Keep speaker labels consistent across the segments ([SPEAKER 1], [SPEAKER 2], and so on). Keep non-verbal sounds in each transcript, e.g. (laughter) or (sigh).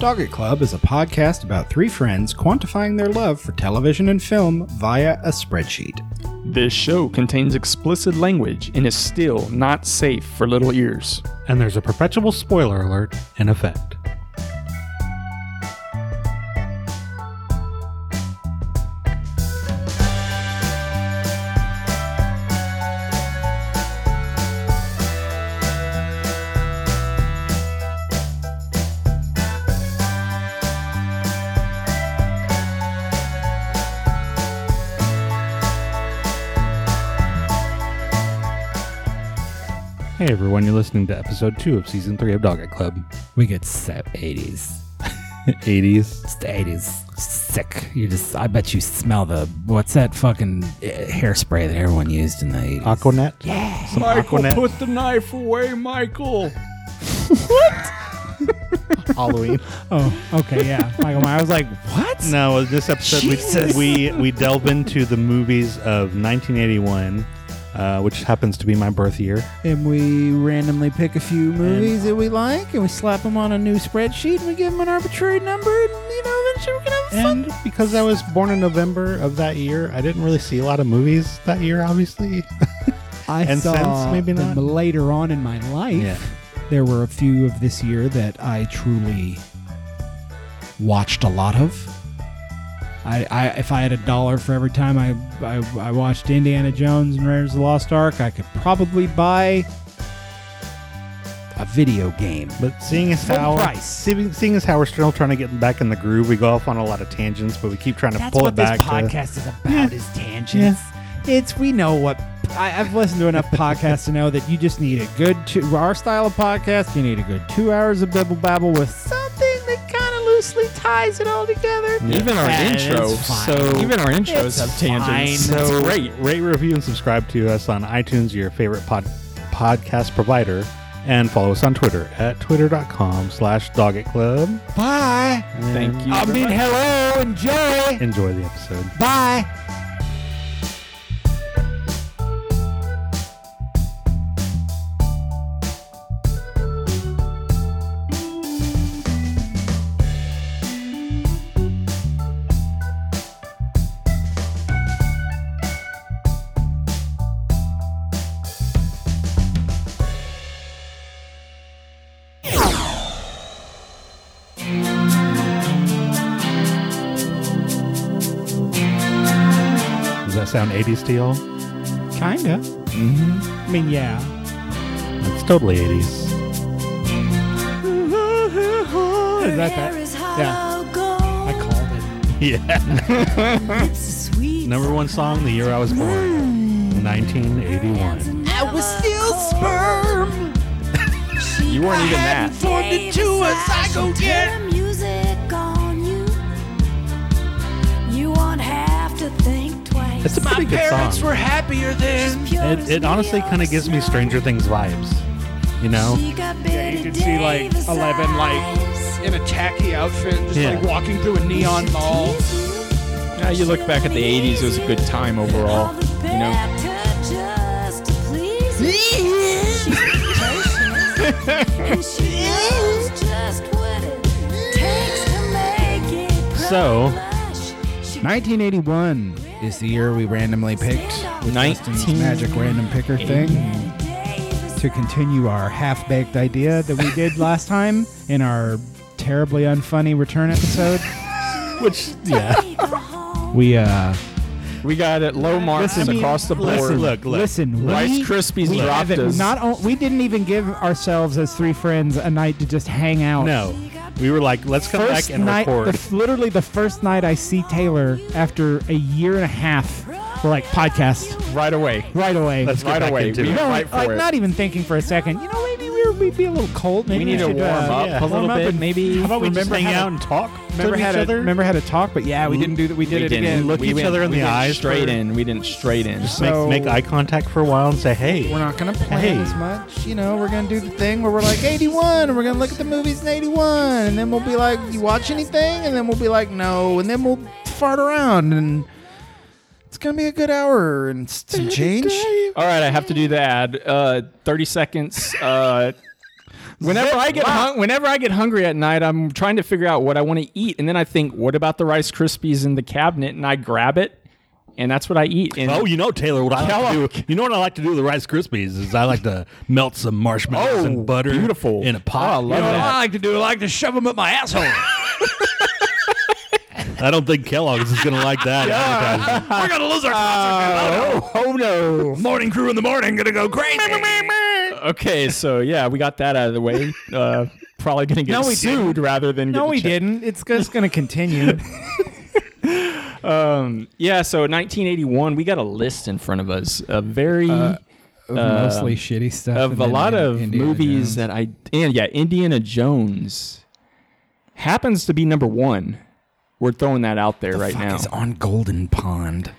[SPEAKER 1] Doggett Club is a podcast about three friends quantifying their love for television and film via a spreadsheet.
[SPEAKER 2] This show contains explicit language and is still not safe for little ears.
[SPEAKER 3] and there's a perpetual spoiler alert in effect. Hey everyone, you're listening to episode two of season three of Doggett Club. (laughs)
[SPEAKER 4] We get so 80s.
[SPEAKER 3] 80s.
[SPEAKER 4] It's the 80s. Sick. You just, I bet you smell the, what's that fucking uh, hairspray that everyone used in the 80s?
[SPEAKER 3] Aquanet? (laughs) Yeah. Some Aquanet.
[SPEAKER 2] the knife away, Michael.
[SPEAKER 3] (laughs)
[SPEAKER 1] Halloween.
[SPEAKER 4] Oh, okay, yeah. Michael Myers. I was like, what?
[SPEAKER 3] no, in this episode
[SPEAKER 4] Jesus.
[SPEAKER 3] we, we we delve into the movies of 1981, uh, which happens to be my birth year.
[SPEAKER 4] And we randomly pick a few movies that we like and we slap them on a new spreadsheet and we give them an arbitrary number and, you know, eventually we're going to have fun.
[SPEAKER 3] And because I was born in November of that year, I didn't really see a lot of movies that year, obviously.
[SPEAKER 5] (laughs) I
[SPEAKER 3] And
[SPEAKER 5] saw
[SPEAKER 3] since, maybe
[SPEAKER 5] them
[SPEAKER 3] not.
[SPEAKER 5] later on in my life.
[SPEAKER 3] Yeah.
[SPEAKER 5] There were a few of this year that I truly watched a lot of. I, I if I had a dollar for every time I, I I watched Indiana Jones and Raiders of the Lost Ark, I could probably buy a video game.
[SPEAKER 3] But seeing
[SPEAKER 4] (laughs)
[SPEAKER 3] as
[SPEAKER 5] Full
[SPEAKER 3] how
[SPEAKER 5] price.
[SPEAKER 3] seeing, seeing as how we're still trying to get back in the groove, we go off on a lot of tangents, but we keep trying to
[SPEAKER 5] That's
[SPEAKER 3] pull
[SPEAKER 5] what
[SPEAKER 3] it
[SPEAKER 5] this
[SPEAKER 3] back. to-
[SPEAKER 5] podcast is about is tangents. It's we know what
[SPEAKER 4] I, I've listened to enough podcasts to know that you just need a good two, our style of podcast. You need a good two hours of bibble babble with something that kind of loosely ties it all together.
[SPEAKER 2] Even our
[SPEAKER 4] And it's
[SPEAKER 2] intro,
[SPEAKER 4] fine.
[SPEAKER 2] so even our intros
[SPEAKER 4] It's
[SPEAKER 2] have tangents.
[SPEAKER 4] fine.
[SPEAKER 2] So
[SPEAKER 4] It's
[SPEAKER 2] great.
[SPEAKER 3] Rate, review, and subscribe to us on iTunes, your favorite pod, podcast provider, and follow us on Twitter at twitter.com slash doggitclub.
[SPEAKER 4] Bye.
[SPEAKER 2] Thank you.
[SPEAKER 4] I
[SPEAKER 2] very
[SPEAKER 4] mean,
[SPEAKER 2] much.
[SPEAKER 4] hello. Enjoy.
[SPEAKER 3] Enjoy the episode.
[SPEAKER 4] Bye.
[SPEAKER 3] Does that sound 80s to y'all?
[SPEAKER 5] kinda. Mm-hmm. I mean, yeah.
[SPEAKER 3] It's totally 80s.
[SPEAKER 5] Is that
[SPEAKER 6] Hair
[SPEAKER 5] that?
[SPEAKER 6] is hollow
[SPEAKER 5] I
[SPEAKER 6] gold.
[SPEAKER 5] called it.
[SPEAKER 3] Yeah.
[SPEAKER 6] It's a sweet
[SPEAKER 3] Number one song the year I was born. 1981.
[SPEAKER 6] I was still
[SPEAKER 3] (laughs)
[SPEAKER 6] sperm.
[SPEAKER 2] You weren't even that.
[SPEAKER 6] Formed into a psycho kid. Music on you. You won't have to think twice.
[SPEAKER 3] It's a pretty good song.
[SPEAKER 4] happier then.
[SPEAKER 3] It, it honestly kind of gives me Stranger Things vibes. You know?
[SPEAKER 6] Yeah,
[SPEAKER 7] you could see, like, 11, like, in a tacky outfit, just
[SPEAKER 3] Yeah.
[SPEAKER 7] like walking through a
[SPEAKER 4] (laughs)
[SPEAKER 7] neon mall.
[SPEAKER 2] Now you look back at the 80s, it was a good time overall. You know,
[SPEAKER 3] So,
[SPEAKER 4] 1981 is the year we randomly picked with Justin's magic random picker thing to continue our half-baked idea that we did last time in our terribly unfunny return episode.
[SPEAKER 3] Which, yeah.
[SPEAKER 4] We uh
[SPEAKER 2] we got it low marks
[SPEAKER 4] Listen, I mean,
[SPEAKER 2] across the board.
[SPEAKER 3] Listen, look, look.
[SPEAKER 4] listen,
[SPEAKER 2] Rice
[SPEAKER 4] we,
[SPEAKER 2] Krispies
[SPEAKER 4] we
[SPEAKER 2] dropped
[SPEAKER 4] haven't-
[SPEAKER 2] us.
[SPEAKER 4] Not on, we didn't even give ourselves as three friends a night to just hang out.
[SPEAKER 3] No. We were like, let's come
[SPEAKER 4] First
[SPEAKER 3] back and
[SPEAKER 4] night,
[SPEAKER 3] record.
[SPEAKER 4] the
[SPEAKER 3] (laughs)
[SPEAKER 4] f- literally the first night I see Taylor after a year and a half, we're like podcast
[SPEAKER 2] right away.
[SPEAKER 4] right away.
[SPEAKER 3] Let's
[SPEAKER 2] right
[SPEAKER 3] get back
[SPEAKER 2] away.
[SPEAKER 3] into
[SPEAKER 2] We
[SPEAKER 3] it.
[SPEAKER 4] No,
[SPEAKER 2] right for
[SPEAKER 4] like
[SPEAKER 2] it.
[SPEAKER 4] not even thinking for a second. You know, maybe we're, we'd be a little cold. Maybe
[SPEAKER 2] We need to
[SPEAKER 4] should,
[SPEAKER 2] warm
[SPEAKER 4] uh,
[SPEAKER 2] up
[SPEAKER 3] yeah.
[SPEAKER 2] a
[SPEAKER 4] warm
[SPEAKER 2] little
[SPEAKER 4] up
[SPEAKER 2] bit,
[SPEAKER 4] and
[SPEAKER 2] maybe.
[SPEAKER 3] How about we just
[SPEAKER 4] Remember
[SPEAKER 3] hang
[SPEAKER 4] how to-
[SPEAKER 3] out and talk
[SPEAKER 4] remember
[SPEAKER 3] to
[SPEAKER 4] how
[SPEAKER 3] each
[SPEAKER 4] to
[SPEAKER 3] other?
[SPEAKER 4] remember how to talk. But yeah, we didn't do that. We did
[SPEAKER 2] we
[SPEAKER 4] it
[SPEAKER 2] didn't.
[SPEAKER 4] again.
[SPEAKER 3] Look
[SPEAKER 2] we
[SPEAKER 3] each
[SPEAKER 2] went-
[SPEAKER 3] other in
[SPEAKER 2] we
[SPEAKER 3] the
[SPEAKER 2] went
[SPEAKER 3] eyes
[SPEAKER 2] Straight
[SPEAKER 3] for-
[SPEAKER 2] in. We didn't straight in.
[SPEAKER 3] make,
[SPEAKER 4] So-
[SPEAKER 3] make eye contact for a while and say, hey.
[SPEAKER 4] We're (laughs) not gonna plan
[SPEAKER 3] Hey.
[SPEAKER 4] as much, you know. We're gonna do the thing where we're like 81, and we're gonna look at the movies in 81, and then we'll be like, "You watch anything?" And then we'll be like, "No," and then we'll fart around, and it's gonna be a good hour and s- some change.
[SPEAKER 2] All right, I have to do the ad. Uh, 30 seconds. Uh, Whenever I get hung, whenever I get hungry at night, I'm trying to figure out what I want to eat, and then I think, what about the Rice Krispies in the cabinet? And I grab it, and that's what I eat. And
[SPEAKER 3] Oh, you know, Taylor, what I like to do, you know what I like to do with the Rice Krispies is I like to melt some marshmallows and butter
[SPEAKER 2] beautiful.
[SPEAKER 3] in a
[SPEAKER 2] Oh,
[SPEAKER 3] pot.
[SPEAKER 2] I
[SPEAKER 3] You
[SPEAKER 2] love
[SPEAKER 3] know what
[SPEAKER 2] that.
[SPEAKER 3] Oh, I
[SPEAKER 7] like to do, I like to shove them up my asshole.
[SPEAKER 3] like? (laughs) I don't think Kellogg's is going to like (laughs) that. advertising.
[SPEAKER 7] We're gonna lose our
[SPEAKER 2] oh, oh no.
[SPEAKER 7] morning crew in the morning. Gonna go crazy.
[SPEAKER 2] (laughs) Okay, so yeah, we got that out of the way. Uh, probably gonna get
[SPEAKER 4] No, we
[SPEAKER 2] sued rather than
[SPEAKER 4] No,
[SPEAKER 2] get
[SPEAKER 4] we
[SPEAKER 2] checked.
[SPEAKER 4] didn't. It's just going to continue.
[SPEAKER 2] Yeah, so 1981, we got a list in front of us. A very
[SPEAKER 5] mostly shitty stuff.
[SPEAKER 2] uh, of
[SPEAKER 5] and
[SPEAKER 2] a
[SPEAKER 5] then
[SPEAKER 2] lot of
[SPEAKER 5] Indiana
[SPEAKER 2] movies
[SPEAKER 5] Jones.
[SPEAKER 2] that I and yeah, Indiana Jones happens to be number one. We're throwing that out there right now.
[SPEAKER 1] on Golden Pond.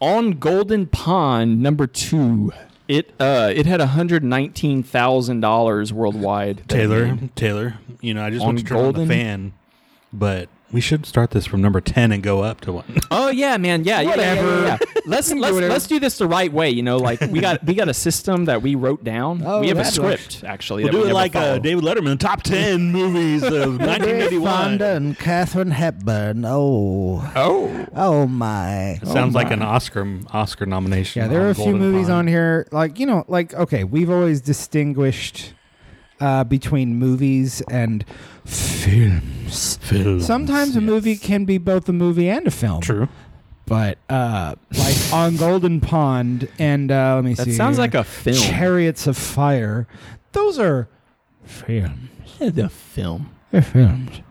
[SPEAKER 2] on Golden Pond, number two. It uh it had hundred nineteen thousand dollars worldwide. that it
[SPEAKER 3] Taylor,
[SPEAKER 2] made.
[SPEAKER 3] Taylor, you know, I just
[SPEAKER 2] On
[SPEAKER 3] want to turn on
[SPEAKER 2] Golden?
[SPEAKER 3] the fan, but we should start this from number 10 and go up to one.
[SPEAKER 2] Oh yeah, man. Yeah, yeah, yeah,
[SPEAKER 5] Whatever.
[SPEAKER 2] yeah, yeah. Let's let's let's do this the right way. You know, like we got we got a system that we wrote down.
[SPEAKER 5] Oh,
[SPEAKER 2] we have a
[SPEAKER 5] that works.
[SPEAKER 2] script actually.
[SPEAKER 3] We'll
[SPEAKER 2] that we
[SPEAKER 3] do it
[SPEAKER 2] have
[SPEAKER 3] like
[SPEAKER 2] to follow.
[SPEAKER 3] uh, David Letterman, top 10 movies of 1981.
[SPEAKER 4] Oh.
[SPEAKER 8] Fonda and Catherine Hepburn. Oh,
[SPEAKER 2] Oh,
[SPEAKER 8] oh my. Oh,
[SPEAKER 3] It sounds like an Oscar Oscar nomination.
[SPEAKER 4] Yeah, there
[SPEAKER 3] on
[SPEAKER 4] are a few
[SPEAKER 3] Golden
[SPEAKER 4] movies
[SPEAKER 3] Pond.
[SPEAKER 4] on here, like you know, like okay, we've always distinguished uh, between movies and films.
[SPEAKER 3] Films,
[SPEAKER 4] Sometimes a
[SPEAKER 3] yes.
[SPEAKER 4] movie can be both a movie and a film.
[SPEAKER 3] True.
[SPEAKER 4] but uh, like on Golden Pond and uh, let me
[SPEAKER 2] that
[SPEAKER 4] see,
[SPEAKER 2] sounds
[SPEAKER 4] here.
[SPEAKER 2] like a film.
[SPEAKER 4] Chariots of Fire. Those are films.
[SPEAKER 2] the film.
[SPEAKER 4] They're films.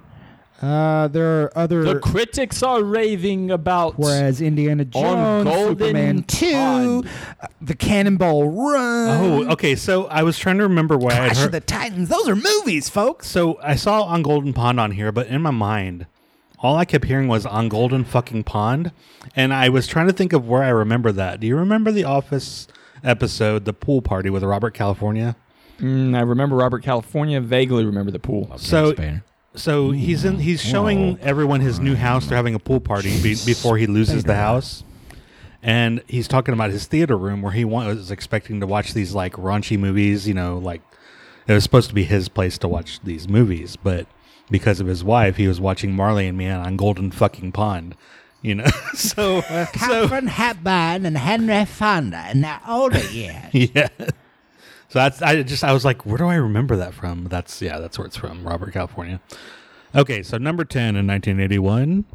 [SPEAKER 4] Uh, there are other.
[SPEAKER 2] The critics are raving about.
[SPEAKER 4] Whereas Indiana Jones,
[SPEAKER 2] Golden
[SPEAKER 4] Superman Two,
[SPEAKER 2] Pond.
[SPEAKER 4] uh, the Cannonball Run.
[SPEAKER 3] Oh, okay. So I was trying to remember why I
[SPEAKER 8] Clash of
[SPEAKER 3] heard.
[SPEAKER 8] the Titans. Those are movies, folks.
[SPEAKER 3] so I saw on Golden Pond on here, but in my mind, all I kept hearing was on Golden fucking Pond, and I was trying to think of where I remember that. Do you remember the Office episode, the pool party with Robert California?
[SPEAKER 2] Mm, I remember Robert California. Vaguely remember the pool.
[SPEAKER 3] So, so he's in. He's showing everyone his new house. They're having a pool party be, before he loses the house, and he's talking about his theater room where he wa- was expecting to watch these like raunchy movies. You know, like it was supposed to be his place to watch these movies, but because of his wife, he was watching Marley and Me on Golden Fucking Pond. You know, (laughs) so so
[SPEAKER 8] Catherine Hepburn and Henry Fonda in their
[SPEAKER 5] (laughs)
[SPEAKER 8] older years.
[SPEAKER 3] (laughs) yeah. So that's I just I was like, where do I remember that from? That's yeah, that's where it's from, Robert California. Okay, so number ten in 1981,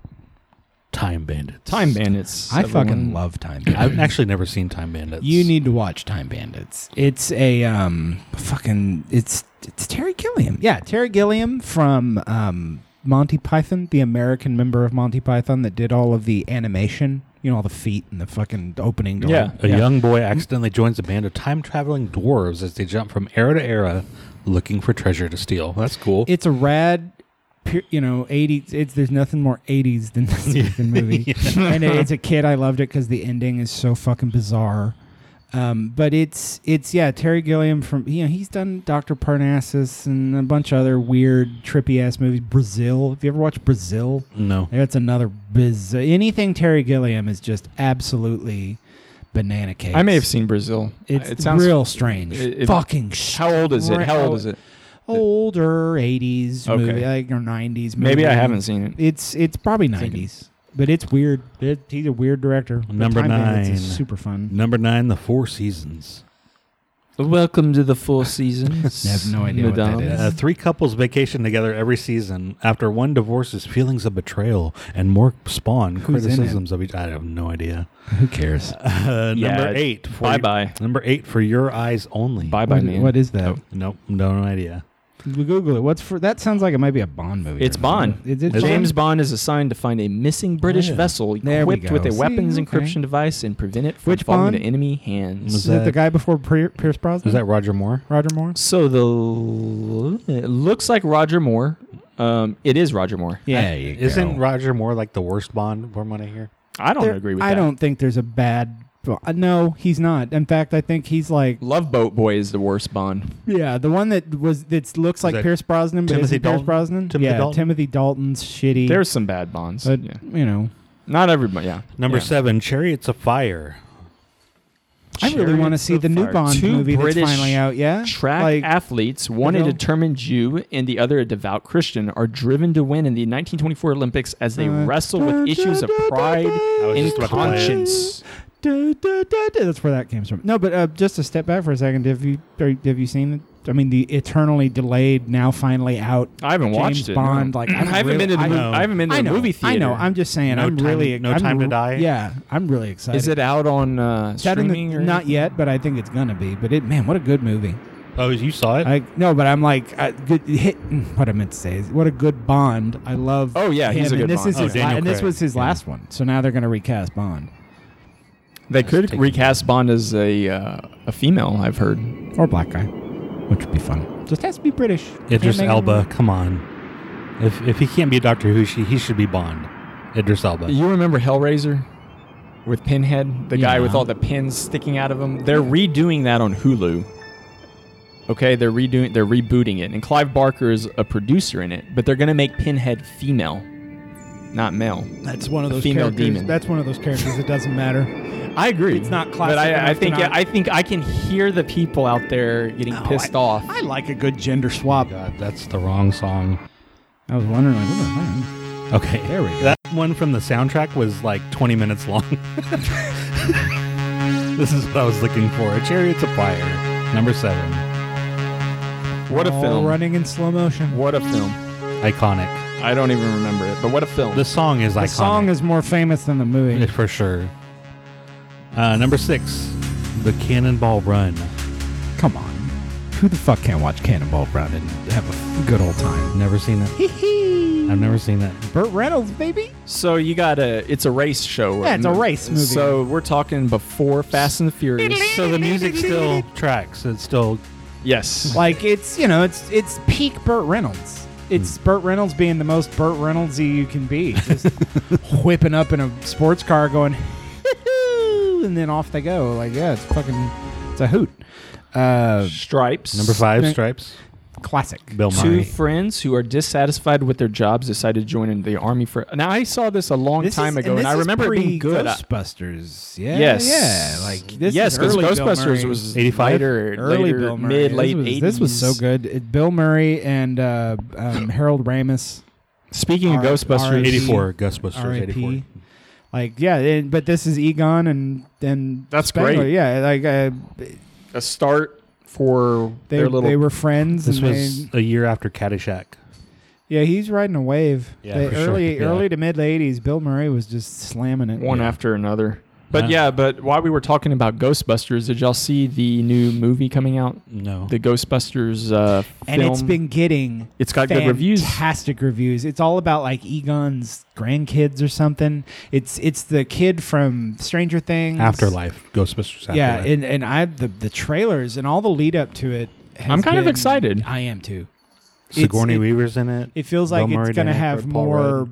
[SPEAKER 3] Time Bandits.
[SPEAKER 2] Time Bandits. um,
[SPEAKER 5] I
[SPEAKER 2] everyone.
[SPEAKER 5] fucking love Time Bandits.
[SPEAKER 3] I've actually never seen Time Bandits.
[SPEAKER 5] You need to watch Time Bandits. It's a um fucking it's it's Terry Gilliam.
[SPEAKER 4] Yeah, Terry Gilliam from um, Monty Python, the American member of Monty Python that did all of the animation, you know, all the feet and the fucking opening. To
[SPEAKER 2] Yeah.
[SPEAKER 3] a young boy accidentally joins a band of time traveling dwarves as they jump from era to era, looking for treasure to steal. That's cool.
[SPEAKER 4] It's a rad, pu- you know, 80s. It's, there's nothing more 80s than this fucking
[SPEAKER 2] (laughs)
[SPEAKER 4] movie. And as a kid, I loved it because the ending is so fucking bizarre. Um, but it's it's yeah Terry Gilliam from you know he's done Doctor Parnassus and a bunch of other weird trippy ass movies Brazil have you ever watched Brazil
[SPEAKER 3] no,
[SPEAKER 4] That's another biz. Anything Terry Gilliam is just absolutely banana cakes.
[SPEAKER 2] I may have seen Brazil.
[SPEAKER 4] It's
[SPEAKER 2] it sounds
[SPEAKER 4] real strange.
[SPEAKER 2] it- it-
[SPEAKER 4] Fucking sh-
[SPEAKER 2] How old is it? How old is it?
[SPEAKER 4] older eighties
[SPEAKER 2] Okay.
[SPEAKER 4] movie, like or nineties.
[SPEAKER 2] Maybe I haven't seen it.
[SPEAKER 4] It's it's probably nineties, but it's weird. It, he's a weird director. But
[SPEAKER 3] Number
[SPEAKER 4] Time Bandits is
[SPEAKER 3] nine.
[SPEAKER 4] super fun.
[SPEAKER 3] number nine, The Four Seasons.
[SPEAKER 2] Welcome to the Four Seasons.
[SPEAKER 5] (laughs) I have no idea what that is.
[SPEAKER 3] Uh, three couples vacation together every season. After one divorces, feelings of betrayal and more spawn
[SPEAKER 5] in it?
[SPEAKER 3] criticisms of each. I have no idea.
[SPEAKER 5] Who cares?
[SPEAKER 3] Uh,
[SPEAKER 2] Yeah,
[SPEAKER 3] number eight. for-
[SPEAKER 2] Bye bye.
[SPEAKER 3] Number eight for your eyes only.
[SPEAKER 2] Bye bye,
[SPEAKER 4] What-
[SPEAKER 2] man.
[SPEAKER 4] what is that?
[SPEAKER 3] Nope, no idea.
[SPEAKER 4] We Google it. What's for? That sounds like it might be a Bond movie.
[SPEAKER 2] It's Bond.
[SPEAKER 4] Is it Oh,
[SPEAKER 2] James Bond is assigned to find a missing British
[SPEAKER 3] yeah.
[SPEAKER 2] vessel
[SPEAKER 4] There we
[SPEAKER 2] equipped with
[SPEAKER 4] go.
[SPEAKER 2] a
[SPEAKER 4] See,
[SPEAKER 2] weapons
[SPEAKER 4] okay.
[SPEAKER 2] encryption device and prevent it from
[SPEAKER 4] Which
[SPEAKER 2] falling into
[SPEAKER 4] Bond?
[SPEAKER 2] enemy hands.
[SPEAKER 4] Is that the
[SPEAKER 3] that-
[SPEAKER 4] guy before Pier- Pierce Brosnan?
[SPEAKER 3] Is that Roger Moore?
[SPEAKER 4] Roger Moore?
[SPEAKER 2] So the l- it looks like Roger Moore. Um, it is Roger Moore.
[SPEAKER 4] Yeah,
[SPEAKER 3] Isn't Roger Moore like the worst Bond from what I hear?
[SPEAKER 2] I don't
[SPEAKER 4] There-
[SPEAKER 2] agree with
[SPEAKER 4] I
[SPEAKER 2] that.
[SPEAKER 4] don't think there's a bad. uh, No, he's not. In fact, I think he's like
[SPEAKER 2] Love Boat Boy is the worst
[SPEAKER 5] Mm.
[SPEAKER 2] Bond.
[SPEAKER 4] yeah, the one that was that looks like
[SPEAKER 3] that
[SPEAKER 4] Pierce Brosnan, but
[SPEAKER 3] Timothy
[SPEAKER 4] isn't Pierce
[SPEAKER 3] Dalton?
[SPEAKER 4] Brosnan.
[SPEAKER 3] Timothy
[SPEAKER 4] yeah,
[SPEAKER 3] Dalton?
[SPEAKER 4] Timothy Dalton's shitty.
[SPEAKER 2] There's some bad Bonds.
[SPEAKER 5] Uh,
[SPEAKER 4] but
[SPEAKER 2] yeah.
[SPEAKER 4] you know,
[SPEAKER 2] Not everybody. Yeah.
[SPEAKER 3] Number
[SPEAKER 2] Yeah.
[SPEAKER 3] seven, Chariots of Fire.
[SPEAKER 5] I really want to see the new Bond
[SPEAKER 2] Two
[SPEAKER 5] movie
[SPEAKER 2] British
[SPEAKER 5] that's finally out. Yeah,
[SPEAKER 2] Track
[SPEAKER 5] like
[SPEAKER 2] athletes, one a
[SPEAKER 5] know?
[SPEAKER 2] determined Jew and the other a devout Christian, are driven to win in the 1924 Olympics as they
[SPEAKER 5] Uh,
[SPEAKER 2] wrestle with issues of pride
[SPEAKER 3] was
[SPEAKER 2] and
[SPEAKER 3] just about to play it.
[SPEAKER 2] conscience.
[SPEAKER 5] da, da, da, da. that's where that comes from. No, but uh, just to step back for a second, have you are- have you seen? it? I mean, the eternally delayed, now finally out.
[SPEAKER 2] I haven't
[SPEAKER 5] James
[SPEAKER 2] watched it,
[SPEAKER 5] Bond,
[SPEAKER 2] no. (clears throat)
[SPEAKER 5] like
[SPEAKER 2] I haven't been to the
[SPEAKER 5] movie.
[SPEAKER 2] movie. I haven't been to
[SPEAKER 5] I
[SPEAKER 2] the
[SPEAKER 5] know,
[SPEAKER 2] movie
[SPEAKER 5] I
[SPEAKER 2] theater.
[SPEAKER 5] know. I'm just saying.
[SPEAKER 3] No
[SPEAKER 5] I'm
[SPEAKER 3] Time-
[SPEAKER 5] really.
[SPEAKER 3] No
[SPEAKER 5] I'm
[SPEAKER 3] Time to
[SPEAKER 5] re-
[SPEAKER 3] Die?
[SPEAKER 5] Yeah, I'm really excited.
[SPEAKER 2] Is it out on uh,
[SPEAKER 5] Is that in the-
[SPEAKER 2] streaming? or
[SPEAKER 5] not
[SPEAKER 2] anything?
[SPEAKER 5] yet, but I think it's gonna be. But it, man, what a good movie!
[SPEAKER 3] Oh, you saw it?
[SPEAKER 5] I no, but I'm like, I, good hit. mm, What I meant to say is, what a good Bond. I love.
[SPEAKER 2] Oh, yeah,
[SPEAKER 5] him,
[SPEAKER 2] he's a good
[SPEAKER 5] and this
[SPEAKER 2] Bond.
[SPEAKER 5] is
[SPEAKER 3] Oh,
[SPEAKER 5] his la-
[SPEAKER 3] Daniel
[SPEAKER 5] and this
[SPEAKER 3] Craig.
[SPEAKER 5] was his
[SPEAKER 3] Yeah.
[SPEAKER 5] last one. So now they're gonna recast Bond
[SPEAKER 2] They could recast Bond as a uh, a female. I've heard.
[SPEAKER 5] or a black guy, which would be fun. Just has to be British.
[SPEAKER 3] Idris
[SPEAKER 5] Can't make
[SPEAKER 3] Elba,
[SPEAKER 5] him-
[SPEAKER 3] come on. If if he can't be Doctor Who, she, he should be Bond. Idris Elba.
[SPEAKER 2] You remember Hellraiser with Pinhead, the guy with
[SPEAKER 5] Yeah.
[SPEAKER 2] all the pins sticking out of him? They're redoing that on Hulu. Okay, they're redoing, they're rebooting it, and Clive Barker is a producer in it, but they're gonna make Pinhead female, not male.
[SPEAKER 5] That's one of
[SPEAKER 2] A
[SPEAKER 5] those
[SPEAKER 2] female
[SPEAKER 5] characters.
[SPEAKER 2] demon.
[SPEAKER 5] That's one of those characters that doesn't (laughs) matter.
[SPEAKER 2] I agree.
[SPEAKER 5] It's not classic
[SPEAKER 2] But I, I
[SPEAKER 5] enough to
[SPEAKER 2] think
[SPEAKER 5] not-
[SPEAKER 2] I think I can hear the people out there getting pissed off.
[SPEAKER 5] I like a good gender swap.
[SPEAKER 3] Oh, God, that's the wrong song.
[SPEAKER 5] I was wondering, like, what the hell?
[SPEAKER 3] Okay.
[SPEAKER 5] There we go.
[SPEAKER 3] That one from the soundtrack was like 20 minutes long. (laughs) this is what I was looking for. A Chariot's of Fire, number seven.
[SPEAKER 2] what a
[SPEAKER 5] All
[SPEAKER 2] film!
[SPEAKER 5] running in slow motion.
[SPEAKER 2] What a film!
[SPEAKER 3] Iconic.
[SPEAKER 2] I don't even remember it, but what a film!
[SPEAKER 3] The song is
[SPEAKER 5] The
[SPEAKER 3] iconic.
[SPEAKER 5] song is more famous than the
[SPEAKER 3] (laughs)
[SPEAKER 5] movie.
[SPEAKER 3] for sure. Uh, number six, The Cannonball Run.
[SPEAKER 5] (laughs) Come on, who the fuck can't watch Cannonball Brown and have a good old time?
[SPEAKER 3] Never seen it. I've never seen it.
[SPEAKER 5] Burt Reynolds, baby.
[SPEAKER 2] so you got a it's a race show.
[SPEAKER 5] Yeah, it's a race movie.
[SPEAKER 2] So we're talking before Fast and the Furious.
[SPEAKER 3] So the music still tracks. It's still
[SPEAKER 2] Yes.
[SPEAKER 5] Like it's you know it's it's peak Burt Reynolds. It's Burt Reynolds being the most Burt Reynoldsy you can (laughs) be, just whipping up in a sports car, going, and then off they go. Like yeah, it's fucking it's a hoot. Uh,
[SPEAKER 2] Stripes.
[SPEAKER 3] number five, oh Stripes.
[SPEAKER 5] classic.
[SPEAKER 3] Bill
[SPEAKER 2] Two
[SPEAKER 3] Murray.
[SPEAKER 2] friends who are dissatisfied with their jobs decide to join in the army for. Now I saw this a long
[SPEAKER 5] This
[SPEAKER 2] time
[SPEAKER 5] is-
[SPEAKER 2] ago, and,
[SPEAKER 5] this
[SPEAKER 2] I
[SPEAKER 5] is
[SPEAKER 2] remember it being good. I-
[SPEAKER 5] Ghostbusters, yeah,
[SPEAKER 2] yes.
[SPEAKER 5] yeah. Like this
[SPEAKER 2] yes,
[SPEAKER 5] is
[SPEAKER 2] because
[SPEAKER 5] early Bill
[SPEAKER 2] Ghostbusters
[SPEAKER 5] Murray.
[SPEAKER 2] was
[SPEAKER 3] 85?
[SPEAKER 2] later,
[SPEAKER 5] early
[SPEAKER 2] later,
[SPEAKER 5] Bill Murray.
[SPEAKER 2] mid
[SPEAKER 5] This
[SPEAKER 2] late
[SPEAKER 5] was-
[SPEAKER 2] 80s.
[SPEAKER 5] This was so good. It, Bill Murray and uh,
[SPEAKER 2] (coughs)
[SPEAKER 5] um, Harold Ramis.
[SPEAKER 2] Speaking of
[SPEAKER 5] R-
[SPEAKER 2] Ghostbusters,
[SPEAKER 5] R.I.P.
[SPEAKER 3] 84, Ghostbusters, 84.
[SPEAKER 5] R.I.P. Like yeah, it- but this is Egon and and
[SPEAKER 2] That's
[SPEAKER 5] Spengler.
[SPEAKER 2] great.
[SPEAKER 5] Yeah, like uh,
[SPEAKER 2] a start for
[SPEAKER 5] they
[SPEAKER 2] their little.
[SPEAKER 5] they were friends.
[SPEAKER 3] This
[SPEAKER 5] and
[SPEAKER 3] was
[SPEAKER 5] they-
[SPEAKER 3] a year after Caddyshack.
[SPEAKER 5] yeah, he's riding a wave.
[SPEAKER 3] Yeah,
[SPEAKER 5] They-
[SPEAKER 3] for sure.
[SPEAKER 5] early
[SPEAKER 3] Yeah.
[SPEAKER 5] early to mid eighties, Bill Murray was just slamming it.
[SPEAKER 2] one
[SPEAKER 5] yeah.
[SPEAKER 2] after another. But
[SPEAKER 3] Wow.
[SPEAKER 2] yeah, but while we were talking about Ghostbusters, did y'all see the new movie coming out?
[SPEAKER 3] No.
[SPEAKER 2] The Ghostbusters uh,
[SPEAKER 5] and
[SPEAKER 2] film?
[SPEAKER 5] it's been getting
[SPEAKER 2] It's got good reviews.
[SPEAKER 5] fantastic reviews it's all about like egon's grandkids or something it's it's the kid from stranger things
[SPEAKER 3] Afterlife, Ghostbusters. Afterlife.
[SPEAKER 5] yeah and, and i the, the trailers and all the lead up to it has
[SPEAKER 2] I'm kind of
[SPEAKER 5] been-
[SPEAKER 2] excited.
[SPEAKER 5] i am too It's-
[SPEAKER 3] Sigourney
[SPEAKER 5] it,
[SPEAKER 3] Weaver's in it.
[SPEAKER 5] it feels like
[SPEAKER 3] Bill Murray,
[SPEAKER 5] it's going to
[SPEAKER 3] Dan
[SPEAKER 5] have
[SPEAKER 3] Aykroyd, Paul
[SPEAKER 5] more
[SPEAKER 3] Rudd.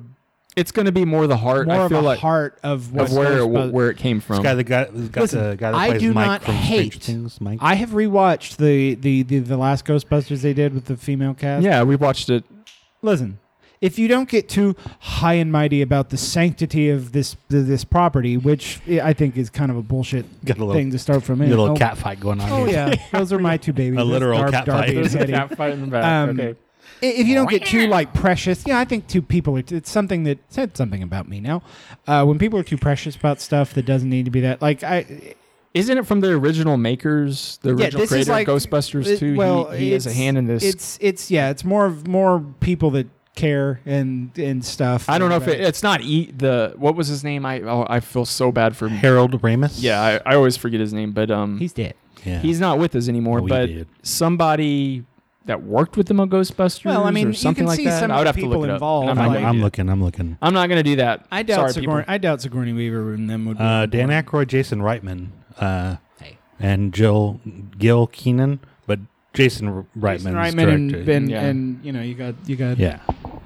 [SPEAKER 2] It's going to be more the heart.
[SPEAKER 5] more
[SPEAKER 2] I
[SPEAKER 5] of a
[SPEAKER 2] feel like
[SPEAKER 5] heart of, what
[SPEAKER 2] of where
[SPEAKER 5] Ghostbusters-
[SPEAKER 2] where it came
[SPEAKER 3] This
[SPEAKER 2] from.
[SPEAKER 3] guy that got, this got
[SPEAKER 5] Um, Listen,
[SPEAKER 3] the guy that
[SPEAKER 5] I
[SPEAKER 3] plays
[SPEAKER 5] do
[SPEAKER 3] Mike
[SPEAKER 5] not
[SPEAKER 3] from
[SPEAKER 5] hate-
[SPEAKER 3] Stranger Things. Mike.
[SPEAKER 5] i have rewatched the, the the the last ghostbusters they did with the female cast
[SPEAKER 2] yeah, we watched it.
[SPEAKER 5] listen if you don't get too high and mighty about the sanctity of this th- this property which i think is kind of a bullshit
[SPEAKER 3] got a little,
[SPEAKER 5] thing to start from in
[SPEAKER 3] a little
[SPEAKER 5] oh,
[SPEAKER 3] cat fight going on
[SPEAKER 5] oh
[SPEAKER 3] here. (laughs)
[SPEAKER 5] yeah those are my two babies
[SPEAKER 3] A literal
[SPEAKER 5] That's
[SPEAKER 3] cat fight.
[SPEAKER 5] and
[SPEAKER 2] There's a (laughs)
[SPEAKER 5] Eddie.
[SPEAKER 2] cat fight in the back.
[SPEAKER 5] Um,
[SPEAKER 2] okay.
[SPEAKER 5] I- if you don't get too like precious yeah i think two people are t- it's something that said something about me now uh, when people are too precious about stuff that doesn't need to be that like i
[SPEAKER 2] Isn't it from the original makers, the original
[SPEAKER 5] this is
[SPEAKER 2] creator of
[SPEAKER 5] like-
[SPEAKER 2] Ghostbusters
[SPEAKER 5] it-
[SPEAKER 2] 2?
[SPEAKER 5] well
[SPEAKER 2] he, he has a
[SPEAKER 5] it's-
[SPEAKER 2] hand in this.
[SPEAKER 5] it's it's yeah it's more of more people that care and and stuff
[SPEAKER 2] I don't know if
[SPEAKER 5] But-
[SPEAKER 2] it, it's not e, the what was his name? I oh, I feel so bad for
[SPEAKER 3] Harold Ramis.
[SPEAKER 2] Yeah, I, I always forget his name, but um
[SPEAKER 5] he's dead
[SPEAKER 3] yeah.
[SPEAKER 2] he's not with us anymore,
[SPEAKER 3] No, Oh, he
[SPEAKER 2] but
[SPEAKER 3] did.
[SPEAKER 2] somebody that worked with them on Ghostbusters
[SPEAKER 5] Well, I mean,
[SPEAKER 2] or
[SPEAKER 5] you
[SPEAKER 2] something
[SPEAKER 5] can
[SPEAKER 2] like
[SPEAKER 5] see
[SPEAKER 2] that.
[SPEAKER 5] some
[SPEAKER 2] I
[SPEAKER 5] of
[SPEAKER 2] would
[SPEAKER 5] the
[SPEAKER 2] have to
[SPEAKER 5] people
[SPEAKER 2] look it up.
[SPEAKER 5] involved,
[SPEAKER 2] I'm,
[SPEAKER 3] I'm,
[SPEAKER 2] not
[SPEAKER 5] like-
[SPEAKER 2] gonna
[SPEAKER 3] I'm
[SPEAKER 2] do
[SPEAKER 3] looking. I'm looking.
[SPEAKER 2] that. I'm not gonna do that.
[SPEAKER 5] I doubt
[SPEAKER 2] Sorry,
[SPEAKER 5] Sigourney.
[SPEAKER 2] people.
[SPEAKER 5] I doubt Sigourney Weaver and them would. Be
[SPEAKER 3] Uh, Dan Aykroyd, Jason Reitman, uh, and Jill Gil Keenan, but Jason R- Reitman,
[SPEAKER 5] Jason
[SPEAKER 3] is
[SPEAKER 5] Reitman and,
[SPEAKER 3] director.
[SPEAKER 5] and,
[SPEAKER 2] Yeah.
[SPEAKER 5] and you know you got you got
[SPEAKER 3] yeah.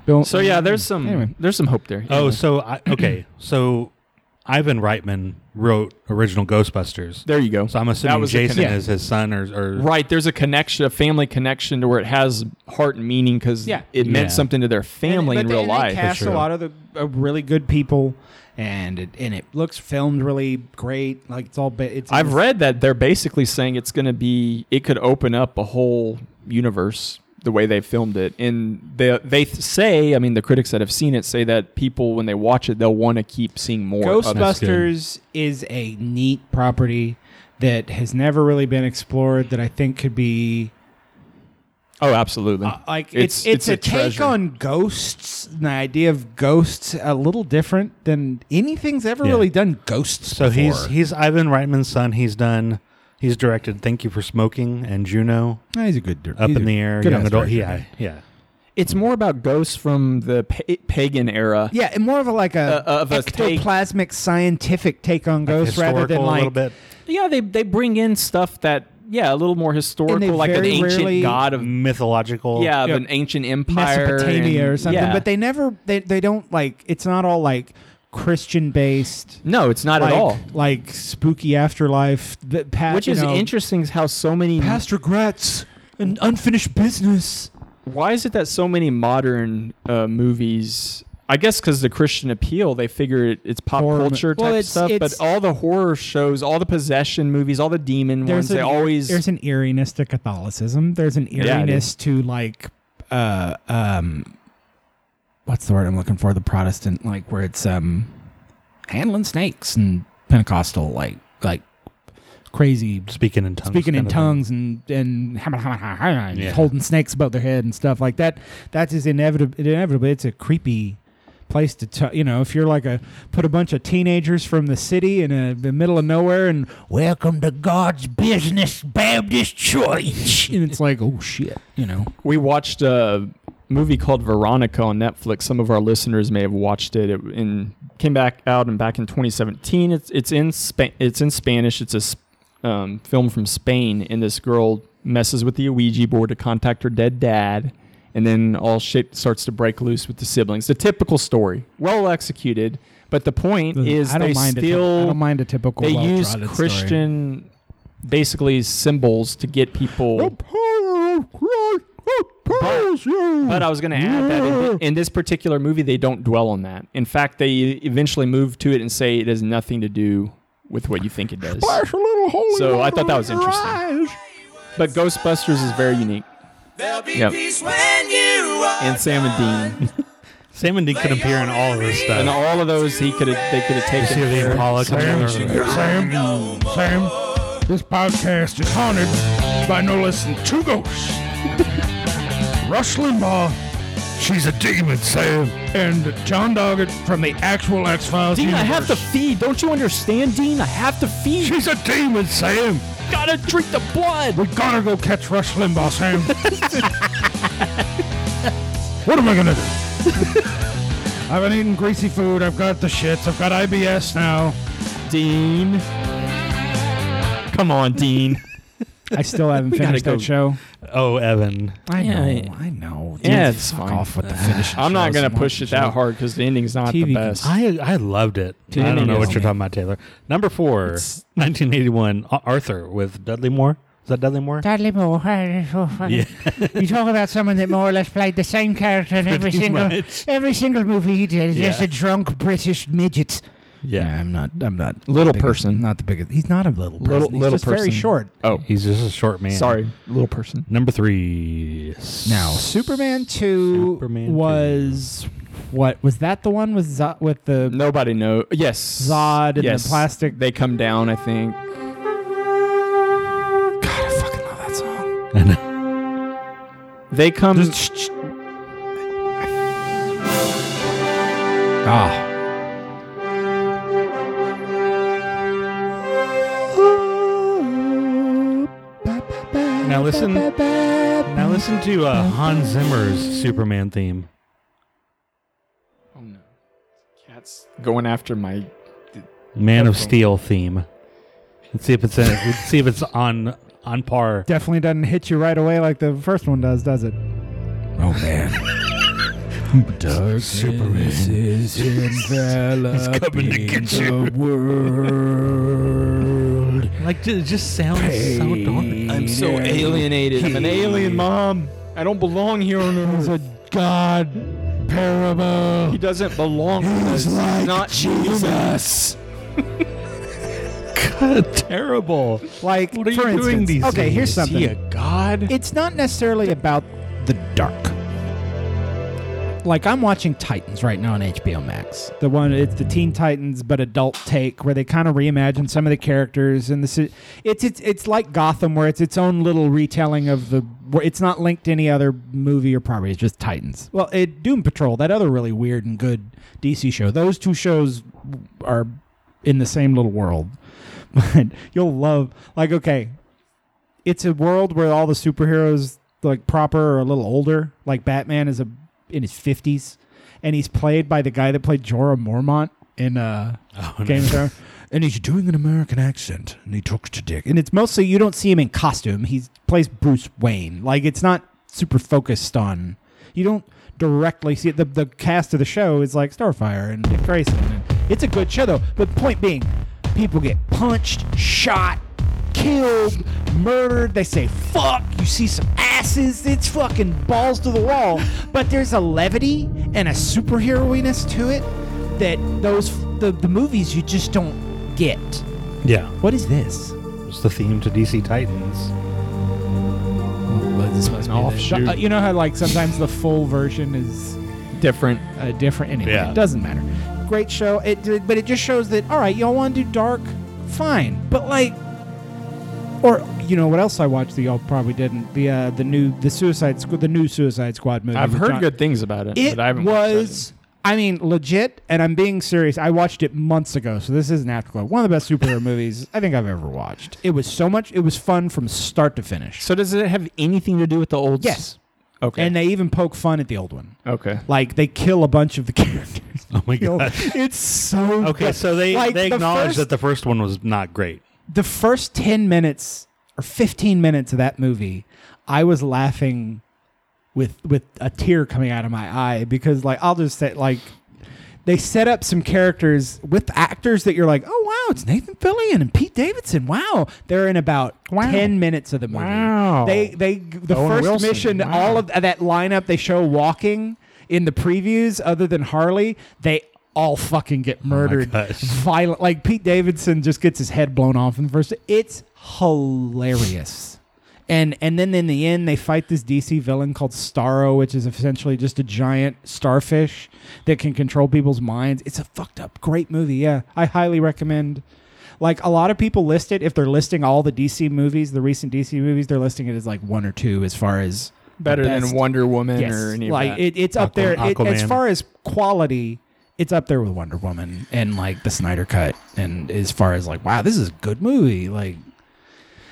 [SPEAKER 5] Bill.
[SPEAKER 2] So yeah, there's some
[SPEAKER 5] Anyway.
[SPEAKER 2] there's some hope there.
[SPEAKER 3] Oh,
[SPEAKER 2] Anyway.
[SPEAKER 3] so I, okay, so Ivan Reitman wrote original Ghostbusters.
[SPEAKER 2] There you go.
[SPEAKER 3] So I'm
[SPEAKER 2] That
[SPEAKER 3] assuming
[SPEAKER 2] was the
[SPEAKER 3] Jason
[SPEAKER 2] connection.
[SPEAKER 3] is his son or, or
[SPEAKER 2] Right, there's a connection, a family connection to where it has heart and meaning because
[SPEAKER 5] Yeah.
[SPEAKER 2] it meant
[SPEAKER 3] Yeah.
[SPEAKER 2] something to their family
[SPEAKER 5] but
[SPEAKER 2] in
[SPEAKER 5] they-
[SPEAKER 2] real
[SPEAKER 5] and
[SPEAKER 2] life.
[SPEAKER 5] They cast a
[SPEAKER 3] sure.
[SPEAKER 5] lot of the uh, really good people, and it and it looks filmed really great. Like it's all ba- it's.
[SPEAKER 2] I've read that they're basically saying it's going to be it could open up a whole universe the way they filmed it and they they th- say I mean the critics that have seen it say that people when they watch it they'll want to keep seeing more of it.
[SPEAKER 5] Ghostbusters is a neat property that has never really been explored. That I think could be
[SPEAKER 2] Oh, absolutely.
[SPEAKER 5] Uh, like it's it's, a, take
[SPEAKER 2] treasure.
[SPEAKER 5] on ghosts, and the idea of ghosts a little different than anything's ever
[SPEAKER 3] Yeah.
[SPEAKER 5] really done ghosts.
[SPEAKER 3] So
[SPEAKER 5] before.
[SPEAKER 3] he's he's Ivan Reitman's son. He's done. He's directed "Thank You for Smoking" and "Juno."
[SPEAKER 5] Ah, he's a good dir-
[SPEAKER 3] Up
[SPEAKER 5] he's
[SPEAKER 3] in
[SPEAKER 5] a
[SPEAKER 3] the air,
[SPEAKER 5] good
[SPEAKER 3] young
[SPEAKER 5] ass
[SPEAKER 3] adult.
[SPEAKER 5] director.
[SPEAKER 3] Yeah, yeah.
[SPEAKER 2] It's more about ghosts from the pa- pagan era.
[SPEAKER 5] Yeah, and more of a like a
[SPEAKER 2] Uh, of a take-
[SPEAKER 5] ectoplasmic scientific take on ghosts rather than
[SPEAKER 3] Historical a
[SPEAKER 5] like
[SPEAKER 3] little bit.
[SPEAKER 2] Yeah, they they bring in stuff that yeah, a little more historical like an
[SPEAKER 5] very
[SPEAKER 2] ancient
[SPEAKER 5] rarely-
[SPEAKER 2] god of
[SPEAKER 3] mythological.
[SPEAKER 2] yeah, of
[SPEAKER 5] Yeah.
[SPEAKER 2] an ancient empire
[SPEAKER 5] Mesopotamia
[SPEAKER 2] and-
[SPEAKER 5] or something.
[SPEAKER 2] yeah.
[SPEAKER 5] But they never they they don't like it's not all like Christian based.
[SPEAKER 2] No, it's not
[SPEAKER 5] like,
[SPEAKER 2] at all.
[SPEAKER 5] Like spooky afterlife. That pa-
[SPEAKER 2] Which
[SPEAKER 5] you
[SPEAKER 2] is
[SPEAKER 5] know,
[SPEAKER 2] interesting is how so many
[SPEAKER 5] Past regrets and unfinished business.
[SPEAKER 2] why is it that so many modern uh, movies i guess because the christian appeal they figure it, it's pop
[SPEAKER 5] Horror mo-
[SPEAKER 2] culture type
[SPEAKER 5] Well, it's-
[SPEAKER 2] stuff but
[SPEAKER 5] it's-
[SPEAKER 2] all the horror shows all the possession movies all the demon ones they
[SPEAKER 5] an,
[SPEAKER 2] always
[SPEAKER 5] there's an eeriness to Catholicism. There's an
[SPEAKER 2] Yeah, it
[SPEAKER 5] eeriness to like uh um what's the word I'm looking for? The Protestant like where it's um handling snakes and Pentecostal like like crazy
[SPEAKER 3] Speaking in tongues.
[SPEAKER 5] speaking in
[SPEAKER 3] kind of thing.
[SPEAKER 5] tongues and and (laughs)
[SPEAKER 3] Yeah.
[SPEAKER 5] holding snakes above their head and stuff like that. That is inevitable. Inevitably, it's a creepy place to t- you know if you're like a put a bunch of teenagers from the city in a, the middle of nowhere and welcome to God's business Baptist Church (laughs) and it's like oh shit you know
[SPEAKER 2] we watched a movie called veronica on netflix some of our listeners may have watched it it in, came back out and back in 2017 it's, it's in Spa- it's in spanish it's a s- um, film from spain and this girl messes with the ouija board to contact her dead dad and then all shit starts to break loose with the siblings the typical story well executed but the point is
[SPEAKER 5] I don't
[SPEAKER 2] they
[SPEAKER 5] mind a typ- I
[SPEAKER 2] still
[SPEAKER 5] don't mind a typical
[SPEAKER 2] they
[SPEAKER 5] well-trotted
[SPEAKER 2] use
[SPEAKER 5] story.
[SPEAKER 2] christian basically symbols to get people but I was going to add that in, thi- in this particular movie, they don't dwell on that. In fact, they eventually move to it and say it has nothing to do with what you think it does. So I thought that was interesting. But Ghostbusters is very unique. Yep. And Sam and Dean
[SPEAKER 3] Sam and Dean could appear in all of this
[SPEAKER 2] and
[SPEAKER 3] stuff.
[SPEAKER 2] all of those he could have they could have
[SPEAKER 3] You
[SPEAKER 2] taken.
[SPEAKER 3] see the Impala coming out of the-
[SPEAKER 9] Sam, Sam, this podcast is haunted by no less than two ghosts. Rush Limbaugh, she's a demon, Sam, and John Doggett from the actual X Files.
[SPEAKER 2] Dean, I have to feed. Don't you understand, Dean? I have to feed. (laughs)
[SPEAKER 9] She's a demon, Sam.
[SPEAKER 2] Gotta drink the blood.
[SPEAKER 9] We gotta go catch Rush Limbaugh, Sam. what am I gonna do? (laughs) I've been eating greasy food. I've got the shits. I've got IBS now.
[SPEAKER 2] Dean, come on, Dean.
[SPEAKER 5] I still haven't
[SPEAKER 2] gotta
[SPEAKER 5] finished
[SPEAKER 2] go.
[SPEAKER 5] that show
[SPEAKER 3] Oh, Evan.
[SPEAKER 5] I
[SPEAKER 2] Yeah,
[SPEAKER 5] know
[SPEAKER 2] I-
[SPEAKER 5] I know
[SPEAKER 2] Yeah,
[SPEAKER 5] Dude,
[SPEAKER 2] it's
[SPEAKER 5] fuck
[SPEAKER 2] fine.
[SPEAKER 5] off
[SPEAKER 2] (sighs)
[SPEAKER 5] with the finishing
[SPEAKER 2] I'm not
[SPEAKER 5] shows
[SPEAKER 2] gonna
[SPEAKER 5] and
[SPEAKER 2] push it
[SPEAKER 5] watching
[SPEAKER 2] that
[SPEAKER 5] shows.
[SPEAKER 2] hard because the ending's not
[SPEAKER 5] TV
[SPEAKER 2] the
[SPEAKER 5] can-
[SPEAKER 2] best.
[SPEAKER 3] I I loved it. I don't know what you're talking about, Taylor. Number four, 1981, Ar- Arthur with Dudley Moore. Is that Dudley Moore?
[SPEAKER 8] Dudley Moore.
[SPEAKER 3] Yeah.
[SPEAKER 8] You talk about someone that more or less played the same
[SPEAKER 5] (laughs)
[SPEAKER 8] character in every
[SPEAKER 3] Pretty
[SPEAKER 8] single
[SPEAKER 3] much.
[SPEAKER 8] every single movie he did. He's
[SPEAKER 3] Yeah.
[SPEAKER 8] Just a drunk British midget.
[SPEAKER 3] Yeah.
[SPEAKER 5] I'm not I'm not
[SPEAKER 2] Little
[SPEAKER 5] biggest-
[SPEAKER 2] person.
[SPEAKER 5] not the biggest he's not a little person
[SPEAKER 2] Little-
[SPEAKER 5] he's
[SPEAKER 2] little
[SPEAKER 5] just very
[SPEAKER 2] person.
[SPEAKER 5] short
[SPEAKER 2] oh,
[SPEAKER 3] He's just a short man.
[SPEAKER 2] sorry, little person.
[SPEAKER 3] Number three.
[SPEAKER 5] Now, Superman two
[SPEAKER 3] Superman two.
[SPEAKER 5] was what was that the one with Zo- with the
[SPEAKER 2] Nobody knows. Yes.
[SPEAKER 5] Zod and the plastic-
[SPEAKER 2] They come down, I think. They come.
[SPEAKER 5] ah
[SPEAKER 3] Now listen. Now listen to uh, Hans Zimmer's Superman theme.
[SPEAKER 2] Oh no. Cat's going after my.
[SPEAKER 3] Man of Steel theme. Let's see if it's in, let's see if it's on on par.
[SPEAKER 5] definitely doesn't hit you right away like the first one does does it
[SPEAKER 3] It's
[SPEAKER 10] Superman.
[SPEAKER 11] is
[SPEAKER 10] coming to get you.
[SPEAKER 11] the world.
[SPEAKER 3] Like, it just sounds so dark.
[SPEAKER 2] I'm so alienated. I'm an alien, mom. I don't belong here on
[SPEAKER 11] It's
[SPEAKER 2] Earth.
[SPEAKER 11] a god parable.
[SPEAKER 5] Oh.
[SPEAKER 2] He doesn't belong. with us.
[SPEAKER 11] He's like
[SPEAKER 2] not
[SPEAKER 11] Jesus.
[SPEAKER 3] Terrible.
[SPEAKER 5] Like,
[SPEAKER 3] What are
[SPEAKER 5] for
[SPEAKER 3] you
[SPEAKER 5] instance,
[SPEAKER 3] doing these
[SPEAKER 5] okay,
[SPEAKER 3] days?
[SPEAKER 5] here's
[SPEAKER 2] Is he
[SPEAKER 5] something.
[SPEAKER 2] a god?
[SPEAKER 5] It's not necessarily about the dark. Like I'm watching Titans right now on HBO Max. The one it's the Teen Titans but adult take where they kind of reimagine some of the characters and this is it's it's it's like Gotham where it's its own little retelling of the where it's not linked to any other movie or property. It's just Titans. Well, it Doom Patrol, that other really weird and good DC show. Those two shows are in the same little world. (laughs) But you'll love like okay, it's a world where all the superheroes like proper are a little older. Like Batman is a in his fifties, and he's played by the guy that played Jorah Mormont in uh, Game of Thrones. And he's doing an American accent, and he talks to Dick. And it's mostly you don't see him in costume. He plays Bruce Wayne. Like it's not super focused on. You don't directly see it. The, the cast of the show is like Starfire and Dick Grayson. And it's a good show though. But point being, people get punched, shot, killed, murdered. They say fuck. You see some asses. It's fucking balls to the wall. But there's a levity and a superheroiness to it that those the, the movies you just don't get.
[SPEAKER 3] Yeah.
[SPEAKER 5] What is this?
[SPEAKER 3] What's the theme to DC Titans?
[SPEAKER 2] This must
[SPEAKER 5] Shut- uh, you know how like sometimes the full version is
[SPEAKER 2] different.
[SPEAKER 5] uh, different. Anyway,
[SPEAKER 3] Yeah.
[SPEAKER 5] it doesn't matter. Great show. It did- but it just shows that all right, y'all want to do dark, fine. But like, or you know what else I watched that y'all probably didn't the uh, the new the Suicide Squad the new Suicide Squad movie.
[SPEAKER 2] I've
[SPEAKER 5] with
[SPEAKER 2] heard
[SPEAKER 5] John-
[SPEAKER 2] good things about it,
[SPEAKER 5] It
[SPEAKER 2] but I haven't watched
[SPEAKER 5] was. I mean, legit, and I'm being serious. I watched it months ago, so this is an afterglow. One of the best superhero (laughs) movies I think I've ever watched. It was so much. It was fun from start to
[SPEAKER 2] it.
[SPEAKER 5] finish.
[SPEAKER 2] So does it have anything to do with the old?
[SPEAKER 5] Yes,
[SPEAKER 2] Okay.
[SPEAKER 5] and they even poke fun at the old one.
[SPEAKER 2] okay.
[SPEAKER 5] Like they kill a bunch of the (laughs) characters.
[SPEAKER 3] Oh my
[SPEAKER 5] Yo,
[SPEAKER 3] god.
[SPEAKER 5] it's so
[SPEAKER 3] Okay,
[SPEAKER 5] good.
[SPEAKER 3] so they,
[SPEAKER 5] (laughs) Like,
[SPEAKER 3] they
[SPEAKER 5] the
[SPEAKER 3] acknowledge
[SPEAKER 5] first-
[SPEAKER 3] that the first one was not great.
[SPEAKER 5] the first 10 minutes or 15 minutes of that movie i was laughing with with a tear coming out of my eye because like i'll just say like they set up some characters with actors that you're like oh wow it's nathan fillion and pete davidson wow they're in about 10 minutes of the movie
[SPEAKER 2] Wow.
[SPEAKER 5] they they the
[SPEAKER 2] Owen
[SPEAKER 5] first
[SPEAKER 2] Wilson,
[SPEAKER 5] mission
[SPEAKER 2] wow.
[SPEAKER 5] all of that lineup they show walking in the previews other than harley they all fucking
[SPEAKER 2] Oh
[SPEAKER 5] get murdered (laughs)
[SPEAKER 3] gosh.
[SPEAKER 5] violent. Like Pete Davidson just gets his head blown off in the first. It's hilarious. And and then in the end, they fight this DC villain called Starro, which is essentially just a giant starfish that can control people's minds. It's a fucked up, great movie. Yeah, I highly recommend. Like a lot of people list it if they're listing all the DC movies, the recent DC movies, they're listing it as like one or two as far as the
[SPEAKER 2] Better than
[SPEAKER 5] best.
[SPEAKER 2] Wonder Woman
[SPEAKER 5] Yes,
[SPEAKER 2] or any
[SPEAKER 5] like
[SPEAKER 2] of that.
[SPEAKER 5] It, it's up
[SPEAKER 3] Aqua-
[SPEAKER 5] there it- as
[SPEAKER 3] Aquaman.
[SPEAKER 5] far as quality. It's up there with Wonder Woman and like the Snyder Cut, and as far as like, wow, this is a good movie. Like,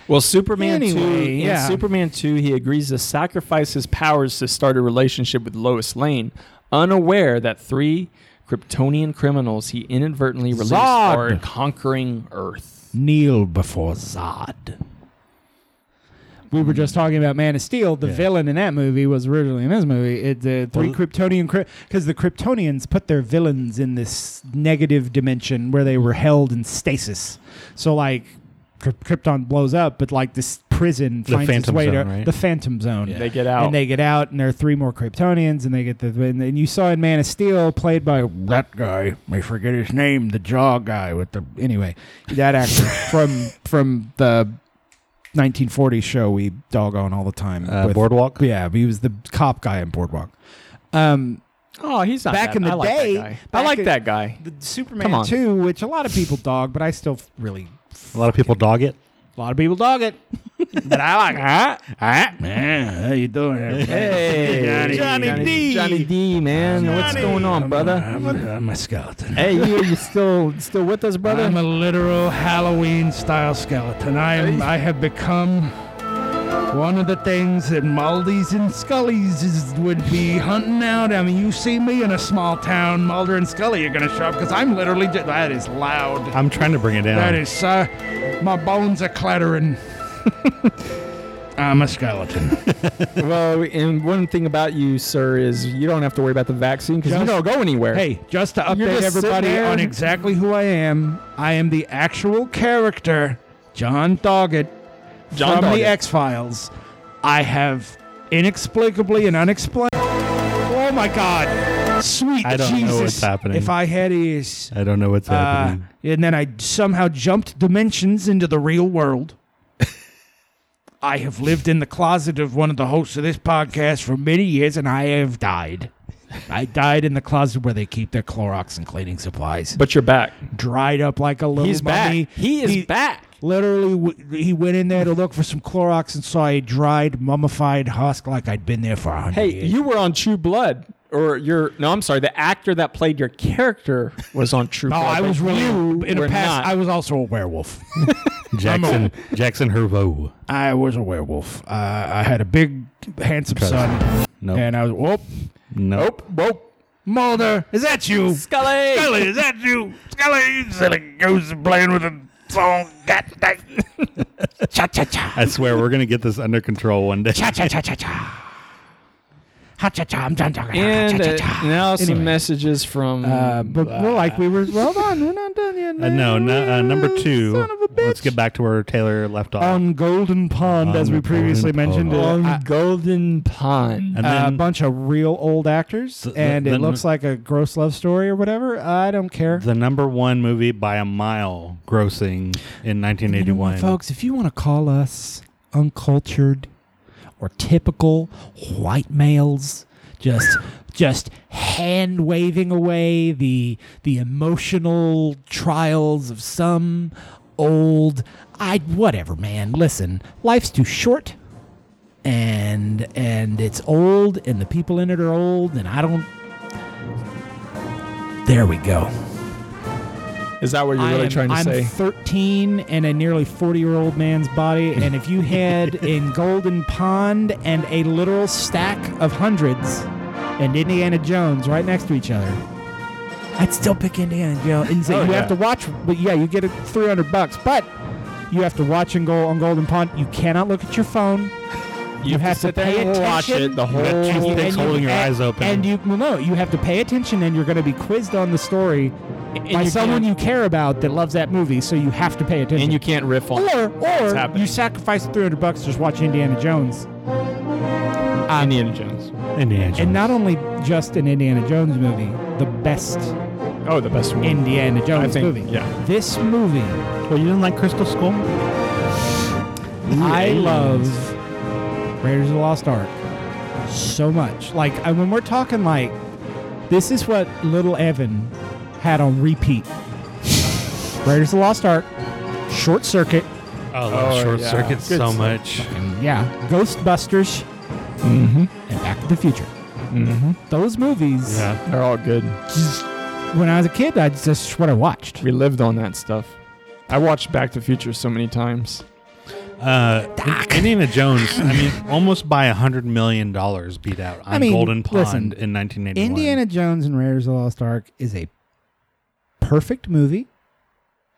[SPEAKER 2] well, Superman two.
[SPEAKER 5] Anyway, yeah.
[SPEAKER 2] In Superman two, he agrees to sacrifice his powers to start a relationship with Lois Lane, unaware that three Kryptonian criminals he inadvertently released
[SPEAKER 5] Zod.
[SPEAKER 2] are conquering Earth.
[SPEAKER 5] kneel before Zod. We were just talking about Man of Steel. The villain in that movie was originally in this movie. It the three Kryptonian because the Kryptonians put their villains in this negative dimension where they were held in stasis. So like Kryp- Krypton blows up, but like this prison
[SPEAKER 3] The
[SPEAKER 5] finds its
[SPEAKER 3] Phantom
[SPEAKER 5] way to
[SPEAKER 3] Zone, right?
[SPEAKER 5] the Phantom Zone.
[SPEAKER 2] They get out.
[SPEAKER 5] and they get out, and there are three more Kryptonians, and they get the and, and you saw in Man of Steel played by
[SPEAKER 10] That guy, I forget his name, the jaw guy with the.
[SPEAKER 5] anyway, that actor from from the 1940s show we doggone all the time.
[SPEAKER 3] Uh,
[SPEAKER 5] with-
[SPEAKER 3] Boardwalk?
[SPEAKER 5] Yeah, he was the cop guy in Boardwalk. Um,
[SPEAKER 2] Oh, he's not
[SPEAKER 5] Back
[SPEAKER 2] bad.
[SPEAKER 5] in the
[SPEAKER 2] I like
[SPEAKER 5] day-
[SPEAKER 2] That guy. I
[SPEAKER 5] back
[SPEAKER 2] like
[SPEAKER 5] in-
[SPEAKER 2] that guy.
[SPEAKER 5] the
[SPEAKER 2] Come
[SPEAKER 5] Superman
[SPEAKER 2] on.
[SPEAKER 5] 2, which a lot of people dog, but I still f- really
[SPEAKER 3] A lot of people dog it.
[SPEAKER 5] a lot of people dog it.
[SPEAKER 3] But I like it.
[SPEAKER 10] Man, how you doing? everybody?
[SPEAKER 2] Hey,
[SPEAKER 10] Johnny. Johnny
[SPEAKER 2] D. Johnny D, man. What's going on, brother?
[SPEAKER 10] I'm, I'm a skeleton.
[SPEAKER 2] Hey, you, you still still with us, brother?
[SPEAKER 10] I'm a literal Halloween style skeleton. I am, I have become one of the things that Maldies and Scullies is, would be hunting out. I mean, you see me in a small town, Mulder and Scully are gonna show up because I'm literally just, that is loud.
[SPEAKER 3] I'm trying to bring it
[SPEAKER 10] (laughs)
[SPEAKER 3] down.
[SPEAKER 10] That is, uh, my bones are clattering.
[SPEAKER 9] I'm a skeleton.
[SPEAKER 2] Well, and one thing about you, sir, is you don't have to worry about the vaccine because you
[SPEAKER 9] Just-
[SPEAKER 2] don't go anywhere.
[SPEAKER 9] hey, just to update
[SPEAKER 2] just sitting
[SPEAKER 9] everybody
[SPEAKER 2] there.
[SPEAKER 9] on exactly who I am, I am the actual character, John Doggett,
[SPEAKER 2] John
[SPEAKER 9] from
[SPEAKER 2] Doggett.
[SPEAKER 9] the X Files. I have inexplicably and unexplained. Oh my God! Sweet
[SPEAKER 3] I don't know
[SPEAKER 9] Jesus!
[SPEAKER 3] what's happening.
[SPEAKER 9] If I had ears.
[SPEAKER 3] I don't know what's
[SPEAKER 9] Uh,
[SPEAKER 3] happening.
[SPEAKER 9] and then I somehow jumped dimensions into the real
[SPEAKER 2] (laughs)
[SPEAKER 9] world. I have lived in the closet of one of the hosts of this podcast for many years, and I have died. I died in the closet where they keep their Clorox and cleaning supplies.
[SPEAKER 2] But you're back.
[SPEAKER 9] Dried up like a little
[SPEAKER 2] He's
[SPEAKER 9] mummy.
[SPEAKER 2] back. He is back.
[SPEAKER 9] Literally, w- he went in there to look for some Clorox and saw a dried, mummified husk like I'd been there for a hundred
[SPEAKER 2] Hey,
[SPEAKER 9] years.
[SPEAKER 2] you were on True Blood, or your no, I'm sorry, the actor that played your character was on True
[SPEAKER 9] no,
[SPEAKER 2] Blood.
[SPEAKER 9] Oh, I
[SPEAKER 2] but
[SPEAKER 9] was really
[SPEAKER 2] you
[SPEAKER 9] in
[SPEAKER 2] were
[SPEAKER 9] a past.
[SPEAKER 2] not.
[SPEAKER 9] I was also a werewolf.
[SPEAKER 3] Jackson Jackson Hervo.
[SPEAKER 9] I was a werewolf. Uh, I had a big, handsome son,
[SPEAKER 3] No.
[SPEAKER 9] and I was whoop.
[SPEAKER 3] Nope.
[SPEAKER 2] Whoa,
[SPEAKER 9] Mulder, is that you?
[SPEAKER 2] Scully.
[SPEAKER 9] Scully, is that you? (laughs)
[SPEAKER 3] I swear we're gonna get this under control one
[SPEAKER 5] (laughs)
[SPEAKER 3] day.
[SPEAKER 2] And uh, now some messages from
[SPEAKER 9] Uh, but we're like we were. Well done. We're not done (laughs) yet.
[SPEAKER 3] Uh, no, no uh, number two.
[SPEAKER 9] Son of a bitch.
[SPEAKER 3] Let's get back to where Taylor left off.
[SPEAKER 9] on Golden Pond, as
[SPEAKER 3] On
[SPEAKER 9] we
[SPEAKER 3] the Golden
[SPEAKER 9] previously mentioned.
[SPEAKER 3] Pond.
[SPEAKER 9] uh,
[SPEAKER 2] Golden Pond.
[SPEAKER 3] and
[SPEAKER 9] uh, a
[SPEAKER 3] then
[SPEAKER 9] bunch of real old actors,
[SPEAKER 3] Th- th-
[SPEAKER 9] and it
[SPEAKER 3] then-
[SPEAKER 9] looks like a gross love story or whatever. I don't care.
[SPEAKER 3] the number one movie by a mile grossing in 1981.
[SPEAKER 5] Folks, if you want to call us uncultured or typical white males, just just hand waving away the the emotional trials of some old I whatever man. Listen, life's too short and and it's old and the people in it are old and I don't There we go.
[SPEAKER 2] Is that what you're really
[SPEAKER 5] I am,
[SPEAKER 2] trying to
[SPEAKER 5] I'm
[SPEAKER 2] say?
[SPEAKER 5] 13 and a nearly 40 year old man's
[SPEAKER 2] (laughs)
[SPEAKER 5] body, and if you had in Golden Pond and a literal stack of hundreds and Indiana Jones right next to each other, I'd still pick Indiana Jones. And say,
[SPEAKER 3] Oh,
[SPEAKER 5] you
[SPEAKER 3] yeah.
[SPEAKER 5] have to watch, but yeah, you get it 300 bucks, but you have to watch and go on Golden Pond. You cannot look at your phone. You, have to,
[SPEAKER 2] sit there
[SPEAKER 5] pay
[SPEAKER 2] and
[SPEAKER 5] attention.
[SPEAKER 2] watch it the whole.
[SPEAKER 3] got
[SPEAKER 5] and you-
[SPEAKER 3] toothpicks
[SPEAKER 5] and you-
[SPEAKER 3] holding your
[SPEAKER 5] and-
[SPEAKER 3] eyes open.
[SPEAKER 5] And you, well, no, you have to pay attention, and you're going to be quizzed on the story
[SPEAKER 2] and
[SPEAKER 5] by
[SPEAKER 2] you
[SPEAKER 5] someone
[SPEAKER 2] can't-
[SPEAKER 5] you care about that loves that movie, so you have to pay attention.
[SPEAKER 2] and you can't riff on.
[SPEAKER 5] or
[SPEAKER 2] what's
[SPEAKER 5] or
[SPEAKER 2] happening.
[SPEAKER 5] you sacrifice the 300 bucks to just watch Indiana Jones.
[SPEAKER 2] Indiana Jones.
[SPEAKER 3] Indiana Jones.
[SPEAKER 5] And not only just an Indiana Jones movie, the best
[SPEAKER 2] Oh, the best one.
[SPEAKER 5] Indiana Jones
[SPEAKER 2] think-
[SPEAKER 5] movie.
[SPEAKER 2] yeah.
[SPEAKER 5] This movie,
[SPEAKER 3] well, you didn't like Crystal Skull?
[SPEAKER 5] I love Raiders of the Lost Ark so much. Like, I, when we're talking, like, this is what little Evan had on repeat Raiders of the Lost Ark, Short Circuit,
[SPEAKER 3] I love
[SPEAKER 2] Oh,
[SPEAKER 3] Short
[SPEAKER 2] yeah.
[SPEAKER 3] Circuit
[SPEAKER 2] Good
[SPEAKER 3] so
[SPEAKER 2] stuff.
[SPEAKER 3] much.
[SPEAKER 5] and yeah, Ghostbusters, and Back to the Future. Those movies,
[SPEAKER 3] Yeah.
[SPEAKER 2] They're all good.
[SPEAKER 5] just- when I was a kid, that's just what I watched.
[SPEAKER 2] We lived on that stuff. I watched Back to the Future so many times.
[SPEAKER 3] Uh, Indiana Jones. I mean, almost by a hundred million dollars beat out on
[SPEAKER 5] I mean,
[SPEAKER 3] Golden Pond
[SPEAKER 5] listen,
[SPEAKER 3] in 1981.
[SPEAKER 5] Indiana Jones and Raiders of the Lost Ark is a perfect movie.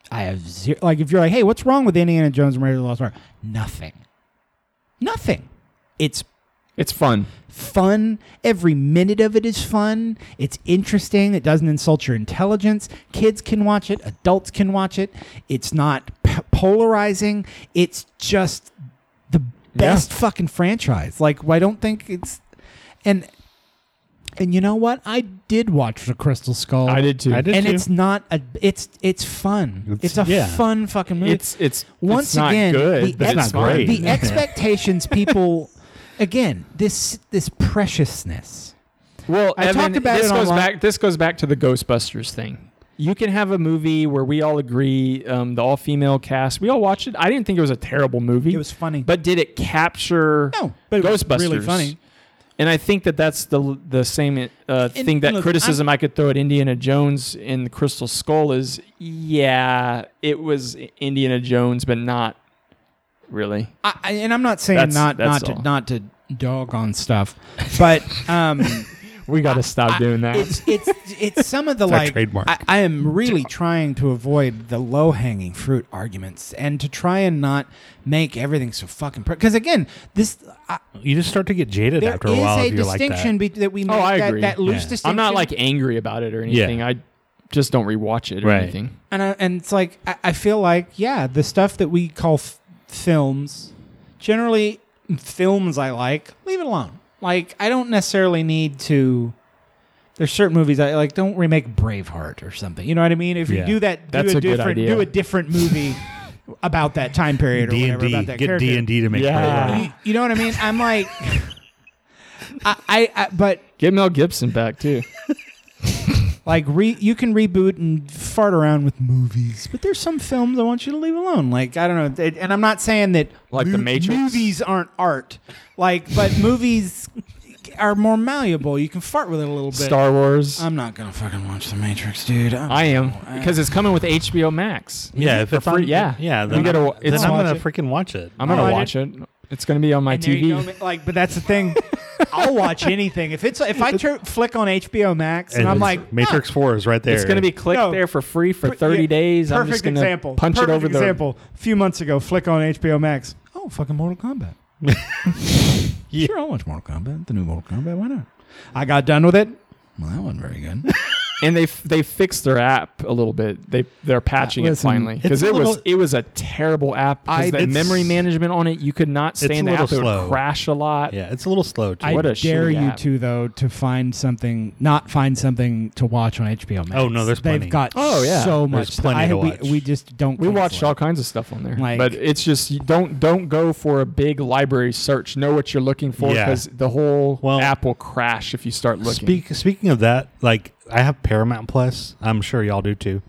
[SPEAKER 5] I have zero. Like, if you're like, hey, what's wrong with Indiana Jones and Raiders of the Lost Ark? Nothing. Nothing. It's
[SPEAKER 2] It's fun.
[SPEAKER 5] fun. Every minute of it is fun. It's interesting. It doesn't insult your intelligence. Kids can watch it, adults can watch it. It's not p- polarizing. It's just the best fucking franchise. Like, I don't think it's. And. And you know what? I did watch The Crystal Skull.
[SPEAKER 2] I did too.
[SPEAKER 3] I did
[SPEAKER 5] and
[SPEAKER 3] too.
[SPEAKER 5] it's not a. It's it's fun.
[SPEAKER 3] It's-
[SPEAKER 5] It's, a
[SPEAKER 3] yeah.
[SPEAKER 5] fun fucking movie
[SPEAKER 2] It's it's
[SPEAKER 5] once
[SPEAKER 2] it's not
[SPEAKER 5] again,
[SPEAKER 2] good.
[SPEAKER 5] the,
[SPEAKER 2] but
[SPEAKER 5] ex-
[SPEAKER 2] it's fun.
[SPEAKER 3] great.
[SPEAKER 5] the expectations people again this this preciousness.
[SPEAKER 2] Well,
[SPEAKER 5] I
[SPEAKER 2] Evan,
[SPEAKER 5] talked about
[SPEAKER 2] this
[SPEAKER 5] it
[SPEAKER 2] goes
[SPEAKER 5] online.
[SPEAKER 2] back. This goes back to the Ghostbusters thing. You can have a movie where we all agree, um, the all-female cast. We all watched it. I didn't think it was a terrible movie.
[SPEAKER 5] It was funny,
[SPEAKER 2] but did it capture
[SPEAKER 5] no, but it was
[SPEAKER 2] Ghostbusters?
[SPEAKER 5] really funny.
[SPEAKER 2] And I think that that's the the same uh,
[SPEAKER 5] And
[SPEAKER 2] thing that
[SPEAKER 5] look,
[SPEAKER 2] criticism i could throw at Indiana Jones in the Crystal Skull is, yeah, it was Indiana Jones, but not really.
[SPEAKER 5] I, I- and I'm not saying
[SPEAKER 2] That's-
[SPEAKER 5] not
[SPEAKER 2] that's
[SPEAKER 5] not to,
[SPEAKER 2] all.
[SPEAKER 5] not to dog on stuff, but um,
[SPEAKER 2] We got to stop doing that.
[SPEAKER 4] It's it's it's some of the
[SPEAKER 3] our
[SPEAKER 4] like
[SPEAKER 3] trademark.
[SPEAKER 4] I, I am really trying to avoid the low hanging fruit arguments and to try and not make everything so fucking because again this I,
[SPEAKER 3] You just start to get jaded
[SPEAKER 4] there
[SPEAKER 3] after a
[SPEAKER 4] is
[SPEAKER 3] while. if
[SPEAKER 4] a
[SPEAKER 3] you're like that.
[SPEAKER 4] distinction be- that we make
[SPEAKER 2] I
[SPEAKER 4] that,
[SPEAKER 2] agree.
[SPEAKER 4] that loose
[SPEAKER 3] Yeah.
[SPEAKER 4] distinction
[SPEAKER 2] I'm not like angry about it or
[SPEAKER 3] Yeah.
[SPEAKER 2] anything. I just don't rewatch it or
[SPEAKER 3] Right.
[SPEAKER 2] anything.
[SPEAKER 4] and I, and it's like I, I feel like yeah the stuff that we call f- films generally films I like leave it alone like I don't necessarily need to there's certain movies I like don't remake Braveheart or something you know what I mean if you
[SPEAKER 3] Yeah.
[SPEAKER 4] do that
[SPEAKER 2] That's
[SPEAKER 4] do a,
[SPEAKER 2] a good
[SPEAKER 4] different
[SPEAKER 2] idea.
[SPEAKER 4] do a different
[SPEAKER 3] (laughs)
[SPEAKER 4] movie about that time period or
[SPEAKER 3] D and
[SPEAKER 4] whatever
[SPEAKER 3] D.
[SPEAKER 4] about that
[SPEAKER 3] Get
[SPEAKER 4] character
[SPEAKER 3] D and D to make.
[SPEAKER 2] Yeah.
[SPEAKER 3] Braveheart.
[SPEAKER 4] you, you know what I mean I'm like (laughs) I, I, I but
[SPEAKER 2] Get Mel Gibson back
[SPEAKER 5] (laughs)
[SPEAKER 2] too.
[SPEAKER 4] like re, you can reboot and fart around with movies, but there's some films I want you to leave alone. Like I don't know, it- and I'm not saying that
[SPEAKER 2] Like The Matrix?
[SPEAKER 4] movies aren't art. Like, but
[SPEAKER 2] (laughs)
[SPEAKER 4] movies are more malleable. You can fart with it a little bit.
[SPEAKER 2] Star Wars.
[SPEAKER 4] I'm not gonna fucking watch The Matrix, dude. I'm,
[SPEAKER 2] I am because it's coming with HBO Max.
[SPEAKER 3] Yeah, if
[SPEAKER 2] For
[SPEAKER 3] it's
[SPEAKER 2] free-
[SPEAKER 3] on,
[SPEAKER 2] yeah.
[SPEAKER 3] yeah,
[SPEAKER 2] We
[SPEAKER 3] then,
[SPEAKER 2] gotta wa-
[SPEAKER 3] then
[SPEAKER 2] it's-
[SPEAKER 3] I'm
[SPEAKER 2] watch
[SPEAKER 3] gonna
[SPEAKER 2] it.
[SPEAKER 3] freaking watch it.
[SPEAKER 2] I'm gonna
[SPEAKER 4] Alright.
[SPEAKER 2] watch it. It's gonna be on my
[SPEAKER 4] And there you
[SPEAKER 2] TV.
[SPEAKER 4] go, like, but that's the
[SPEAKER 2] (laughs)
[SPEAKER 4] thing. I'll watch anything if it's if I tur flick on HBO Max and,
[SPEAKER 3] And
[SPEAKER 4] I'm
[SPEAKER 3] it's-
[SPEAKER 4] like
[SPEAKER 3] Matrix Four is right there.
[SPEAKER 2] It's gonna be clicked
[SPEAKER 4] No.
[SPEAKER 2] there for free for
[SPEAKER 4] Per-
[SPEAKER 2] 30
[SPEAKER 4] yeah,
[SPEAKER 2] days. I'm
[SPEAKER 4] Perfect
[SPEAKER 2] just gonna
[SPEAKER 4] example.
[SPEAKER 2] punch
[SPEAKER 4] perfect
[SPEAKER 2] it over
[SPEAKER 4] example. A few months ago, flick on HBO Max. Oh, fucking Mortal
[SPEAKER 2] (laughs)
[SPEAKER 4] Kombat. Sure, I'll watch Mortal Kombat, the new Mortal Kombat. Why not? I got done with it. Well, that wasn't very good.
[SPEAKER 2] the and they f- they fixed their app a little bit. They they're patching
[SPEAKER 4] Listen,
[SPEAKER 2] it finally
[SPEAKER 3] it's
[SPEAKER 2] because
[SPEAKER 3] a
[SPEAKER 2] it was
[SPEAKER 3] little-
[SPEAKER 2] it was a terrible app.
[SPEAKER 3] I-
[SPEAKER 2] Because the
[SPEAKER 3] it's-
[SPEAKER 2] memory management on it, you could not
[SPEAKER 3] a
[SPEAKER 2] stand the
[SPEAKER 3] little
[SPEAKER 2] app. It would
[SPEAKER 3] slow.
[SPEAKER 2] crash a lot.
[SPEAKER 3] Yeah, it's a little slow. Too.
[SPEAKER 5] I
[SPEAKER 2] What a
[SPEAKER 5] dare
[SPEAKER 2] shitty
[SPEAKER 5] you
[SPEAKER 2] app.
[SPEAKER 5] two though to find something, not find something to watch on HBO Max.
[SPEAKER 3] Oh, no, there's
[SPEAKER 5] they've
[SPEAKER 3] plenty.
[SPEAKER 5] got
[SPEAKER 2] Oh, yeah.
[SPEAKER 5] so
[SPEAKER 3] There's
[SPEAKER 5] much.
[SPEAKER 3] plenty
[SPEAKER 5] I,
[SPEAKER 3] to
[SPEAKER 5] we,
[SPEAKER 3] watch.
[SPEAKER 5] we just don't.
[SPEAKER 2] We
[SPEAKER 5] care
[SPEAKER 2] watched
[SPEAKER 5] for it.
[SPEAKER 2] all kinds of stuff on there,
[SPEAKER 5] Like-
[SPEAKER 2] but it's just you don't don't go for a big library search. Know what you're looking for
[SPEAKER 3] Yeah.
[SPEAKER 2] because the whole
[SPEAKER 3] Well-
[SPEAKER 2] app will crash if you start looking.
[SPEAKER 3] Speak, speaking of that, like I have Paramount Plus. I'm sure y'all do too.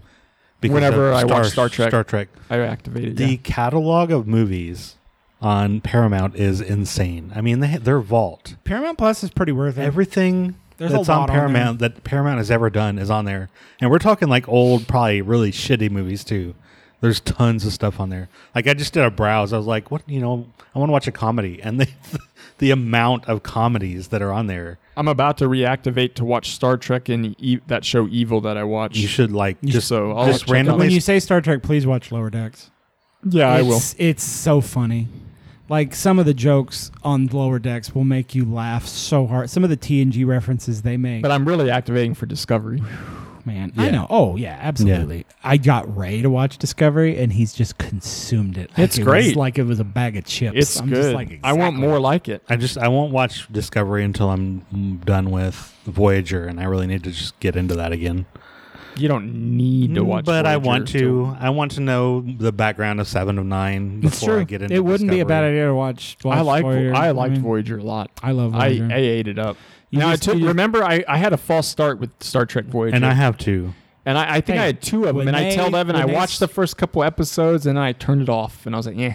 [SPEAKER 3] Because
[SPEAKER 2] Whenever
[SPEAKER 3] of
[SPEAKER 2] I watch Star Trek.
[SPEAKER 3] Star Trek.
[SPEAKER 2] I activated
[SPEAKER 3] The catalog of movies on Paramount is insane. I mean, they their vault.
[SPEAKER 4] Paramount Plus is pretty worth it.
[SPEAKER 3] Everything
[SPEAKER 4] There's a
[SPEAKER 3] that's
[SPEAKER 4] lot
[SPEAKER 3] on
[SPEAKER 4] on there.
[SPEAKER 3] Paramount that Paramount has ever done is on there, and we're talking like old, probably really shitty movies too. There's tons of stuff on there. Like I just did a browse. I was like, what? You know, I want to watch a comedy, and (laughs) the the amount of comedies that are on there.
[SPEAKER 2] I'm about to reactivate to watch Star Trek and e- that show Evil that I watch.
[SPEAKER 3] You should like just
[SPEAKER 2] so I'll
[SPEAKER 3] just
[SPEAKER 2] check out-
[SPEAKER 3] randomly.
[SPEAKER 5] When you say Star Trek, please watch Lower Decks.
[SPEAKER 2] yeah, I will.
[SPEAKER 5] It's, it's so funny. Like some of the jokes on Lower Decks will make you laugh so hard. Some of the TNG references they make.
[SPEAKER 2] But I'm really activating for Discovery.
[SPEAKER 5] man, I know. Oh yeah, absolutely. I got Ray to watch Discovery, and he's just consumed it. Like
[SPEAKER 2] It's
[SPEAKER 5] it was-
[SPEAKER 2] great.
[SPEAKER 5] like it was a bag of chips.
[SPEAKER 2] It's
[SPEAKER 5] I'm
[SPEAKER 2] good.
[SPEAKER 5] Just like,
[SPEAKER 2] I want
[SPEAKER 5] exactly.
[SPEAKER 2] more like it.
[SPEAKER 3] I just I won't watch Discovery until I'm done with Voyager, and I really need to just get into that again.
[SPEAKER 2] You don't need
[SPEAKER 5] Mm,
[SPEAKER 2] to watch,
[SPEAKER 3] but I
[SPEAKER 2] Voyager
[SPEAKER 3] want to. I want to know the background of Seven of Nine
[SPEAKER 5] It's
[SPEAKER 3] before
[SPEAKER 5] true.
[SPEAKER 3] I get into.
[SPEAKER 5] it wouldn't be a bad
[SPEAKER 3] Discovery.
[SPEAKER 5] idea to watch. watch
[SPEAKER 2] I like.
[SPEAKER 5] Voyager.
[SPEAKER 2] I liked
[SPEAKER 5] mean,
[SPEAKER 2] Voyager a lot.
[SPEAKER 5] I love
[SPEAKER 2] I,
[SPEAKER 5] Voyager.
[SPEAKER 2] I ate it up.
[SPEAKER 5] You
[SPEAKER 2] now
[SPEAKER 5] just-
[SPEAKER 2] I took.
[SPEAKER 5] you just-
[SPEAKER 2] Remember, I, I had a false start with Star Trek Voyager,
[SPEAKER 3] And I have to.
[SPEAKER 2] and I, I think
[SPEAKER 5] Hey,
[SPEAKER 2] I had two of them.
[SPEAKER 5] when
[SPEAKER 2] And I
[SPEAKER 5] they-
[SPEAKER 2] tell Evan
[SPEAKER 5] when
[SPEAKER 2] I
[SPEAKER 5] they
[SPEAKER 2] watched
[SPEAKER 5] s-
[SPEAKER 2] the first couple episodes, and I turned it off, and I was like, yeah.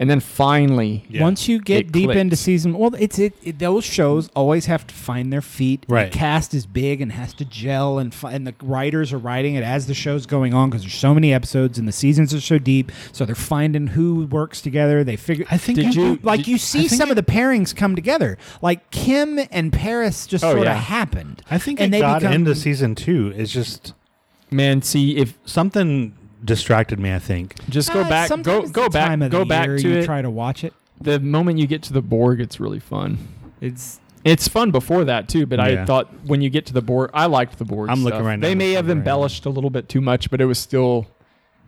[SPEAKER 2] And then finally,
[SPEAKER 3] Yeah.
[SPEAKER 5] Once you get
[SPEAKER 2] It
[SPEAKER 5] deep
[SPEAKER 2] clicked.
[SPEAKER 5] into season, well, it's
[SPEAKER 4] It's it, it- Those shows always have to find their feet. and
[SPEAKER 3] Right.
[SPEAKER 4] The cast is big and has to gel, and fi- and the writers are writing it as the show's going on because there's so many episodes and the seasons are so deep. So they're finding who works together. They figure.
[SPEAKER 3] I think
[SPEAKER 2] Did
[SPEAKER 3] you,
[SPEAKER 2] you-
[SPEAKER 4] like
[SPEAKER 2] did-
[SPEAKER 4] you see
[SPEAKER 3] think
[SPEAKER 4] some
[SPEAKER 3] it-
[SPEAKER 4] of the pairings come together. Like Kim and Paris just
[SPEAKER 2] Oh,
[SPEAKER 4] sort of
[SPEAKER 2] yeah.
[SPEAKER 4] happened.
[SPEAKER 3] I think
[SPEAKER 4] and
[SPEAKER 3] it
[SPEAKER 4] they
[SPEAKER 3] got
[SPEAKER 4] become- Uh,
[SPEAKER 3] into season two. It's just
[SPEAKER 2] man, see if
[SPEAKER 3] something distracted me. I think.
[SPEAKER 2] just go
[SPEAKER 4] Uh,
[SPEAKER 2] back, go
[SPEAKER 4] sometimes
[SPEAKER 2] go
[SPEAKER 4] the
[SPEAKER 2] back,
[SPEAKER 5] time of
[SPEAKER 2] go
[SPEAKER 5] the
[SPEAKER 2] back
[SPEAKER 5] year
[SPEAKER 2] to
[SPEAKER 5] you
[SPEAKER 2] it.
[SPEAKER 5] try to watch it.
[SPEAKER 2] the moment you get to the Borg, it's really fun.
[SPEAKER 5] It's
[SPEAKER 2] It's fun before that too, but I
[SPEAKER 3] Yeah.
[SPEAKER 2] thought when you get to the board, I liked the board.
[SPEAKER 3] I'm looking
[SPEAKER 2] stuff.
[SPEAKER 3] right now.
[SPEAKER 2] They may
[SPEAKER 3] I'm
[SPEAKER 2] have
[SPEAKER 3] looking right now.
[SPEAKER 2] embellished a little bit too much, but it was still,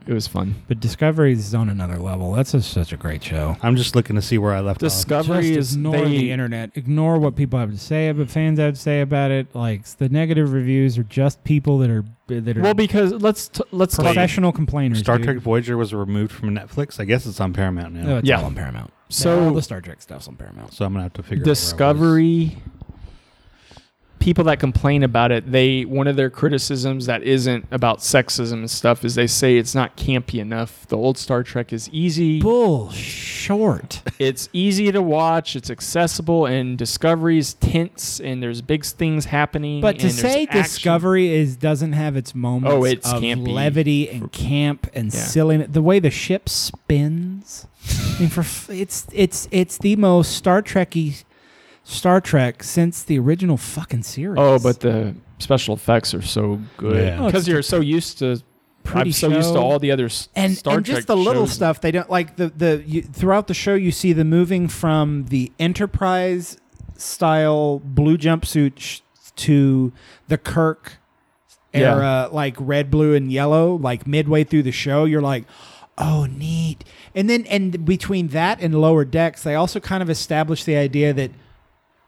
[SPEAKER 2] it was fun.
[SPEAKER 5] but Discovery is on another level. That's a, such a great show.
[SPEAKER 3] I'm just looking to see where I left off.
[SPEAKER 2] Discovery
[SPEAKER 5] Just
[SPEAKER 2] is
[SPEAKER 5] ignore the
[SPEAKER 2] they,
[SPEAKER 5] internet. Ignore what people have to say about fans have to say about it. Like the negative reviews are just people that are that are
[SPEAKER 2] well because let's t- let's talk.
[SPEAKER 5] professional complainers.
[SPEAKER 3] Star
[SPEAKER 5] dude.
[SPEAKER 3] Trek Voyager was removed from Netflix. I guess it's on Paramount now.
[SPEAKER 5] No, it's
[SPEAKER 2] Yeah.
[SPEAKER 5] all on Paramount.
[SPEAKER 2] So-
[SPEAKER 5] all the Star Trek stuff's on Paramount.
[SPEAKER 3] So I'm gonna have to figure out where I was.
[SPEAKER 2] Discovery. People that complain about it, they one of their criticisms that isn't about sexism and stuff is they say it's not campy enough. The old Star Trek is easy.
[SPEAKER 5] Bull short.
[SPEAKER 2] it's easy to watch. It's accessible, and Discovery's tense, and there's big things happening.
[SPEAKER 5] (laughs) But to
[SPEAKER 2] and there's
[SPEAKER 5] say
[SPEAKER 2] action.
[SPEAKER 5] Discovery is doesn't have its moments
[SPEAKER 2] Oh, it's
[SPEAKER 5] of
[SPEAKER 2] campy.
[SPEAKER 5] levity and camp and
[SPEAKER 2] Yeah.
[SPEAKER 5] silliness. The way the ship spins, I mean, for f- it's it's it's the most Star Trekky
[SPEAKER 12] Star Trek since the original fucking series.
[SPEAKER 2] Oh, but the special effects are so good
[SPEAKER 3] Yeah. Oh,
[SPEAKER 2] because you're so used to.
[SPEAKER 12] Pretty
[SPEAKER 2] I'm so used to
[SPEAKER 12] show.
[SPEAKER 2] all the other s-
[SPEAKER 5] and,
[SPEAKER 2] Star
[SPEAKER 5] and
[SPEAKER 2] Trek
[SPEAKER 5] just the little
[SPEAKER 2] shows.
[SPEAKER 5] stuff they don't like the the you, throughout the show you see the moving from the enterprise style blue jumpsuit sh- to the kirk
[SPEAKER 2] Yeah.
[SPEAKER 5] era like red blue and yellow like midway through the show you're like oh neat and then and between that and lower decks they also kind of establish the idea that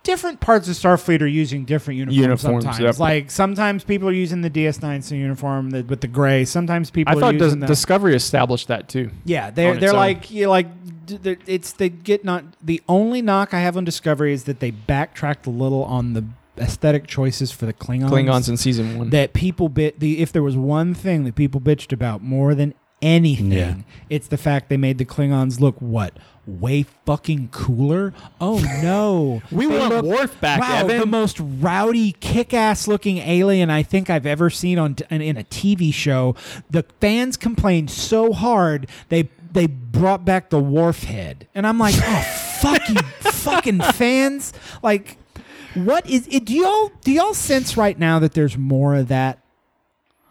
[SPEAKER 5] different parts of starfleet are using different uniforms,
[SPEAKER 2] Uniforms,
[SPEAKER 5] sometimes
[SPEAKER 2] yep.
[SPEAKER 5] like sometimes people are using the ds9 uniform the, with the gray sometimes people
[SPEAKER 2] I
[SPEAKER 5] are
[SPEAKER 2] thought Dis-
[SPEAKER 5] using the,
[SPEAKER 2] Discovery established that too.
[SPEAKER 5] yeah, they're
[SPEAKER 2] on
[SPEAKER 5] they're
[SPEAKER 2] its own.
[SPEAKER 5] like you like d- they're- it's they get not the only knock I have on Discovery is that they backtracked a little on the aesthetic choices for the Klingons.
[SPEAKER 2] Klingons in season one.
[SPEAKER 5] Oh, that people bit the if there was one thing that people bitched about more than anything,
[SPEAKER 3] Yeah.
[SPEAKER 5] it's the fact they made the Klingons look what way fucking cooler. Oh no,
[SPEAKER 2] (laughs) We
[SPEAKER 5] They
[SPEAKER 2] want
[SPEAKER 5] look-
[SPEAKER 2] Worf back,
[SPEAKER 5] Wow,
[SPEAKER 2] Evan.
[SPEAKER 5] the most rowdy, kick-ass looking alien I think I've ever seen on t- in a TV show. The fans complained so hard they they brought back the Worf head, and I'm like, oh
[SPEAKER 2] (laughs)
[SPEAKER 5] fuck you, fucking fans! Like, what is it? Do y'all do y'all sense right now that there's more of that?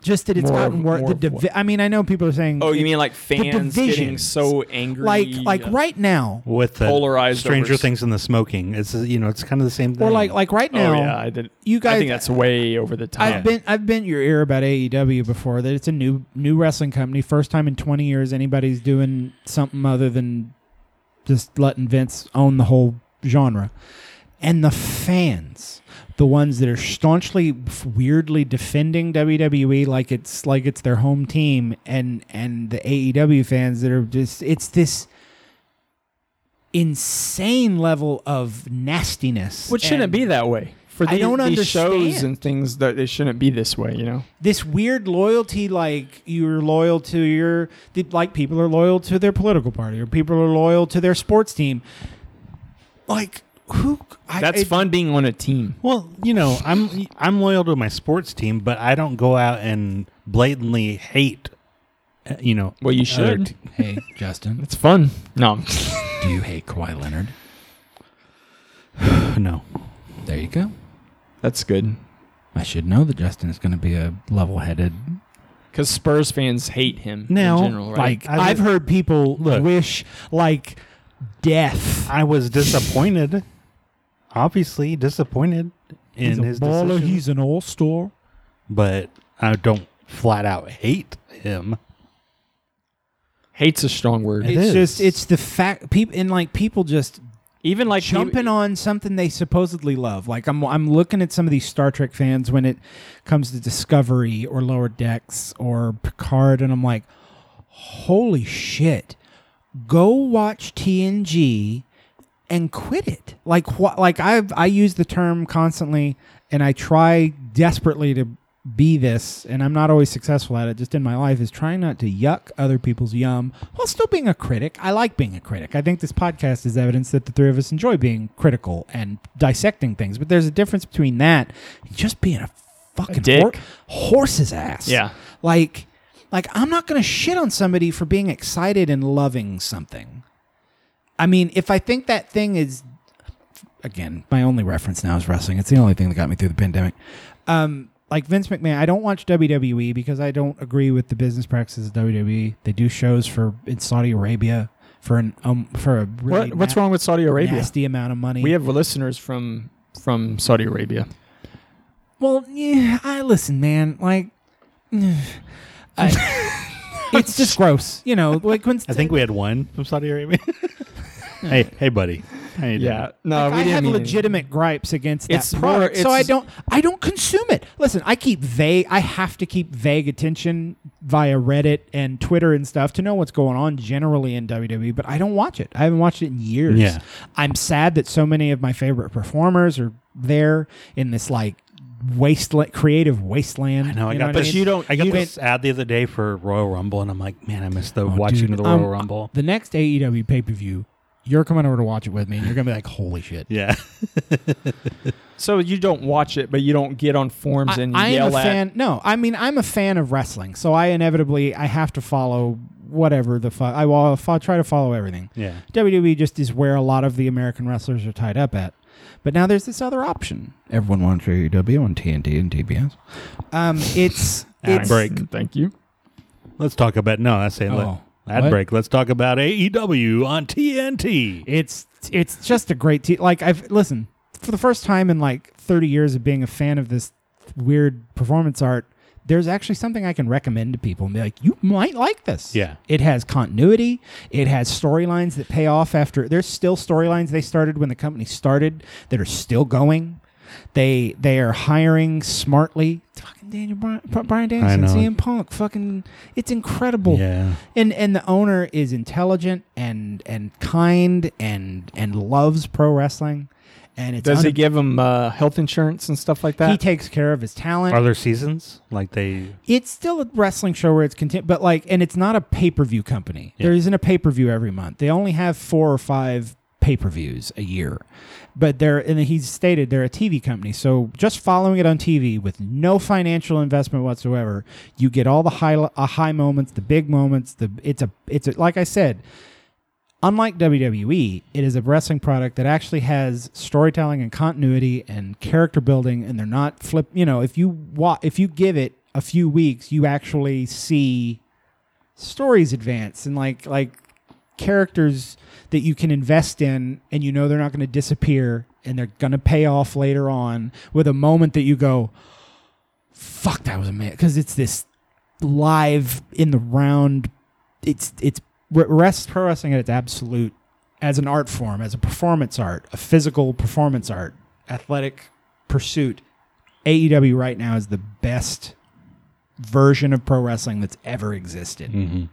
[SPEAKER 5] Just that it's
[SPEAKER 2] More of-
[SPEAKER 5] gotten worse.
[SPEAKER 2] more
[SPEAKER 5] The
[SPEAKER 2] of
[SPEAKER 5] divi-
[SPEAKER 2] what?
[SPEAKER 5] I mean, I know people are saying,
[SPEAKER 2] oh, you mean like fans getting
[SPEAKER 5] divisions.
[SPEAKER 2] so angry?
[SPEAKER 5] like like right now,
[SPEAKER 3] with the
[SPEAKER 2] Polarized
[SPEAKER 3] Stranger
[SPEAKER 2] over-
[SPEAKER 3] Things and the smoking. It's you know it's kind of the same thing.
[SPEAKER 5] or like like right
[SPEAKER 2] Oh
[SPEAKER 5] now.
[SPEAKER 2] yeah, I did.
[SPEAKER 5] you
[SPEAKER 2] I
[SPEAKER 5] guys-
[SPEAKER 2] think that's way over the top.
[SPEAKER 5] I've been I've been your ear about AEW before that it's a new new wrestling company. First time in twenty years anybody's doing something other than just letting Vince own the whole genre. And the fans, the ones that are staunchly f- weirdly defending WWE like it's like it's their home team, and and the AEW fans that are just it's this insane level of nastiness
[SPEAKER 2] Which shouldn't
[SPEAKER 5] and-
[SPEAKER 2] be that way. For
[SPEAKER 5] I
[SPEAKER 2] the,
[SPEAKER 5] don't
[SPEAKER 2] these shows
[SPEAKER 5] understand.
[SPEAKER 2] and things that they shouldn't be this way, you know.
[SPEAKER 5] this weird loyalty like you're loyal to your the- like people are loyal to their political party or people are loyal to their sports team like who I,
[SPEAKER 2] That's
[SPEAKER 5] it-
[SPEAKER 2] fun being on a team.
[SPEAKER 3] well, you know, I'm I'm loyal to my sports team, but I don't go out and blatantly hate. uh, You know, (clears throat)
[SPEAKER 2] Well, you
[SPEAKER 3] other
[SPEAKER 2] should.
[SPEAKER 3] te-
[SPEAKER 12] hey, Justin,
[SPEAKER 2] It's fun. No,
[SPEAKER 12] do you hate Kawhi Leonard?
[SPEAKER 3] no,
[SPEAKER 12] There you go.
[SPEAKER 2] that's good.
[SPEAKER 12] I should know that Justin is going to be a level-headed.
[SPEAKER 2] Because Spurs fans hate him
[SPEAKER 3] Now,
[SPEAKER 2] in general, right?
[SPEAKER 5] like I've heard people
[SPEAKER 3] Look.
[SPEAKER 5] wish like death
[SPEAKER 3] I was disappointed. obviously disappointed in his decision,
[SPEAKER 5] an all-star
[SPEAKER 3] but I don't flat out hate him.
[SPEAKER 2] hate's a strong word.
[SPEAKER 3] It
[SPEAKER 5] it's
[SPEAKER 3] is.
[SPEAKER 5] just it's the fact people and like people just
[SPEAKER 2] Even like
[SPEAKER 5] jumping on something they supposedly love. Like I'm I'm looking at some of these Star Trek fans when it comes to Discovery or Lower Decks or Picard and I'm like, "Holy shit. Go watch TNG and quit it." Like what like I I use the term constantly and I try desperately to be this and I'm not always successful at it just in my life is trying not to yuck other people's yum while still being a critic. I like being a critic. I think this podcast is evidence that the three of us enjoy being critical and dissecting things, but there's a difference between that and just being a fucking
[SPEAKER 2] dick.
[SPEAKER 5] horse's ass.
[SPEAKER 2] Yeah.
[SPEAKER 5] Like like I'm not going to shit on somebody for being excited and loving something. I mean, if I think that thing is again, my only reference now is wrestling. It's the only thing that got me through the pandemic. Um, like Vince McMahon, I don't watch WWE because I don't agree with the business practices of WWE. They do shows for in Saudi Arabia for an um for a really
[SPEAKER 2] what, what's
[SPEAKER 5] na-
[SPEAKER 2] wrong with Saudi Arabia?
[SPEAKER 5] nasty amount of money.
[SPEAKER 2] We have listeners from from Saudi Arabia.
[SPEAKER 5] well, yeah, I listen, man. Like, (sighs) I,
[SPEAKER 3] (laughs)
[SPEAKER 5] it's just gross, you know. (laughs) Like when
[SPEAKER 3] I think we had one from Saudi Arabia. (laughs) hey, hey, buddy. How you doing? uh,
[SPEAKER 2] no,
[SPEAKER 5] I have legitimate gripes against that
[SPEAKER 2] It's more-
[SPEAKER 5] product, so
[SPEAKER 2] it's-
[SPEAKER 5] I don't I don't consume it. Listen, I keep vague. I have to keep vague attention via Reddit and Twitter and stuff to know what's going on generally in WWE. But I don't watch it. I haven't watched it in years.
[SPEAKER 3] Yeah.
[SPEAKER 5] I'm sad that so many of my favorite performers are there in this like wasteland, creative wasteland.
[SPEAKER 3] I know. I
[SPEAKER 5] you
[SPEAKER 3] got
[SPEAKER 5] what
[SPEAKER 3] this.
[SPEAKER 5] mean?
[SPEAKER 3] you don't. I got
[SPEAKER 5] you
[SPEAKER 3] this ad the other day for Royal Rumble, and I'm like, man, I missed the watching
[SPEAKER 12] dude,
[SPEAKER 3] of the Royal
[SPEAKER 12] um,
[SPEAKER 3] Rumble.
[SPEAKER 12] The next
[SPEAKER 5] E
[SPEAKER 12] AEW pay-per-view, you're coming over to watch it with me, and you're going to be like, "Holy shit!"
[SPEAKER 3] Yeah.
[SPEAKER 2] So you don't watch it, but you don't get on forums and
[SPEAKER 5] I, I
[SPEAKER 2] yell
[SPEAKER 5] am a
[SPEAKER 2] at.
[SPEAKER 5] fan. No, I mean I'm a fan of wrestling, so I inevitably I have to follow whatever the fuck. I will I'll fo- try to follow everything.
[SPEAKER 3] (laughs)
[SPEAKER 5] E
[SPEAKER 3] Yeah.
[SPEAKER 5] WWE just is where a lot of the American wrestlers are tied up at.
[SPEAKER 1] But now there's this other option. Everyone wants
[SPEAKER 5] E
[SPEAKER 1] AEW on TNT and TBS. Um, it's
[SPEAKER 3] Ad
[SPEAKER 1] it's
[SPEAKER 3] break.
[SPEAKER 2] Thank you.
[SPEAKER 3] Let's talk about no. That's it. Let-
[SPEAKER 5] Oh,
[SPEAKER 3] Ad
[SPEAKER 5] what?
[SPEAKER 3] break. Let's talk about AEW on TNT.
[SPEAKER 5] It's it's just a great te- like I've listen for the first time in like 30 years of being a fan of this weird performance art. There's actually something I can recommend to people and be like, you might like this.
[SPEAKER 3] Yeah.
[SPEAKER 5] it has continuity. It has storylines that pay off after. There's still storylines they started when the company started that are still going. They they are hiring smartly. Fucking Daniel Bryan, Brian
[SPEAKER 3] know.
[SPEAKER 5] Danielson, CM Punk. Fucking, it's incredible
[SPEAKER 3] Yeah.
[SPEAKER 5] and and the owner is intelligent and and kind and and loves pro wrestling and it's
[SPEAKER 2] Does he
[SPEAKER 5] unab-
[SPEAKER 2] give him uh, health insurance and stuff like that?
[SPEAKER 5] he takes care of his talent
[SPEAKER 3] Are there seasons? Like they?
[SPEAKER 5] it's still a wrestling show where it's content but like and it's not a pay-per-view company there isn't a pay-per-view every month they only have four or five pay-per-views a year but they're and he's stated they're a tv company so just following it on tv with no financial investment whatsoever you get all the high uh, high moments the big moments the it's a it's a, like i said unlike WWE, it is a wrestling product that actually has storytelling and continuity and character building, and they're not flip. You know, if you wa- if you give it a few weeks, you actually see stories advance and like like characters that you can invest in, and you know they're not going to disappear and they're going to pay off later on with a moment that you go, "Fuck, that was a man," because it's this live in the round it's it's re- rest pro wrestling at its absolute as an art form, as a performance art, a physical performance art, athletic pursuit. AEW right now is the best version of pro wrestling that's ever existed.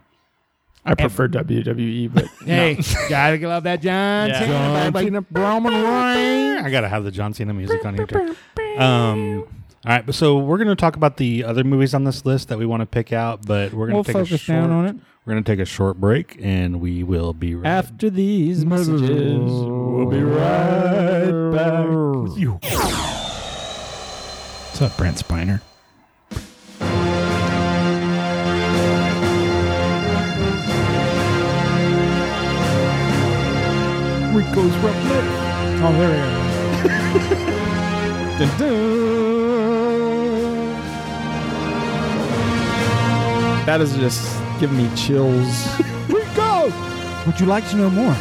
[SPEAKER 2] I prefer WWE, but
[SPEAKER 5] Hey, (laughs) gotta love that John.
[SPEAKER 2] Yeah.
[SPEAKER 5] Cena.
[SPEAKER 3] I gotta have the John Cena music on here. Too. Um. All right, but so we're going to talk about the other movies on this list that we want to pick out, but we're going to
[SPEAKER 5] We'll
[SPEAKER 3] take a
[SPEAKER 5] focus
[SPEAKER 3] short,
[SPEAKER 5] down on it.
[SPEAKER 3] We're going to take a short break, and we will be right
[SPEAKER 2] after these (laughs) messages, we'll be right back.
[SPEAKER 1] What's up, Brent Spiner?
[SPEAKER 5] Oh, there we
[SPEAKER 2] That is just giving me chills.
[SPEAKER 5] go. Would you like to know more?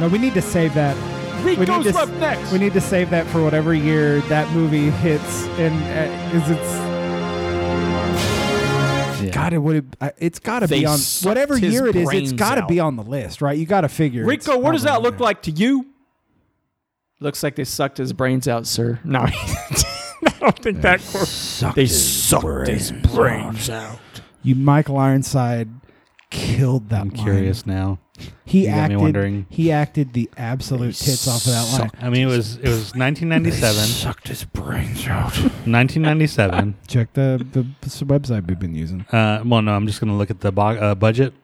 [SPEAKER 5] No, we need to save that. we need to, s-
[SPEAKER 2] next.
[SPEAKER 5] We need to save that for whatever year that movie hits, and uh, is it's. God, it would. have- I- It's got to
[SPEAKER 2] They
[SPEAKER 5] be on
[SPEAKER 2] sucked
[SPEAKER 5] whatever
[SPEAKER 2] his
[SPEAKER 5] year it is. It's
[SPEAKER 2] brains
[SPEAKER 5] got to be
[SPEAKER 2] out.
[SPEAKER 5] on the list, right? You got to figure.
[SPEAKER 2] (laughs)
[SPEAKER 5] it's
[SPEAKER 2] Rico, what does that
[SPEAKER 5] probably
[SPEAKER 2] look like to you? Looks like they sucked his brains out, sir. No, (laughs) I don't think that. Cor- they sucked his brains out.
[SPEAKER 5] You, Michael Ironside, killed that.
[SPEAKER 3] I'm
[SPEAKER 5] line.
[SPEAKER 3] curious now.
[SPEAKER 5] He
[SPEAKER 3] You got me
[SPEAKER 5] acted.
[SPEAKER 3] wondering.
[SPEAKER 5] He acted the absolute tits off of that line.
[SPEAKER 3] I mean, it was it was 1997,
[SPEAKER 1] Sucked his brains out.
[SPEAKER 3] 1997.
[SPEAKER 1] Check the, the s- website we've been using.
[SPEAKER 3] Uh, well, no, I'm just going to look at the bo- uh, budget.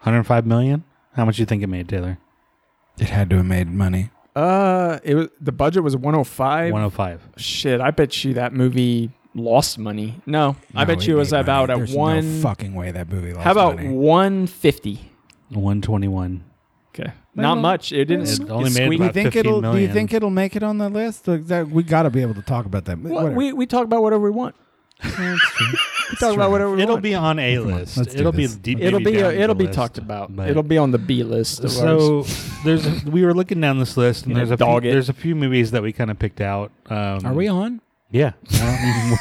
[SPEAKER 3] 105 million. How much do you think it made, Taylor?
[SPEAKER 1] It had to have made money.
[SPEAKER 2] Uh, it was the budget was 105.
[SPEAKER 3] 105.
[SPEAKER 2] Shit, I bet you that movie lost money. No, I
[SPEAKER 1] No,
[SPEAKER 2] bet you it was
[SPEAKER 1] made
[SPEAKER 2] about
[SPEAKER 1] money.
[SPEAKER 2] at
[SPEAKER 1] There's
[SPEAKER 2] one.
[SPEAKER 1] No fucking way that movie lost
[SPEAKER 2] how about
[SPEAKER 1] money.
[SPEAKER 2] 150?
[SPEAKER 3] 121.
[SPEAKER 2] Okay, not much. It didn't.
[SPEAKER 3] It only made
[SPEAKER 2] squeaked-
[SPEAKER 3] about
[SPEAKER 1] think
[SPEAKER 3] 15
[SPEAKER 1] it'll? Do you
[SPEAKER 3] million.
[SPEAKER 1] think it'll make it on the list? Like that- we got to be able to talk about that.
[SPEAKER 2] Well,
[SPEAKER 1] Whatever.
[SPEAKER 2] we we talk about whatever we want. (laughs) we talk about whatever we
[SPEAKER 3] It'll
[SPEAKER 2] want.
[SPEAKER 3] be on A list.
[SPEAKER 1] let's do
[SPEAKER 3] It'll be
[SPEAKER 1] this.
[SPEAKER 3] deep.
[SPEAKER 2] it'll
[SPEAKER 3] maybe
[SPEAKER 2] be
[SPEAKER 3] down
[SPEAKER 2] uh,
[SPEAKER 3] to the
[SPEAKER 2] it'll be
[SPEAKER 3] list,
[SPEAKER 2] talked about.
[SPEAKER 3] but-
[SPEAKER 2] It'll be on the B list. Of ours.
[SPEAKER 3] So there's a, we were looking down this list and
[SPEAKER 2] Gonna
[SPEAKER 3] there's a few,
[SPEAKER 2] dog it.
[SPEAKER 3] there's a few movies that we kind of picked out. Um,
[SPEAKER 5] Are we on?
[SPEAKER 3] Yeah.
[SPEAKER 5] Oh,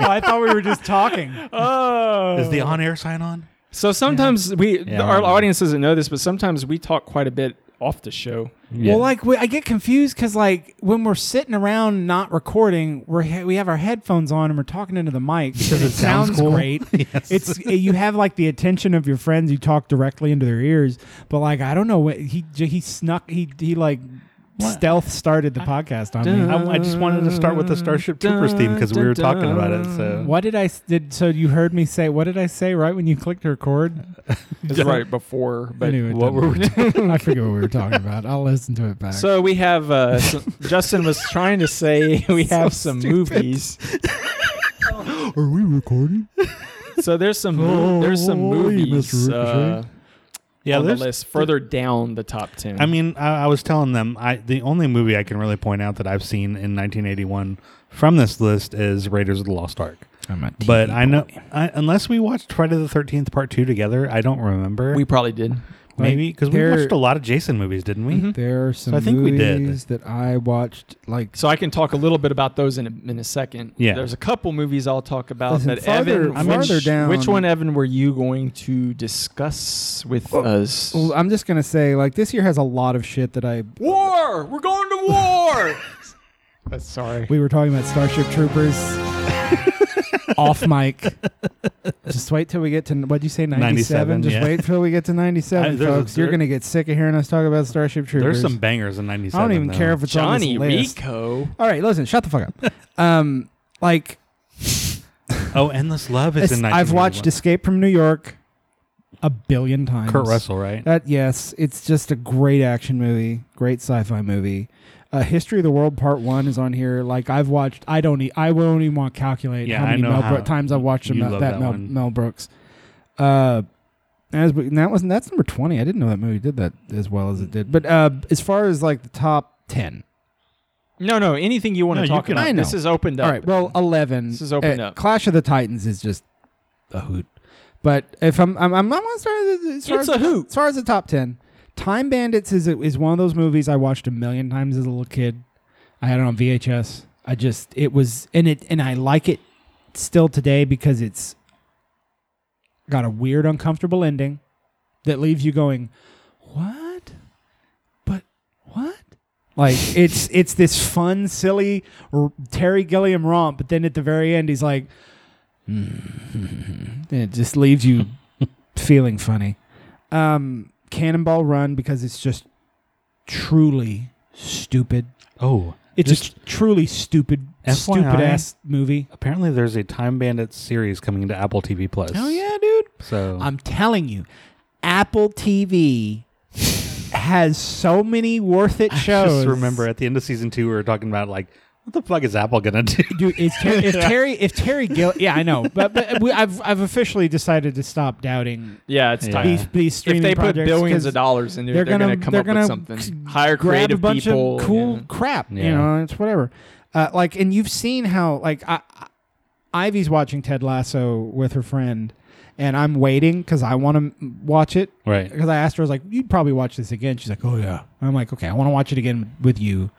[SPEAKER 5] I thought we were just (laughs) talking.
[SPEAKER 2] Oh.
[SPEAKER 3] Is the on air sign on?
[SPEAKER 2] So sometimes we
[SPEAKER 3] Yeah,
[SPEAKER 2] our
[SPEAKER 3] we're-
[SPEAKER 2] audience doesn't know this, but sometimes we talk quite a bit off the show.
[SPEAKER 5] Well, like we, I get confused because like when we're sitting around not recording, we're he- we have our headphones on and we're talking into the mic because it, sounds, (laughs) great. It's eh, you have like the attention of your friends. You talk directly into their ears, but like I don't know what he j- he snuck he he like stealth started the podcast on me.
[SPEAKER 3] I, I just wanted to start with the Starship Troopers theme because we were talking about it. So
[SPEAKER 5] What did I s- did? So you heard me say what did I say right when you clicked record?
[SPEAKER 2] It's right before, but
[SPEAKER 5] Anyway, it
[SPEAKER 3] What
[SPEAKER 5] doesn't
[SPEAKER 3] were we (laughs)
[SPEAKER 5] matter. I forget what we were talking about. I'll listen to it back.
[SPEAKER 2] so we have uh, so- Justin was trying to say we have some movies.
[SPEAKER 5] Are we recording?
[SPEAKER 2] So there's some mo- there's some
[SPEAKER 5] Oh, hey,
[SPEAKER 2] movies. Uh,
[SPEAKER 5] Mr.
[SPEAKER 3] Yeah,
[SPEAKER 2] on the
[SPEAKER 3] there's-
[SPEAKER 2] list further down the top 10.
[SPEAKER 3] I mean, I, I was telling them I the only movie I can really point out that I've seen in 1981 from this list is Raiders of the Lost Ark.
[SPEAKER 1] I'm a TV
[SPEAKER 3] But I know I, unless we watched Friday the 13th Part Two together, I don't remember.
[SPEAKER 2] we probably did.
[SPEAKER 3] maybe because we
[SPEAKER 5] there- Mm-hmm.
[SPEAKER 3] watched a lot of Jason movies, didn't we?
[SPEAKER 5] There are some
[SPEAKER 3] I think we did.
[SPEAKER 5] movies that I watched. Like
[SPEAKER 2] So I can talk a little bit about those in a, in a second.
[SPEAKER 3] Yeah.
[SPEAKER 2] There's a couple movies I'll talk about
[SPEAKER 1] Listen,
[SPEAKER 2] that
[SPEAKER 1] farther-
[SPEAKER 2] Evan. which-
[SPEAKER 1] farther down-
[SPEAKER 2] Which one, Evan, were you going to discuss with us?
[SPEAKER 5] well, I'm just gonna say, like this year has a lot of shit that I.
[SPEAKER 2] War! We're going to war! Sorry.
[SPEAKER 5] We were talking about Starship
[SPEAKER 3] (laughs)
[SPEAKER 5] Troopers. off mic. Just wait till we get to what'd you say, ninety
[SPEAKER 3] 97,
[SPEAKER 5] seven? Just
[SPEAKER 3] yeah.
[SPEAKER 5] wait till we get to ninety
[SPEAKER 3] I-
[SPEAKER 5] seven,
[SPEAKER 3] there's a-
[SPEAKER 5] folks. You're
[SPEAKER 3] there-
[SPEAKER 5] gonna get sick of hearing us talk about Starship Troopers.
[SPEAKER 3] There's some bangers in '97.
[SPEAKER 5] I don't even
[SPEAKER 3] though.
[SPEAKER 5] care if it's
[SPEAKER 2] Johnny
[SPEAKER 5] on this list.
[SPEAKER 2] Rico.
[SPEAKER 5] All right, listen, shut the fuck up. (laughs) um, like
[SPEAKER 3] (laughs) Oh, Endless Love is
[SPEAKER 5] it's-
[SPEAKER 3] in. 1981.
[SPEAKER 5] I've watched Escape from New York a billion times.
[SPEAKER 3] Kurt Russell, right?
[SPEAKER 5] That yes, it's just a great action movie, great sci-fi movie. Uh, History of the World Part One is on here. Like I've watched, I don't, e- I won't even want to calculate
[SPEAKER 3] Yeah,
[SPEAKER 5] how
[SPEAKER 3] I
[SPEAKER 5] many
[SPEAKER 3] know
[SPEAKER 5] Mel
[SPEAKER 3] how-
[SPEAKER 5] Bro- times I've watched
[SPEAKER 3] you
[SPEAKER 5] Mel,
[SPEAKER 3] love
[SPEAKER 5] that,
[SPEAKER 3] that
[SPEAKER 5] Mel,
[SPEAKER 3] one.
[SPEAKER 5] Mel Brooks. Uh, as we, and that was that's number twenty. I didn't know that movie did that as well as it did. But uh, as far as like the top ten,
[SPEAKER 2] No, no. Anything you want
[SPEAKER 3] No,
[SPEAKER 2] to
[SPEAKER 3] you
[SPEAKER 2] talk
[SPEAKER 3] can-
[SPEAKER 2] about.
[SPEAKER 5] I know.
[SPEAKER 2] This is opened up.
[SPEAKER 5] all right, well eleven.
[SPEAKER 2] This is opened
[SPEAKER 5] uh,
[SPEAKER 2] up.
[SPEAKER 5] Clash of the Titans is just a hoot. But if I'm, I'm, I'm, I'm gonna start. As far
[SPEAKER 2] It's
[SPEAKER 5] as-
[SPEAKER 2] a hoot.
[SPEAKER 5] As far as the top ten, Time Bandits is is one of those movies I watched a million times as a little kid. I had it on VHS. I just it was and it and I like it still today because it's got a weird, uncomfortable ending that leaves you going, "What? But what?" Like it's it's this fun, silly r- Terry Gilliam romp, but then at the very end, he's like, and it just leaves you feeling funny. Um, Cannonball Run because it's just truly stupid.
[SPEAKER 3] Oh,
[SPEAKER 5] It's
[SPEAKER 3] just
[SPEAKER 5] a truly stupid,
[SPEAKER 3] FYI.
[SPEAKER 5] stupid ass movie.
[SPEAKER 3] apparently there's a Time Bandits series coming into Apple TV Plus.
[SPEAKER 5] Oh yeah, dude.
[SPEAKER 3] So
[SPEAKER 5] I'm telling you, Apple TV has so many worth it shows.
[SPEAKER 3] just remember at the end of season two, we were talking about like, what the fuck is Apple gonna do? (laughs)
[SPEAKER 5] Dude, if, Ter- if Terry, if Terry Gill, yeah, I know, but, but we, I've I've officially decided to stop doubting
[SPEAKER 2] Yeah, it's
[SPEAKER 3] Yeah.
[SPEAKER 2] time.
[SPEAKER 5] these these
[SPEAKER 2] If
[SPEAKER 5] streaming
[SPEAKER 2] they put
[SPEAKER 5] projects
[SPEAKER 2] billions
[SPEAKER 5] 'cause
[SPEAKER 2] of dollars into it,
[SPEAKER 5] they're
[SPEAKER 2] they're,
[SPEAKER 5] gonna-
[SPEAKER 2] going to come
[SPEAKER 5] they're
[SPEAKER 2] up
[SPEAKER 5] gonna
[SPEAKER 2] with something. Hire
[SPEAKER 5] grab
[SPEAKER 2] creative
[SPEAKER 5] a bunch
[SPEAKER 2] people.
[SPEAKER 5] of cool
[SPEAKER 2] yeah.
[SPEAKER 5] crap. You
[SPEAKER 3] Yeah.
[SPEAKER 5] know, it's whatever. Uh, like, and you've seen how like I, I- Ivy's watching Ted Lasso with her friend, and I'm waiting because I want to watch it
[SPEAKER 3] right.
[SPEAKER 5] because I asked her, I was like, "You'd probably watch this again." She's like, "Oh yeah." I'm like, "Okay, I want to watch it again with you,"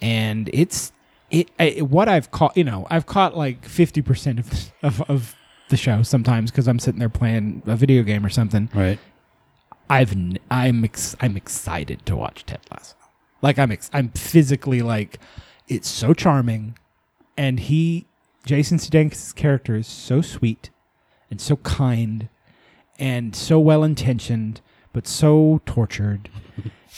[SPEAKER 5] and it's it, I what I've caught. You know, I've caught like fifty percent of, of of the show sometimes because I'm sitting there playing a video game or something.
[SPEAKER 3] Right.
[SPEAKER 5] I've n- I'm ex- I'm excited to watch Ted Lasso. Like I'm ex- I'm physically like it's so charming, and he Jason Sudeikis' character is so sweet and so kind and so well intentioned, but so tortured,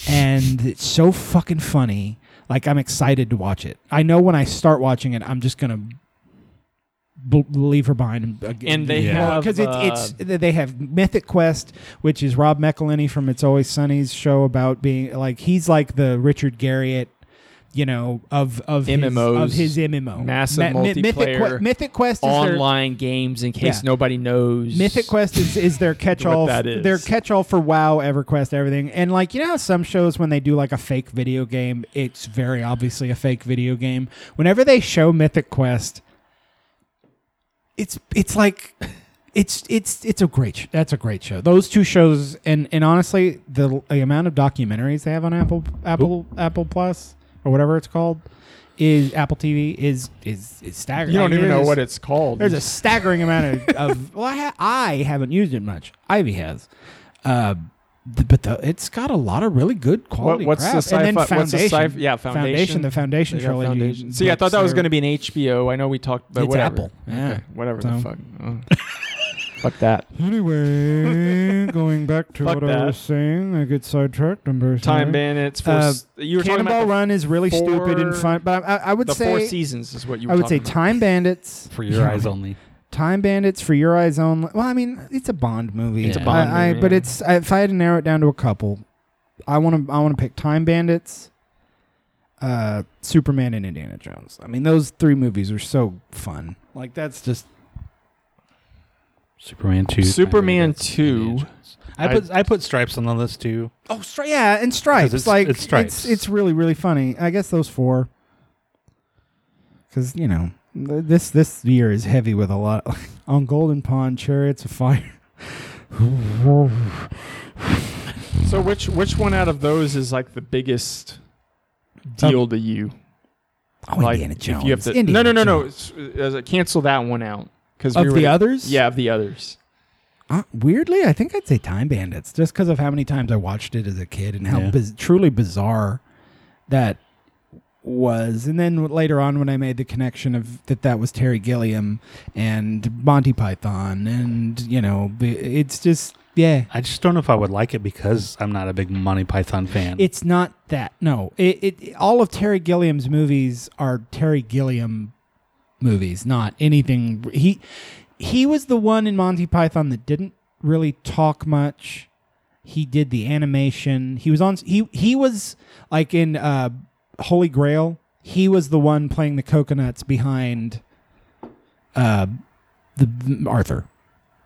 [SPEAKER 5] and it's so fucking funny. Like I'm excited to watch it. I know when I start watching it, I'm just gonna b- leave her behind. And, again-
[SPEAKER 2] And they
[SPEAKER 3] Yeah.
[SPEAKER 2] have uh,
[SPEAKER 5] because it's it's th- they have Mythic Quest, which is Rob McElhenney from It's Always Sunny's show about being like he's like the Richard Garriott, you know, of of
[SPEAKER 2] MMOs,
[SPEAKER 5] his, of his MMO
[SPEAKER 2] massive
[SPEAKER 5] Mythic,
[SPEAKER 2] multiplayer,
[SPEAKER 5] Que- Mythic Quest is their,
[SPEAKER 2] online games in case
[SPEAKER 5] Yeah.
[SPEAKER 2] nobody knows.
[SPEAKER 5] Mythic Quest is, is their catch
[SPEAKER 2] (laughs)
[SPEAKER 5] all.
[SPEAKER 2] What that is.
[SPEAKER 5] Their catch all for WoW, EverQuest, everything. And like you know how some shows when they do like a fake video game, it's very obviously a fake video game. Whenever they show Mythic Quest, it's it's like it's it's it's a great sh- that's a great show. Those two shows and and honestly the, the amount of documentaries they have on Apple Apple Apple Plus or whatever it's called is Apple TV is is is staggering.
[SPEAKER 2] You don't
[SPEAKER 5] Like,
[SPEAKER 2] even know
[SPEAKER 5] there's-
[SPEAKER 2] what it's called.
[SPEAKER 5] there's a staggering amount of, of (laughs) well, I, ha- I haven't used it much. Ivy has, uh, th- but the, it's got a lot of really good
[SPEAKER 2] What-
[SPEAKER 5] quality.
[SPEAKER 2] what's the
[SPEAKER 5] crap.
[SPEAKER 2] sci-fi?
[SPEAKER 5] And then
[SPEAKER 2] what's the
[SPEAKER 5] Foundation,
[SPEAKER 2] sci-fi? Yeah, foundation.
[SPEAKER 5] The Foundation
[SPEAKER 2] They got
[SPEAKER 5] trilogy.
[SPEAKER 2] Foundation. See, I thought that was going to be an HBO. I know we talked, but
[SPEAKER 5] It's
[SPEAKER 2] whatever.
[SPEAKER 5] Apple. Yeah.
[SPEAKER 2] Okay, whatever
[SPEAKER 5] So-
[SPEAKER 2] the
[SPEAKER 5] (laughs)
[SPEAKER 2] fuck. Oh. fuck that. (laughs)
[SPEAKER 5] Anyway, going back to
[SPEAKER 2] Fuck what I was that.
[SPEAKER 5] saying, I get sidetracked.
[SPEAKER 2] Time bandits. For,
[SPEAKER 5] Uh,
[SPEAKER 2] you were talking
[SPEAKER 5] Cannonball
[SPEAKER 2] about
[SPEAKER 5] Run is really stupid and
[SPEAKER 2] four-
[SPEAKER 5] fun, but I, I, I
[SPEAKER 2] the,
[SPEAKER 5] would
[SPEAKER 2] the four
[SPEAKER 5] say
[SPEAKER 2] seasons is what you. Were
[SPEAKER 5] I would say
[SPEAKER 2] talking about.
[SPEAKER 5] Time Bandits
[SPEAKER 3] For your eyes only.
[SPEAKER 5] Time Bandits for Your Eyes Only. Well, I mean, it's a Bond movie.
[SPEAKER 3] It's a
[SPEAKER 2] Bond
[SPEAKER 5] I, I,
[SPEAKER 2] movie,
[SPEAKER 5] But
[SPEAKER 2] yeah.
[SPEAKER 5] it's I- if I had to narrow it down to a couple, I want to I want to pick Time Bandits, uh, Superman, and Indiana Jones. I mean, those three movies are so fun. Like that's just
[SPEAKER 3] Superman two.
[SPEAKER 2] Superman two.
[SPEAKER 3] I put I put stripes on the list too.
[SPEAKER 5] Oh, stri- yeah, and stripes.
[SPEAKER 3] it's-
[SPEAKER 5] like
[SPEAKER 3] it's Stripes.
[SPEAKER 5] It's, it's really really funny. I guess those four. Because you know th- this this year is heavy with a lot (laughs) on Golden Pond, Chariots of Fire.
[SPEAKER 2] So which which one out of those is like the biggest deal to you?
[SPEAKER 5] Oh,
[SPEAKER 2] Like,
[SPEAKER 5] Indiana
[SPEAKER 2] if
[SPEAKER 5] Jones.
[SPEAKER 2] you have to-
[SPEAKER 5] Indiana
[SPEAKER 2] no, no, no, no.
[SPEAKER 5] Jones.
[SPEAKER 2] it's- uh, cancel that one out because
[SPEAKER 5] Of the others,
[SPEAKER 2] Yeah, of the others.
[SPEAKER 5] Uh, weirdly, I think I'd say Time Bandits just because of how many times I watched it as a kid and how
[SPEAKER 3] Yeah.
[SPEAKER 5] biz- truly bizarre that was. And then later on, when I made the connection of that that was Terry Gilliam and Monty Python, and you know, b- it's just yeah,
[SPEAKER 3] I just don't know if I would like it because I'm not a big Monty Python fan.
[SPEAKER 5] it's not that. No, it, it all of Terry Gilliam's movies are Terry Gilliam movies, not anything. He he was the one in Monty Python that didn't really talk much. He did the animation. He was on. He he was like in uh, Holy Grail. He was the one playing the coconuts behind uh, the Arthur.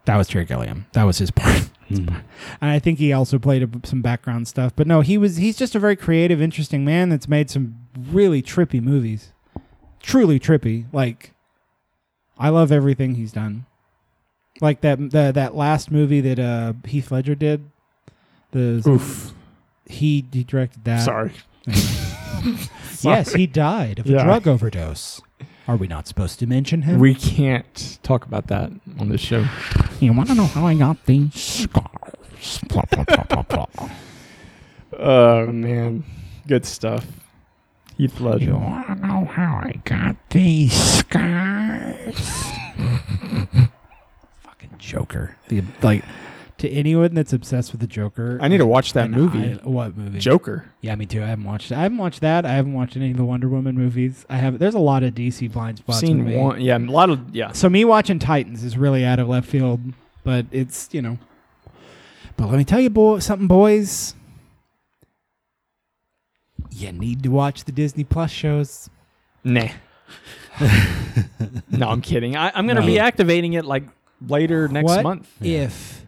[SPEAKER 5] That was Terry Gilliam. That was his part. And I think he also played a, some background stuff. But no, he was he's just a very creative, interesting man that's made some really trippy movies. Truly trippy. Like I love everything he's done. Like that the, that last movie that uh, Heath Ledger did. The
[SPEAKER 2] Oof.
[SPEAKER 5] He, he directed that.
[SPEAKER 2] Sorry.
[SPEAKER 5] (laughs) Yes, he died of a
[SPEAKER 2] Yeah.
[SPEAKER 5] drug overdose. Are we not supposed to mention him?
[SPEAKER 2] We can't talk about that on this show.
[SPEAKER 5] you want to know how I got these scars? Blah, blah, blah, blah, blah.
[SPEAKER 2] Oh man, good stuff. Heath Ledger.
[SPEAKER 13] I know how I got these scars.
[SPEAKER 5] (laughs) Joker. The like to anyone that's obsessed with the Joker.
[SPEAKER 2] I need to watch that
[SPEAKER 5] and
[SPEAKER 2] movie.
[SPEAKER 5] I- what movie?
[SPEAKER 2] Joker.
[SPEAKER 5] Yeah, me too. I haven't watched. I haven't watched that. I haven't watched any of the Wonder Woman movies. I have. There's a lot of DC blind spots. with
[SPEAKER 2] Seen
[SPEAKER 5] me.
[SPEAKER 2] one. Yeah, a lot of yeah.
[SPEAKER 5] So me watching Titans is really out of left field, but it's you know. But let me tell you, boy, something, boys. You need to watch the Disney Plus shows. (laughs)
[SPEAKER 2] Nah. no, I'm kidding. I, I'm gonna be activating it like later next
[SPEAKER 5] what
[SPEAKER 2] month.
[SPEAKER 5] If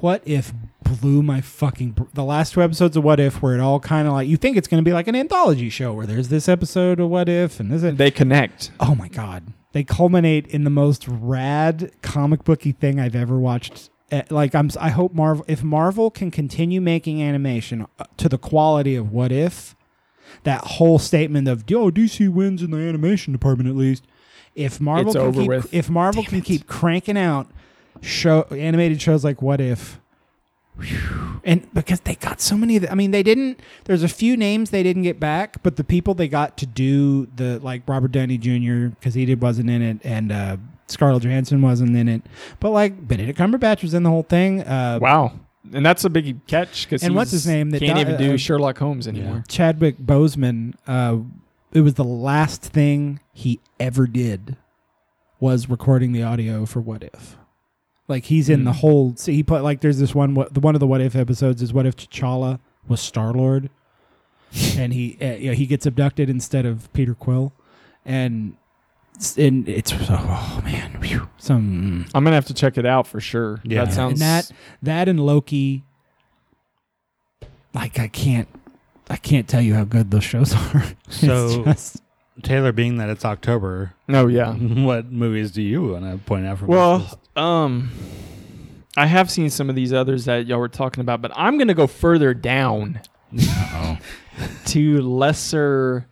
[SPEAKER 5] what if blew my fucking br- the last two episodes of What If where it all kind of like you think it's going to be like an anthology show where there's this episode of What If and this and
[SPEAKER 2] They connect.
[SPEAKER 5] oh my god they culminate in the most rad comic booky thing I've ever watched. Eh, Like I'm s- I hope Marvel if Marvel can continue making animation uh, to the quality of What If that whole statement of oh DC wins in the animation department at least. If Marvel
[SPEAKER 2] It's
[SPEAKER 5] can
[SPEAKER 2] over
[SPEAKER 5] keep,
[SPEAKER 2] with.
[SPEAKER 5] if Marvel can keep cranking out show animated shows like What If, whew, and because they got so many, of the, I mean they didn't. There's a few names they didn't get back, but the people they got to do the like Robert Downey Jr. because he did wasn't in it, and uh, Scarlett Johansson wasn't in it, but like Benedict Cumberbatch was in the whole thing. Uh,
[SPEAKER 2] Wow. And that's a big catch because
[SPEAKER 5] And what's his name that
[SPEAKER 2] can't
[SPEAKER 5] di-
[SPEAKER 2] even do
[SPEAKER 5] uh,
[SPEAKER 2] Sherlock Holmes anymore.
[SPEAKER 5] Chadwick Boseman, uh, it was the last thing he ever did was recording the audio for What If. Like he's in the whole. See, he put like there's this one. What the one of the What If episodes is What If T'Challa was Star Lord, and he uh, yeah, he gets abducted instead of Peter Quill, and s- and it's oh man, phew, some
[SPEAKER 2] I'm gonna have to check it out for sure.
[SPEAKER 3] Yeah.
[SPEAKER 2] That sounds
[SPEAKER 5] and that that and Loki. Like I can't, I can't tell you how good those shows (laughs) are.
[SPEAKER 3] (laughs)
[SPEAKER 5] It's
[SPEAKER 3] So-
[SPEAKER 5] just-
[SPEAKER 3] Taylor, being that it's October, (laughs)
[SPEAKER 2] no, Oh, yeah.
[SPEAKER 3] what movies do you want to point out from? this
[SPEAKER 2] Well,
[SPEAKER 3] list?
[SPEAKER 2] um, I have seen some of these others that y'all were talking about, but I'm gonna go further down (laughs) to lesser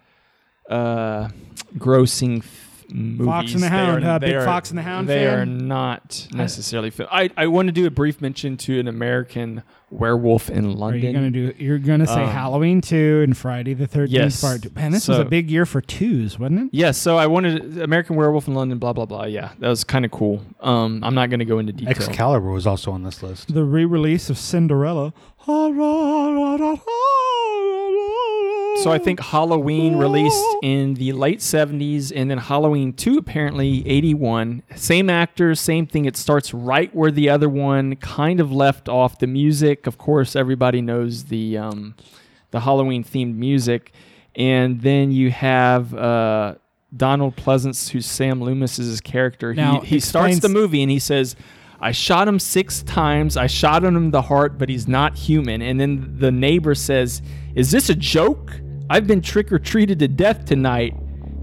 [SPEAKER 2] uh, grossing f- movies.
[SPEAKER 5] and the
[SPEAKER 2] They
[SPEAKER 5] Hound,
[SPEAKER 2] are-
[SPEAKER 5] huh? Big
[SPEAKER 2] they are-
[SPEAKER 5] Fox and the Hound
[SPEAKER 2] They
[SPEAKER 5] fan?
[SPEAKER 2] are not necessarily. Fi- I I want to do a brief mention to an American Werewolf in
[SPEAKER 5] are
[SPEAKER 2] London.
[SPEAKER 5] you gonna do? You're gonna say
[SPEAKER 2] Um,
[SPEAKER 5] Halloween two and Friday the Thirteenth
[SPEAKER 2] yes.
[SPEAKER 5] Part. Two. Man, this was a
[SPEAKER 2] So-
[SPEAKER 5] big year for twos, wasn't it?
[SPEAKER 2] yeah, so I wanted American Werewolf in London, blah blah blah. Yeah, that was kind of cool. Um, I'm not gonna go into detail.
[SPEAKER 3] Excalibur was also on this list.
[SPEAKER 5] The re-release of Cinderella.
[SPEAKER 2] So
[SPEAKER 5] So
[SPEAKER 2] I think Halloween released in the late 70s and then Halloween 2 apparently 81. Same actors, same thing. It starts right where the other one kind of left off. The music, of course, everybody knows the um, the Halloween themed music. And then you have uh, Donald Pleasance, who's Sam Loomis's character.
[SPEAKER 5] Now,
[SPEAKER 2] he he starts
[SPEAKER 5] explains-
[SPEAKER 2] the movie and he says, I shot him six times. I shot him in the heart, but he's not human. And then the neighbor says, Is this a joke? I've been trick or treated to death tonight.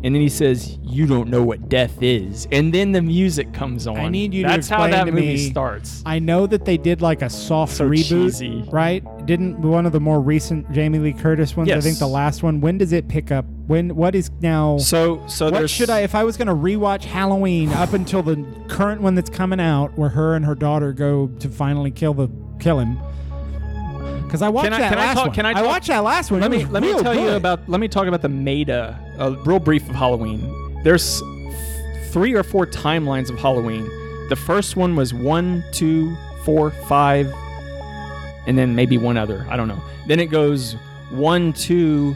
[SPEAKER 2] And then he says, You don't know what death is. And then the music comes on.
[SPEAKER 5] I need you to
[SPEAKER 2] That's how
[SPEAKER 5] explain
[SPEAKER 2] that
[SPEAKER 5] to
[SPEAKER 2] movie
[SPEAKER 5] me-
[SPEAKER 2] starts.
[SPEAKER 5] I know that they did like a soft
[SPEAKER 2] So
[SPEAKER 5] reboot,
[SPEAKER 2] cheesy.
[SPEAKER 5] right? Didn't one of the more recent Jamie Lee Curtis ones? I
[SPEAKER 2] Yes.
[SPEAKER 5] think the last one. When does it pick up? When? What is now?
[SPEAKER 2] So, so
[SPEAKER 5] what
[SPEAKER 2] there's-
[SPEAKER 5] should I? If I was going to rewatch Halloween up until the current one that's coming out, where her and her daughter go to finally kill the kill him. Because I watched
[SPEAKER 2] Can I-
[SPEAKER 5] that
[SPEAKER 2] can I
[SPEAKER 5] last
[SPEAKER 2] talk-
[SPEAKER 5] one.
[SPEAKER 2] can I talk-
[SPEAKER 5] watched that last one.
[SPEAKER 2] Let
[SPEAKER 5] It
[SPEAKER 2] me
[SPEAKER 5] was
[SPEAKER 2] let me
[SPEAKER 5] real
[SPEAKER 2] tell you
[SPEAKER 5] good.
[SPEAKER 2] about let me talk about the meta. A real brief of Halloween. There's three or four timelines of Halloween. The first one was one, two, four, five, and then maybe one other. I don't know. Then it goes one, two,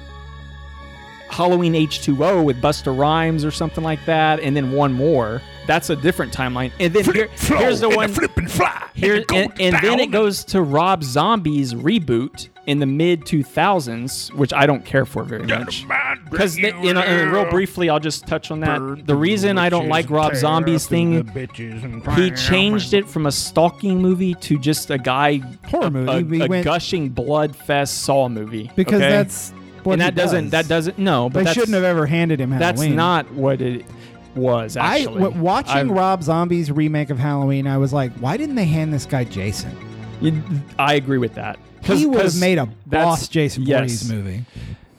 [SPEAKER 2] Halloween H2O with Busta Rhymes or something like that, and then one more. That's a different timeline. And then here-
[SPEAKER 9] Flow
[SPEAKER 2] here's the
[SPEAKER 9] and
[SPEAKER 2] one.
[SPEAKER 9] A flip and fly.
[SPEAKER 2] Here
[SPEAKER 9] it
[SPEAKER 2] and,
[SPEAKER 9] goes
[SPEAKER 2] and then
[SPEAKER 9] down.
[SPEAKER 2] it goes to Rob Zombie's reboot in the mid 2000s, which I don't care for very much.
[SPEAKER 9] Dynamite, bring
[SPEAKER 2] Because you
[SPEAKER 9] you
[SPEAKER 2] know, and real
[SPEAKER 9] down.
[SPEAKER 2] briefly, I'll just touch on that.
[SPEAKER 9] Burn
[SPEAKER 2] The reason I don't
[SPEAKER 9] witches
[SPEAKER 2] like
[SPEAKER 9] and
[SPEAKER 2] Rob
[SPEAKER 9] tear
[SPEAKER 2] Zombie's
[SPEAKER 9] up
[SPEAKER 2] thing,
[SPEAKER 9] the bitches and
[SPEAKER 2] he
[SPEAKER 9] cram
[SPEAKER 2] changed
[SPEAKER 9] and-
[SPEAKER 2] it from a stalking movie to just a guy
[SPEAKER 5] Horror
[SPEAKER 2] a,
[SPEAKER 5] movie.
[SPEAKER 2] a-
[SPEAKER 5] We
[SPEAKER 2] a
[SPEAKER 5] went-
[SPEAKER 2] gushing blood fest Saw movie
[SPEAKER 5] because
[SPEAKER 2] okay?
[SPEAKER 5] that's what
[SPEAKER 2] and
[SPEAKER 5] he
[SPEAKER 2] that doesn't
[SPEAKER 5] does.
[SPEAKER 2] that doesn't no, but
[SPEAKER 5] They
[SPEAKER 2] that's,
[SPEAKER 5] shouldn't have ever handed him Halloween.
[SPEAKER 2] That's not what it was
[SPEAKER 5] I
[SPEAKER 2] actually.
[SPEAKER 5] w- watching
[SPEAKER 2] I've-
[SPEAKER 5] Rob Zombie's remake of Halloween, I was like, why didn't they hand this guy Jason?
[SPEAKER 2] You- I agree with that. 'Cause-
[SPEAKER 5] He would have
[SPEAKER 2] 'cause
[SPEAKER 5] made a
[SPEAKER 2] that's-
[SPEAKER 5] boss Jason
[SPEAKER 2] yes.
[SPEAKER 5] Voorhees movie.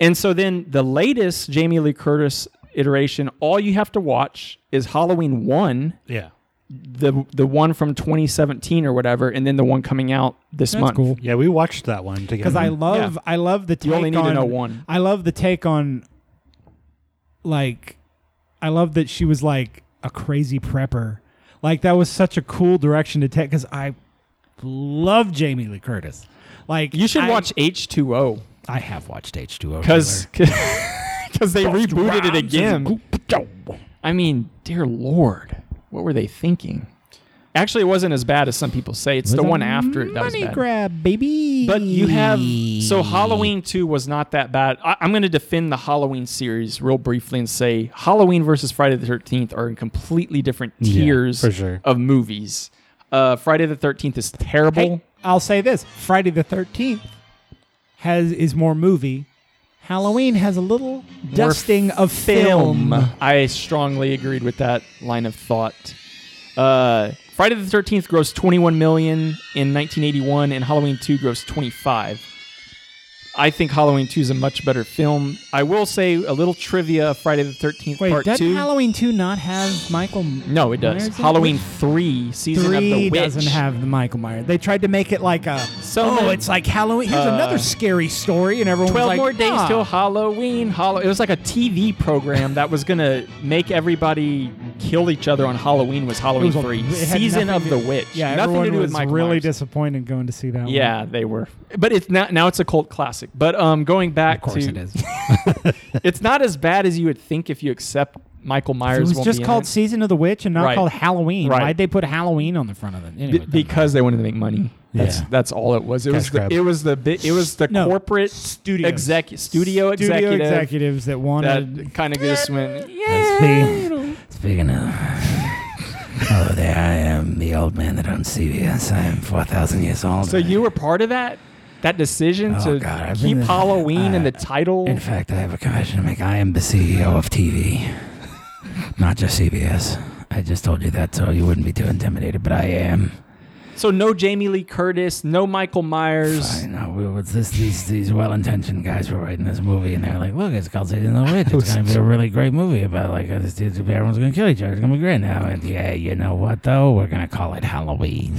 [SPEAKER 2] And so then the latest Jamie Lee Curtis iteration, all you have to watch is Halloween 1,
[SPEAKER 3] Yeah.
[SPEAKER 2] the the one from 2017 or whatever, and then the one coming out this
[SPEAKER 5] That's
[SPEAKER 2] month.
[SPEAKER 5] cool.
[SPEAKER 3] Yeah, we watched that one together.
[SPEAKER 5] Because I love,
[SPEAKER 2] Mm-hmm. Yeah.
[SPEAKER 5] I love the take
[SPEAKER 2] You only need to
[SPEAKER 5] on-
[SPEAKER 2] know one.
[SPEAKER 5] I love the take on, like, I love that she was like a crazy prepper. Like that was such a cool direction to take. Because I love Jamie Lee Curtis. Like
[SPEAKER 2] You should
[SPEAKER 5] I-
[SPEAKER 2] watch H2O
[SPEAKER 5] I have watched H two O.
[SPEAKER 2] cuz (laughs) cuz they rebooted it again. I mean, dear lord, what were they thinking? Actually, it wasn't as bad as some people say. It's the one after it that was
[SPEAKER 5] money
[SPEAKER 2] bad.
[SPEAKER 5] grab, baby.
[SPEAKER 2] But you have so Halloween two was not that bad. I, I'm going to defend the Halloween series real briefly and say Halloween versus Friday the Thirteenth are in completely different tiers
[SPEAKER 3] for sure.
[SPEAKER 2] of movies. Uh, Friday the Thirteenth is terrible.
[SPEAKER 5] Hey, I'll say this: Friday the Thirteenth has is more movie. Halloween has a little dusting of film.
[SPEAKER 2] I strongly agreed with that line of thought. Uh, Friday the Thirteenth grossed 21 million in 1981, and Halloween two grossed 25. I think Halloween two is a much better film. I will say a little trivia: Friday the Thirteenth
[SPEAKER 5] Wait,
[SPEAKER 2] Part
[SPEAKER 5] does
[SPEAKER 2] two.
[SPEAKER 5] Halloween two not have Michael?
[SPEAKER 2] no, it does. Halloween three, season
[SPEAKER 5] three
[SPEAKER 2] of the witch.
[SPEAKER 5] doesn't have the Michael Myers. They tried to make it like a
[SPEAKER 2] So
[SPEAKER 5] oh,
[SPEAKER 2] many-
[SPEAKER 5] it's like Halloween. Here's
[SPEAKER 2] Uh,
[SPEAKER 5] another scary story, and everyone's
[SPEAKER 2] 12
[SPEAKER 5] like,
[SPEAKER 2] more days
[SPEAKER 5] "Ah."
[SPEAKER 2] till Halloween. Hallow- it was like a TV program that was going to make everybody kill each other on Halloween was
[SPEAKER 5] It
[SPEAKER 2] Halloween
[SPEAKER 5] was a-
[SPEAKER 2] 3.
[SPEAKER 5] it had
[SPEAKER 2] Season of
[SPEAKER 5] nothing
[SPEAKER 2] the
[SPEAKER 5] to-
[SPEAKER 2] Witch.
[SPEAKER 5] Yeah,
[SPEAKER 2] nothing
[SPEAKER 5] everyone
[SPEAKER 2] to do with
[SPEAKER 5] was
[SPEAKER 2] Michael
[SPEAKER 5] really
[SPEAKER 2] Myers.
[SPEAKER 5] disappointed going to see that. one.
[SPEAKER 2] Yeah, they were. But it's not now it's a cult classic. But um going back
[SPEAKER 5] of course
[SPEAKER 2] to
[SPEAKER 5] it is.
[SPEAKER 2] (laughs) it's not as bad as you would think if you accept Michael Myers
[SPEAKER 5] It was
[SPEAKER 2] won't be
[SPEAKER 5] just
[SPEAKER 2] in
[SPEAKER 5] called
[SPEAKER 2] it.
[SPEAKER 5] Season of the Witch and not
[SPEAKER 2] Right.
[SPEAKER 5] called Halloween.
[SPEAKER 2] Right.
[SPEAKER 5] Why'd they put Halloween on the front of it? Anyway,
[SPEAKER 2] B-
[SPEAKER 5] it doesn't
[SPEAKER 2] because they wanted to make money. That's
[SPEAKER 3] Yeah.
[SPEAKER 2] that's all it was. It
[SPEAKER 3] Cash
[SPEAKER 2] was the,
[SPEAKER 3] grab.
[SPEAKER 2] it was the bi- it was the
[SPEAKER 5] No.
[SPEAKER 2] corporate
[SPEAKER 5] Studios.
[SPEAKER 2] exec studio
[SPEAKER 5] matter. studio
[SPEAKER 2] executive
[SPEAKER 5] executives that wanted.
[SPEAKER 2] that kind of (laughs) just went.
[SPEAKER 8] Speaking, speaking of. Hello there, I am the old man that owns CBS. I am 4,000 years old.
[SPEAKER 2] So you were part of that that decision
[SPEAKER 8] Oh,
[SPEAKER 2] to
[SPEAKER 8] God, I've
[SPEAKER 2] keep
[SPEAKER 8] been-
[SPEAKER 2] Halloween in
[SPEAKER 8] I-
[SPEAKER 2] the title.
[SPEAKER 8] In fact, I have a confession to make. I am the CEO of TV, not just CBS. I just told you that so you wouldn't be too intimidated, but I am.
[SPEAKER 2] so no Jamie Lee Curtis, no Michael Myers.
[SPEAKER 8] I know. we- It's this, these these well-intentioned guys were writing this movie, and they're like, "Look, it's called Season of the Witch. It's going to be a really great movie about like uh, this, everyone's going to kill each other. It's going to be great now." And yeah, you know what though? We're going to call it Halloween.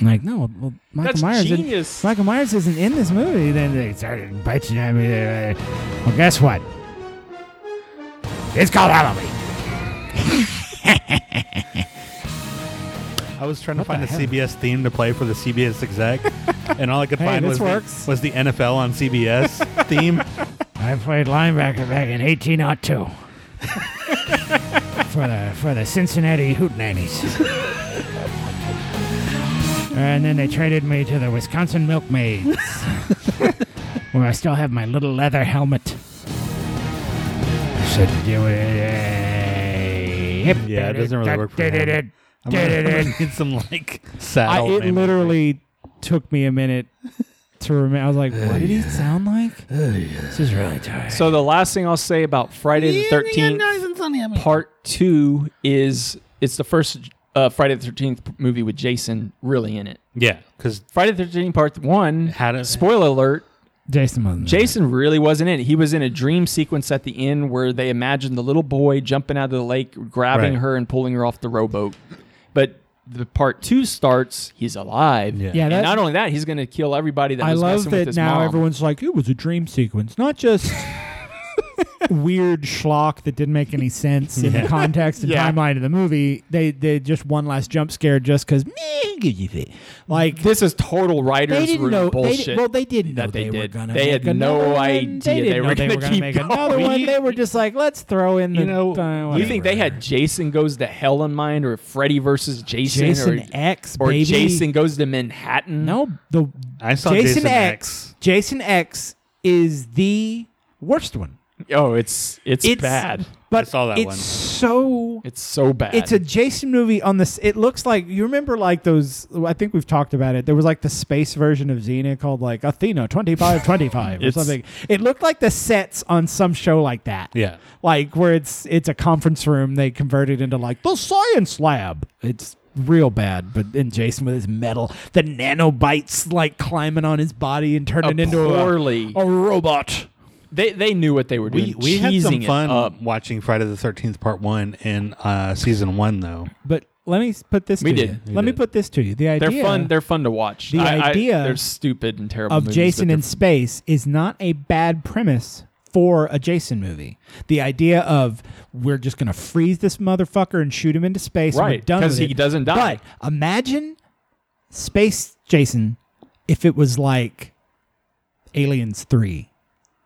[SPEAKER 8] I'm like, no, well, Michael
[SPEAKER 2] That's
[SPEAKER 8] Myers. didn't-
[SPEAKER 2] genius.
[SPEAKER 8] Michael Myers isn't in this movie. Then they started bitching at me. They were- Well, guess what? It's called Halloween.
[SPEAKER 3] I was trying to find a CBS theme to play for the CBS exec, and all I could
[SPEAKER 5] Hey,
[SPEAKER 3] find
[SPEAKER 5] this
[SPEAKER 3] was
[SPEAKER 5] works.
[SPEAKER 3] the, was the NFL on CBS theme.
[SPEAKER 8] I played linebacker back in 1802 for the for the Cincinnati Hootenannies. and then they traded me to the Wisconsin Milkmaids, where I still have my little leather helmet. I said, "Do it."
[SPEAKER 3] Yeah, it doesn't really work for him. I'm gonna, I'm gonna need some like saddle.
[SPEAKER 5] I, it
[SPEAKER 3] maybe.
[SPEAKER 5] literally took me a minute to remember. I was like, what did he sound like?
[SPEAKER 8] This is really tired.
[SPEAKER 2] So the last thing I'll say about Friday the Thirteenth Part Two is it's the first uh, Friday the Thirteenth movie with Jason really in it.
[SPEAKER 3] yeah, because
[SPEAKER 2] Friday the Thirteenth Part One
[SPEAKER 3] Had a-
[SPEAKER 2] spoiler alert.
[SPEAKER 5] Jason wasn't.
[SPEAKER 2] Jason really wasn't in it. He was in a dream sequence at the end where they imagined the little boy jumping out of the lake, grabbing
[SPEAKER 3] Right.
[SPEAKER 2] her, and pulling her off the rowboat. But the part two starts. He's alive.
[SPEAKER 3] Yeah.
[SPEAKER 5] Yeah,
[SPEAKER 2] and
[SPEAKER 5] that-
[SPEAKER 2] not only that, he's going to kill everybody that
[SPEAKER 5] I
[SPEAKER 2] was
[SPEAKER 5] love
[SPEAKER 2] messing with
[SPEAKER 5] that
[SPEAKER 2] his
[SPEAKER 5] now
[SPEAKER 2] mom.
[SPEAKER 5] everyone's like, it was a dream sequence, not
[SPEAKER 2] (laughs)
[SPEAKER 5] just weird schlock that didn't make any sense in the context and
[SPEAKER 2] Yeah.
[SPEAKER 5] timeline of the movie. They they just one last jump scare just because like
[SPEAKER 2] This is total writer's
[SPEAKER 5] they didn't
[SPEAKER 2] room
[SPEAKER 5] know. They
[SPEAKER 2] bullshit.
[SPEAKER 5] did, well, they didn't know
[SPEAKER 2] that they
[SPEAKER 5] they, were
[SPEAKER 2] did.
[SPEAKER 5] gonna.
[SPEAKER 2] They
[SPEAKER 5] make
[SPEAKER 2] had no
[SPEAKER 5] another one.
[SPEAKER 2] idea
[SPEAKER 5] didn't
[SPEAKER 2] they
[SPEAKER 5] know
[SPEAKER 2] were
[SPEAKER 5] they
[SPEAKER 2] gonna
[SPEAKER 5] were gonna
[SPEAKER 2] keep
[SPEAKER 5] make another
[SPEAKER 2] going.
[SPEAKER 5] one. They were just like, let's throw in the.
[SPEAKER 3] You know,
[SPEAKER 5] uh,
[SPEAKER 2] you think they had Jason goes to hell in mind, or Freddy versus Jason,
[SPEAKER 5] Jason
[SPEAKER 2] or,
[SPEAKER 5] X
[SPEAKER 2] or
[SPEAKER 5] baby.
[SPEAKER 2] Jason goes to Manhattan?
[SPEAKER 5] No, the
[SPEAKER 3] I saw
[SPEAKER 5] Jason,
[SPEAKER 3] Jason
[SPEAKER 5] X. Jason X is the worst one.
[SPEAKER 2] oh, it's it's, bad.
[SPEAKER 5] But
[SPEAKER 3] I saw that
[SPEAKER 5] it's
[SPEAKER 3] one.
[SPEAKER 5] so
[SPEAKER 2] It's so bad.
[SPEAKER 5] it's a Jason movie on this. It looks like you remember like those. I think we've talked about it. There was like the space version of Xena called like Athena twenty five twenty five or
[SPEAKER 2] It's-
[SPEAKER 5] something. It looked like the sets on some show like that.
[SPEAKER 3] Yeah.
[SPEAKER 5] like where it's it's a conference room they converted into like the science lab. It's real bad. But then Jason with his metal, the nanobites like climbing on his body and turning into
[SPEAKER 2] poorly.
[SPEAKER 5] a, a robot.
[SPEAKER 2] They they knew what they were doing.
[SPEAKER 3] We we had
[SPEAKER 2] cheesing
[SPEAKER 3] some
[SPEAKER 2] it
[SPEAKER 3] fun
[SPEAKER 2] up.
[SPEAKER 3] watching Friday the Thirteenth Part One in uh, season one though.
[SPEAKER 5] But let me s- put this.
[SPEAKER 2] We
[SPEAKER 5] to
[SPEAKER 2] did.
[SPEAKER 5] You.
[SPEAKER 2] We
[SPEAKER 5] let me
[SPEAKER 3] did.
[SPEAKER 5] put this to you. The idea.
[SPEAKER 2] They're fun. They're fun to watch.
[SPEAKER 5] The
[SPEAKER 2] I- I-
[SPEAKER 5] idea
[SPEAKER 2] they're stupid and terrible.
[SPEAKER 5] of
[SPEAKER 2] movies,
[SPEAKER 5] Jason
[SPEAKER 2] but
[SPEAKER 5] in
[SPEAKER 2] they're-
[SPEAKER 5] space is not a bad premise for a Jason movie. The idea of we're just going to freeze this motherfucker and shoot him into space, and we're
[SPEAKER 2] Right,
[SPEAKER 5] done
[SPEAKER 2] 'cause
[SPEAKER 5] with
[SPEAKER 2] he
[SPEAKER 5] it.
[SPEAKER 2] doesn't die.
[SPEAKER 5] But imagine space Jason if it was like Aliens Three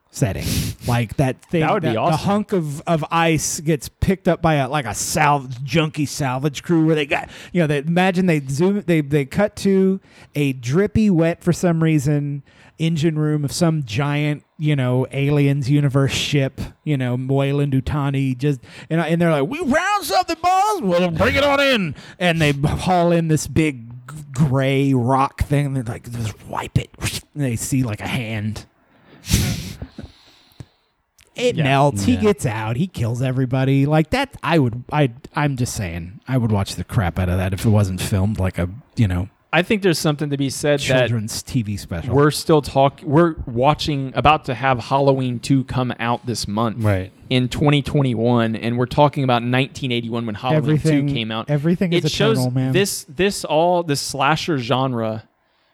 [SPEAKER 5] setting, like that thing.
[SPEAKER 2] That would be awesome.
[SPEAKER 5] The hunk of, of ice gets picked up by a like a salvage junky salvage crew where they got you know they imagine they zoom they they cut to a drippy wet for some reason engine room of some giant you know aliens universe ship you know Moyland Utani just and and they're like we round something boss well bring it on in and they haul in this big g- gray rock thing and they're like just wipe it (laughs) and they see like a hand it melts. He gets out. He kills everybody. Like that. I would. I. I'm just saying. I would watch the crap out of that if it wasn't filmed like a you know
[SPEAKER 2] I think there's something to be said that
[SPEAKER 5] children's TV special.
[SPEAKER 2] we're still talking. We're watching about to have Halloween two come out this month,
[SPEAKER 3] Right.
[SPEAKER 2] In 2021, and we're talking about 1981 when Halloween
[SPEAKER 5] Everything-
[SPEAKER 2] two came out.
[SPEAKER 5] everything
[SPEAKER 2] it
[SPEAKER 5] is
[SPEAKER 2] shows
[SPEAKER 5] eternal, man.
[SPEAKER 2] this this all the slasher genre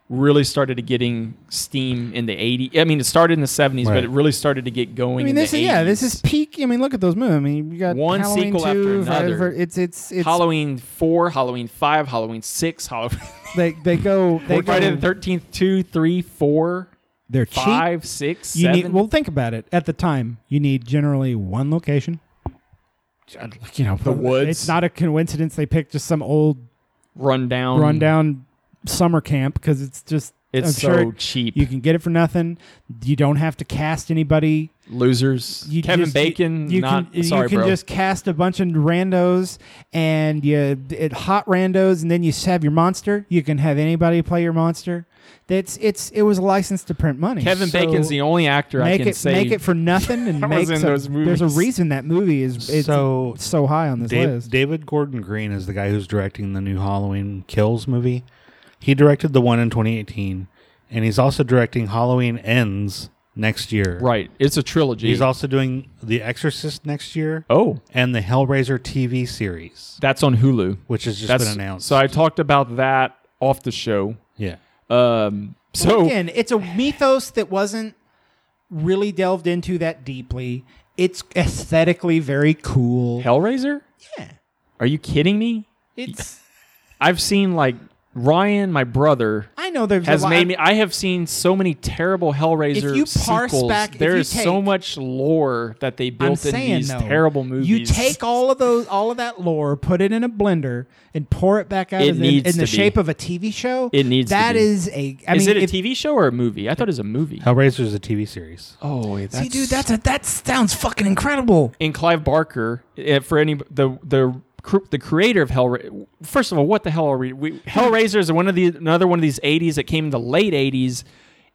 [SPEAKER 2] really started to getting steam in the 80s. I mean, it started in the 70s, but
[SPEAKER 3] Right.
[SPEAKER 2] it really started to get going.
[SPEAKER 4] I mean,
[SPEAKER 2] in
[SPEAKER 4] this
[SPEAKER 2] the
[SPEAKER 4] is yeah, this
[SPEAKER 2] 80s.
[SPEAKER 4] is peak. I mean, look at those movies. I mean, you got
[SPEAKER 2] One
[SPEAKER 4] Halloween
[SPEAKER 2] sequel after
[SPEAKER 4] 2, Friday the
[SPEAKER 2] another.
[SPEAKER 4] Fir- It's it's it's
[SPEAKER 2] Halloween four, Halloween five, Halloween six, Halloween.
[SPEAKER 4] they they go they go
[SPEAKER 2] Friday the Thirteenth two, three, four,
[SPEAKER 5] They're cheap.
[SPEAKER 2] five, six,
[SPEAKER 5] you need.
[SPEAKER 2] seven.
[SPEAKER 5] Well, think about it. At the time, you need generally one location. You know, the
[SPEAKER 2] woods.
[SPEAKER 5] It's not a coincidence they picked just some old
[SPEAKER 2] run down,
[SPEAKER 5] rundown summer camp because it's just.
[SPEAKER 2] Mm. It's
[SPEAKER 5] I'm
[SPEAKER 2] so
[SPEAKER 5] sure
[SPEAKER 2] cheap.
[SPEAKER 5] You can get it for nothing. You don't have to cast anybody.
[SPEAKER 2] losers.
[SPEAKER 5] you
[SPEAKER 2] Kevin
[SPEAKER 5] just-
[SPEAKER 2] Bacon.
[SPEAKER 5] You
[SPEAKER 2] not
[SPEAKER 5] can,
[SPEAKER 2] sorry,
[SPEAKER 5] you can
[SPEAKER 2] bro.
[SPEAKER 5] just cast a bunch of randos and you it, hot randos, and then you s- have your monster. You can have anybody play your monster. That's it's it was licensed to print money.
[SPEAKER 2] Kevin
[SPEAKER 5] So
[SPEAKER 2] Bacon's the only actor I
[SPEAKER 5] make
[SPEAKER 2] can
[SPEAKER 5] it
[SPEAKER 2] say.
[SPEAKER 5] make it for nothing
[SPEAKER 2] (laughs)
[SPEAKER 5] and
[SPEAKER 2] was
[SPEAKER 5] make
[SPEAKER 2] in
[SPEAKER 5] some-
[SPEAKER 2] those
[SPEAKER 5] There's a
[SPEAKER 2] movies.
[SPEAKER 5] reason that movie is it's
[SPEAKER 3] So,
[SPEAKER 5] so, high on this
[SPEAKER 3] Dave,
[SPEAKER 5] list.
[SPEAKER 3] David Gordon Green is the guy who's directing the new Halloween Kills movie. He directed the one in 2018, and he's also directing Halloween Ends next year.
[SPEAKER 2] right. It's a trilogy.
[SPEAKER 3] He's also doing The Exorcist next year
[SPEAKER 2] oh,
[SPEAKER 3] and the Hellraiser TV series,
[SPEAKER 2] that's on Hulu.
[SPEAKER 3] which has just
[SPEAKER 2] That's
[SPEAKER 3] been announced.
[SPEAKER 2] So I talked about that off the show.
[SPEAKER 3] yeah.
[SPEAKER 2] Um, so
[SPEAKER 5] again, it's a mythos that wasn't really delved into that deeply. It's aesthetically very cool.
[SPEAKER 2] Hellraiser.
[SPEAKER 5] Yeah.
[SPEAKER 2] Are you kidding me?
[SPEAKER 5] It's
[SPEAKER 2] I've seen like Ryan, my brother,
[SPEAKER 5] I know there's
[SPEAKER 2] has
[SPEAKER 5] a lot,
[SPEAKER 2] made me. I have seen so many terrible Hellraiser
[SPEAKER 5] If you parse
[SPEAKER 2] sequels.
[SPEAKER 5] back- if
[SPEAKER 2] there
[SPEAKER 5] you
[SPEAKER 2] is so
[SPEAKER 5] take-
[SPEAKER 2] much lore that they built in these
[SPEAKER 5] though,
[SPEAKER 2] terrible movies.
[SPEAKER 5] You take all of those, all of that lore, put it in a blender, and pour it back out
[SPEAKER 2] It
[SPEAKER 5] in,
[SPEAKER 2] needs
[SPEAKER 5] in the
[SPEAKER 2] to be.
[SPEAKER 5] shape of a TV show.
[SPEAKER 2] It needs to
[SPEAKER 5] That
[SPEAKER 2] be.
[SPEAKER 5] is a. I
[SPEAKER 2] is
[SPEAKER 5] mean,
[SPEAKER 2] it a
[SPEAKER 5] if-
[SPEAKER 2] TV show or a movie? I thought it was a movie.
[SPEAKER 3] Hellraiser is a TV series.
[SPEAKER 2] Oh, wait,
[SPEAKER 5] See, dude, that's a, that sounds fucking incredible.
[SPEAKER 2] and Clive Barker eh, for any the the cr- the creator of Hellraiser. First of all, what the hell are we? we Hellraiser is one of the another one of these '80s that came in the late '80s.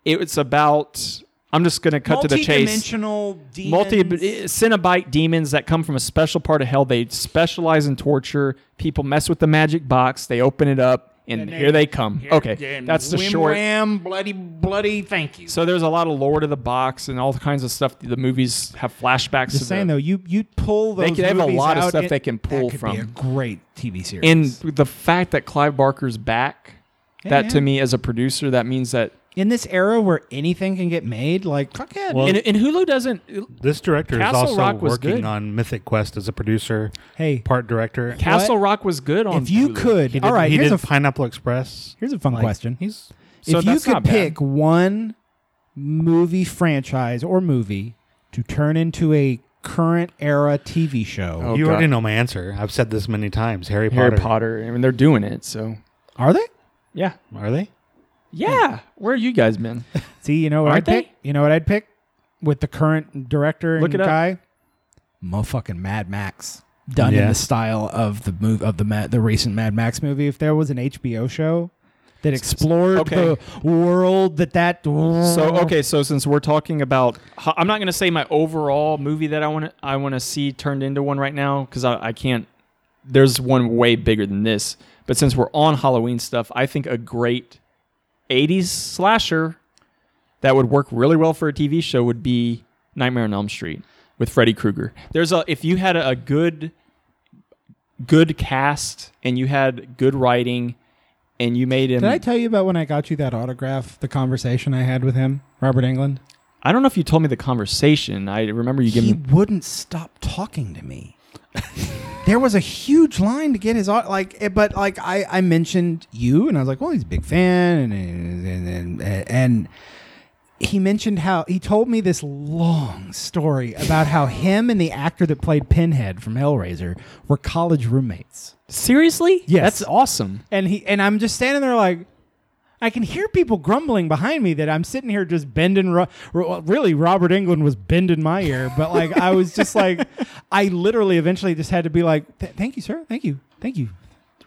[SPEAKER 2] It's about. I'm just gonna cut to the chase.
[SPEAKER 14] Multi-dimensional demons.
[SPEAKER 2] Multi eh, Cenobite demons that come from a special part of hell. They specialize in torture. People mess with the magic box. They open it up, and, here they come. okay,
[SPEAKER 14] And
[SPEAKER 2] that's the
[SPEAKER 14] whim
[SPEAKER 2] short.
[SPEAKER 14] Wham, bloody, bloody. Thank you.
[SPEAKER 2] So there's a lot of Lord of the Box and all kinds of stuff. The movies have flashbacks.
[SPEAKER 15] Just
[SPEAKER 2] to
[SPEAKER 15] saying
[SPEAKER 2] the,
[SPEAKER 15] though, you you
[SPEAKER 5] pull
[SPEAKER 2] They
[SPEAKER 5] those.
[SPEAKER 2] can- they have a
[SPEAKER 5] movies
[SPEAKER 2] lot of
[SPEAKER 5] out,
[SPEAKER 2] stuff
[SPEAKER 5] it-
[SPEAKER 2] they can pull
[SPEAKER 15] that could be a
[SPEAKER 2] from.
[SPEAKER 15] great TV series.
[SPEAKER 2] And the fact that Clive Barker's back, that
[SPEAKER 5] yeah.
[SPEAKER 2] to me as a producer, that means that.
[SPEAKER 5] in this era where anything can get made, like fuck it.
[SPEAKER 3] Well,
[SPEAKER 2] And, and Hulu doesn't.
[SPEAKER 3] this director
[SPEAKER 2] Castle
[SPEAKER 3] is also
[SPEAKER 2] Rock was
[SPEAKER 3] working
[SPEAKER 2] good.
[SPEAKER 3] on Mythic Quest as a producer,
[SPEAKER 15] hey,
[SPEAKER 3] part director.
[SPEAKER 2] Castle Rock was good on.
[SPEAKER 15] if you
[SPEAKER 2] Hulu.
[SPEAKER 15] could, all
[SPEAKER 3] All
[SPEAKER 15] right,
[SPEAKER 3] he
[SPEAKER 15] here's
[SPEAKER 3] did
[SPEAKER 15] a f-
[SPEAKER 3] Pineapple Express.
[SPEAKER 15] here's a fun question.
[SPEAKER 3] He's
[SPEAKER 2] So
[SPEAKER 5] if you
[SPEAKER 2] that's
[SPEAKER 5] could
[SPEAKER 2] not bad.
[SPEAKER 5] pick one movie franchise or movie to turn into a current era TV show,
[SPEAKER 2] Oh,
[SPEAKER 3] you
[SPEAKER 2] God.
[SPEAKER 3] already know my answer. I've said this many times. Harry,
[SPEAKER 2] Harry
[SPEAKER 3] Potter.
[SPEAKER 2] Potter. I mean, they're doing it. So
[SPEAKER 5] are they?
[SPEAKER 2] yeah,
[SPEAKER 3] Are they?
[SPEAKER 2] yeah. Where you guys been?
[SPEAKER 5] See, you know what
[SPEAKER 2] Aren't
[SPEAKER 5] I'd pick? You know what I'd pick with the current director
[SPEAKER 2] Look
[SPEAKER 5] and
[SPEAKER 2] it up.
[SPEAKER 5] guy? Motherfucking Mad Max. Done in
[SPEAKER 3] Yeah.
[SPEAKER 5] the style of the move of the Ma- the recent Mad Max movie. If there was an HBO show that explored
[SPEAKER 2] okay.
[SPEAKER 5] the world that that
[SPEAKER 15] Uh-huh.
[SPEAKER 2] So okay, so since we're talking about, ho- I'm not gonna say my overall movie that I want to I want to see turned into one right now because I, I can't. There's one way bigger than this, but since we're on Halloween stuff, I think a great '80s slasher that would work really well for a TV show would be Nightmare on Elm Street with Freddy Krueger. There's a if you had a, a good good cast and you had good writing and you made him
[SPEAKER 15] Did I tell you about when I got you that autograph? The conversation I had with him, Robert England.
[SPEAKER 2] I don't know if you told me the conversation. I remember you
[SPEAKER 5] he
[SPEAKER 2] giving
[SPEAKER 5] wouldn't stop talking to me. there was a huge line to get his au- like, eh, but like I, I mentioned you, and I was like, well, he's a big fan, and and and, and, and he mentioned how he told me this long story about how him and the actor that played Pinhead from Hellraiser were college roommates.
[SPEAKER 2] Seriously?
[SPEAKER 5] Yes.
[SPEAKER 2] That's awesome.
[SPEAKER 5] and he and I'm just standing there like I can hear people grumbling behind me that I'm sitting here just bending. Ro- ro- really, Robert England was bending my ear, but like I was just (laughs) like, I literally eventually just had to be like, "Th- "Thank you, sir. Thank you. Thank you,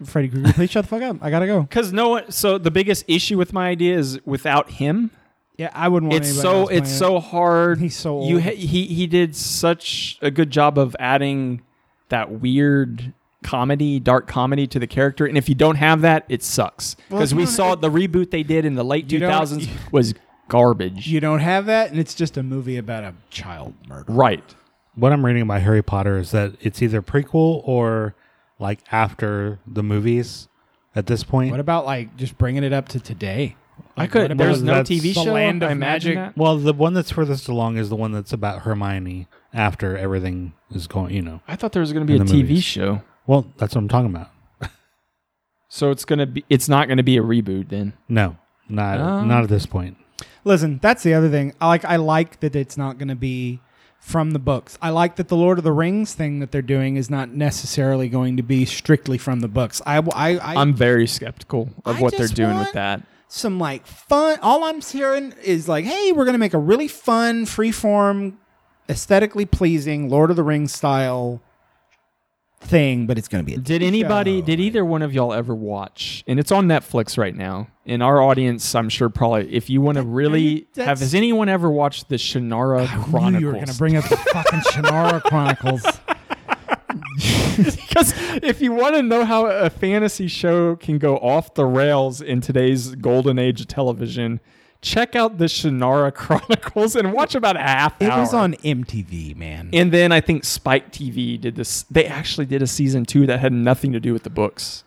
[SPEAKER 5] Freddy Krueger. Please shut the fuck up. I gotta go."
[SPEAKER 2] Because no one. So the biggest issue with my idea is without him,
[SPEAKER 5] Yeah, I wouldn't want.
[SPEAKER 2] it's
[SPEAKER 5] anybody
[SPEAKER 2] so
[SPEAKER 5] else
[SPEAKER 2] it's
[SPEAKER 5] playing
[SPEAKER 2] so
[SPEAKER 5] it.
[SPEAKER 2] hard.
[SPEAKER 5] He's so
[SPEAKER 2] you
[SPEAKER 5] old.
[SPEAKER 2] ha- he he did such a good job of adding that weird comedy, dark comedy to the character. And if you don't have that, it sucks. Because we saw the reboot they did in the late two
[SPEAKER 5] don't-
[SPEAKER 2] thousands was garbage.
[SPEAKER 5] you don't have that, and it's just a movie about a child murder.
[SPEAKER 2] right.
[SPEAKER 3] What I'm reading about Harry Potter is that it's either prequel or like after the movies. At this point,
[SPEAKER 5] What about like just bringing it up to today?
[SPEAKER 2] I could. There's
[SPEAKER 3] about
[SPEAKER 2] no
[SPEAKER 3] that's
[SPEAKER 2] TV
[SPEAKER 3] the
[SPEAKER 2] show.
[SPEAKER 5] Land
[SPEAKER 2] I
[SPEAKER 5] of
[SPEAKER 2] imagine
[SPEAKER 5] Magic?
[SPEAKER 2] that.
[SPEAKER 3] well, the one that's furthest along is the one that's about Hermione after everything is going. You know,
[SPEAKER 2] I thought there was going to be
[SPEAKER 3] In
[SPEAKER 2] a
[SPEAKER 3] the
[SPEAKER 2] TV
[SPEAKER 3] movies.
[SPEAKER 2] show.
[SPEAKER 3] well, that's what I'm talking about.
[SPEAKER 2] So it's gonna be. It's not gonna be a reboot then.
[SPEAKER 3] No, not
[SPEAKER 2] Oh.
[SPEAKER 3] not at this point.
[SPEAKER 5] Listen, that's the other thing. I like I like that it's not going to be from the books. I like that the Lord of the Rings thing that they're doing is not necessarily going to be strictly from the books. I I, I
[SPEAKER 2] I'm very skeptical of
[SPEAKER 5] I
[SPEAKER 2] what they're
[SPEAKER 5] just
[SPEAKER 2] doing with
[SPEAKER 5] want-
[SPEAKER 2] that.
[SPEAKER 5] some like fun. All I'm hearing is like, hey, we're going to make a really fun, freeform, aesthetically pleasing Lord of the Rings style thing, but it's going to be. A,
[SPEAKER 2] Did anybody, did either one of y'all ever watch? And it's on Netflix right now. In our audience, I'm sure probably, if you want to really
[SPEAKER 5] that's-
[SPEAKER 2] have, has anyone ever watched the Shannara
[SPEAKER 5] I
[SPEAKER 2] Chronicles?
[SPEAKER 5] knew you were going to bring up the fucking Shannara Chronicles.
[SPEAKER 2] because if you want to know how a fantasy show can go off the rails in today's golden age of television, check out the Shannara (laughs) Chronicles and watch about a half
[SPEAKER 5] (laughs) It
[SPEAKER 2] hour.
[SPEAKER 5] was on MTV, man.
[SPEAKER 2] And then I think Spike TV did this. They actually did a season two that had nothing to do with the books.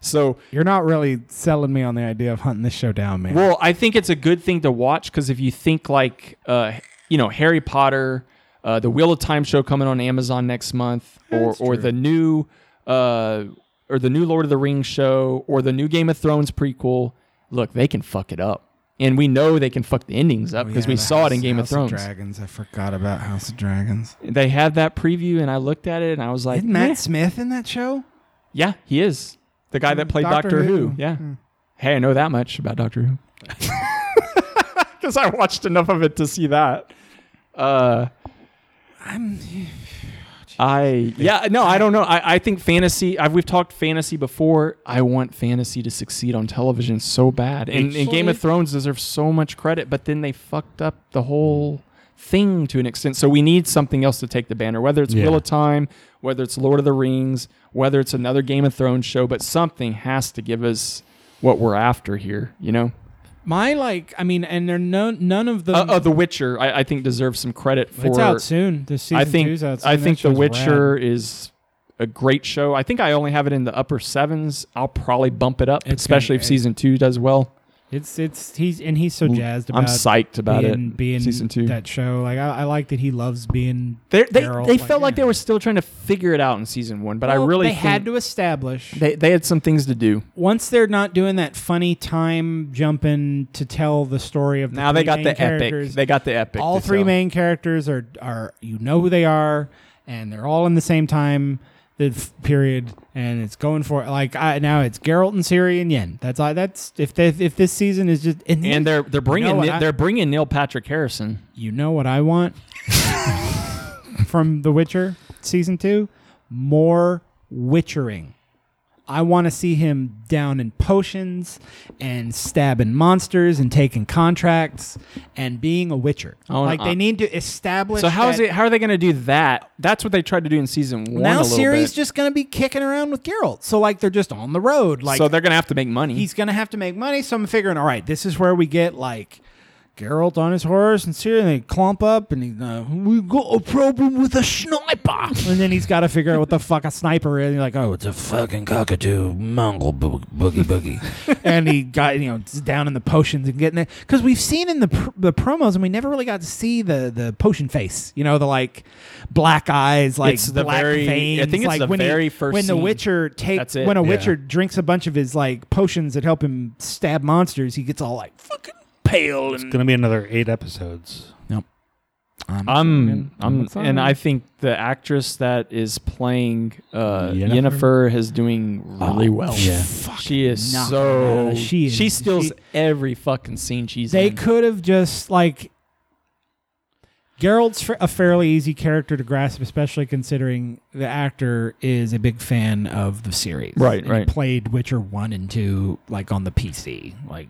[SPEAKER 2] So
[SPEAKER 5] You're not really selling me on the idea of hunting this show down, man.
[SPEAKER 2] Well, I think it's a good thing to watch because if you think like, uh, you know, Harry Potter, uh, the Wheel of Time show coming on Amazon next month, or or the new, uh, or the new Lord of the Rings show, or the new Game of Thrones prequel. Look, they can fuck it up, and we know they can fuck the endings up because
[SPEAKER 5] Oh, Yeah,
[SPEAKER 2] we
[SPEAKER 5] the
[SPEAKER 2] saw it in
[SPEAKER 5] House-
[SPEAKER 2] Game
[SPEAKER 5] House
[SPEAKER 2] of Thrones.
[SPEAKER 5] Dragons. I forgot about House of Dragons.
[SPEAKER 2] they had that preview, and I looked at it, and I was like,
[SPEAKER 5] Isn't Matt
[SPEAKER 2] "Meh."
[SPEAKER 5] Smith in that show?
[SPEAKER 2] yeah, he is the guy that played Mm, Doctor,
[SPEAKER 5] Doctor
[SPEAKER 2] Who. Mm.
[SPEAKER 5] Who.
[SPEAKER 2] Yeah. Hey, I know that much about Doctor (laughs) Who. Because I watched enough of it to see that. Uh,
[SPEAKER 5] I'm.
[SPEAKER 2] I yeah no I don't know I, I think fantasy I've, we've talked fantasy before I want fantasy to succeed on television so bad and, and Game
[SPEAKER 16] Actually-
[SPEAKER 2] of Thrones deserves so much credit but then they fucked up the whole thing to an extent so we need something else to take the banner whether it's
[SPEAKER 3] Yeah.
[SPEAKER 2] Wheel of Time whether it's Lord of the Rings whether it's another Game of Thrones show but something has to give us what we're after here you know
[SPEAKER 5] My like, I mean, and they're no none of the.
[SPEAKER 2] uh, uh, The Witcher I, I think deserves some credit for
[SPEAKER 5] It's out soon. The season
[SPEAKER 2] I think
[SPEAKER 5] two's out
[SPEAKER 2] I
[SPEAKER 5] soon.
[SPEAKER 2] think
[SPEAKER 5] That
[SPEAKER 2] The
[SPEAKER 5] show's
[SPEAKER 2] Witcher is a great show. I think I only have it in the upper sevens. I'll probably bump it up, especially if
[SPEAKER 5] it-
[SPEAKER 2] season two does well.
[SPEAKER 5] It's it's he's and he's so
[SPEAKER 2] Ooh,
[SPEAKER 5] jazzed about.
[SPEAKER 2] I'm psyched about it,
[SPEAKER 5] being, Being
[SPEAKER 2] season two.
[SPEAKER 5] that show, like I, I like that he loves being.
[SPEAKER 2] They they,
[SPEAKER 5] Geralt,
[SPEAKER 2] they
[SPEAKER 5] like,
[SPEAKER 2] felt like they were still trying to figure it out in season one, but I
[SPEAKER 5] Well,
[SPEAKER 2] really
[SPEAKER 5] they had
[SPEAKER 2] think
[SPEAKER 5] to establish
[SPEAKER 2] they they had some things to do.
[SPEAKER 5] once they're not doing that funny time jumping to tell the story of the
[SPEAKER 2] Now they
[SPEAKER 5] three
[SPEAKER 2] got
[SPEAKER 5] main
[SPEAKER 2] the epic.
[SPEAKER 5] characters.
[SPEAKER 2] They got the epic.
[SPEAKER 5] all
[SPEAKER 2] to
[SPEAKER 5] three
[SPEAKER 2] sell.
[SPEAKER 5] main characters are are you know who they are and they're all in the same time the f- period and it's going for like I, now it's Geralt and Siri and Yen that's I that's if they, if this season is just and,
[SPEAKER 2] and they're they're bringing
[SPEAKER 5] what
[SPEAKER 2] Ni-
[SPEAKER 5] I-
[SPEAKER 2] they're bringing Neil Patrick Harrison.
[SPEAKER 5] you know what I want
[SPEAKER 2] (laughs)
[SPEAKER 5] from The Witcher season 2 more witchering I want to see him down in potions and stabbing monsters and taking contracts and being a witcher.
[SPEAKER 2] Oh,
[SPEAKER 5] like
[SPEAKER 2] uh,
[SPEAKER 5] they need to establish.
[SPEAKER 2] So how is
[SPEAKER 5] that-
[SPEAKER 2] it? How are they going to do that? That's what they tried to do in season one. a
[SPEAKER 5] now
[SPEAKER 2] little
[SPEAKER 5] Siri's
[SPEAKER 2] bit.
[SPEAKER 5] just going to be kicking around with Geralt. So like they're just on the road. Like
[SPEAKER 2] so they're going to have to make money.
[SPEAKER 5] he's going to have to make money. So I'm figuring, all right, this is where we get like Geralt on his horse and Siri, and they clump up and he's uh, we got a problem with a sniper. and then he's got to figure out what the fuck a sniper is. And you're like, oh, it's a fucking cockatoo mongrel bo- boogie
[SPEAKER 2] (laughs)
[SPEAKER 5] boogie. and he got you know it's down in the potions and getting it because we've seen in the pr- the promos and we never really got to see the the potion face. You know the like black eyes, like
[SPEAKER 2] It's the
[SPEAKER 5] black
[SPEAKER 2] very- I
[SPEAKER 5] veins.
[SPEAKER 2] think it's
[SPEAKER 5] like
[SPEAKER 2] the
[SPEAKER 5] when he-
[SPEAKER 2] very first
[SPEAKER 5] when the
[SPEAKER 2] scene.
[SPEAKER 5] Witcher takes
[SPEAKER 2] That's it.
[SPEAKER 5] when a
[SPEAKER 2] Yeah.
[SPEAKER 5] Witcher drinks a bunch of his like potions that help him stab monsters, he gets all like fucking pale and
[SPEAKER 3] It's going to be another eight episodes.
[SPEAKER 2] I'm, I'm,
[SPEAKER 5] excited.
[SPEAKER 2] and I think the actress that is playing uh,
[SPEAKER 3] Yennefer?
[SPEAKER 2] Yennefer. is doing really well.
[SPEAKER 5] Ah, yeah.
[SPEAKER 2] she is
[SPEAKER 5] knock her out
[SPEAKER 2] so
[SPEAKER 5] of the- she
[SPEAKER 2] she,
[SPEAKER 5] is-
[SPEAKER 2] steals
[SPEAKER 5] she-
[SPEAKER 2] every fucking scene she's
[SPEAKER 5] They
[SPEAKER 2] in.
[SPEAKER 5] could have just like Geralt's fa- a fairly easy character to grasp, especially considering the actor is a big fan of the series.
[SPEAKER 2] Right,
[SPEAKER 5] And
[SPEAKER 2] right.
[SPEAKER 5] Played Witcher one and two like on the PC, like.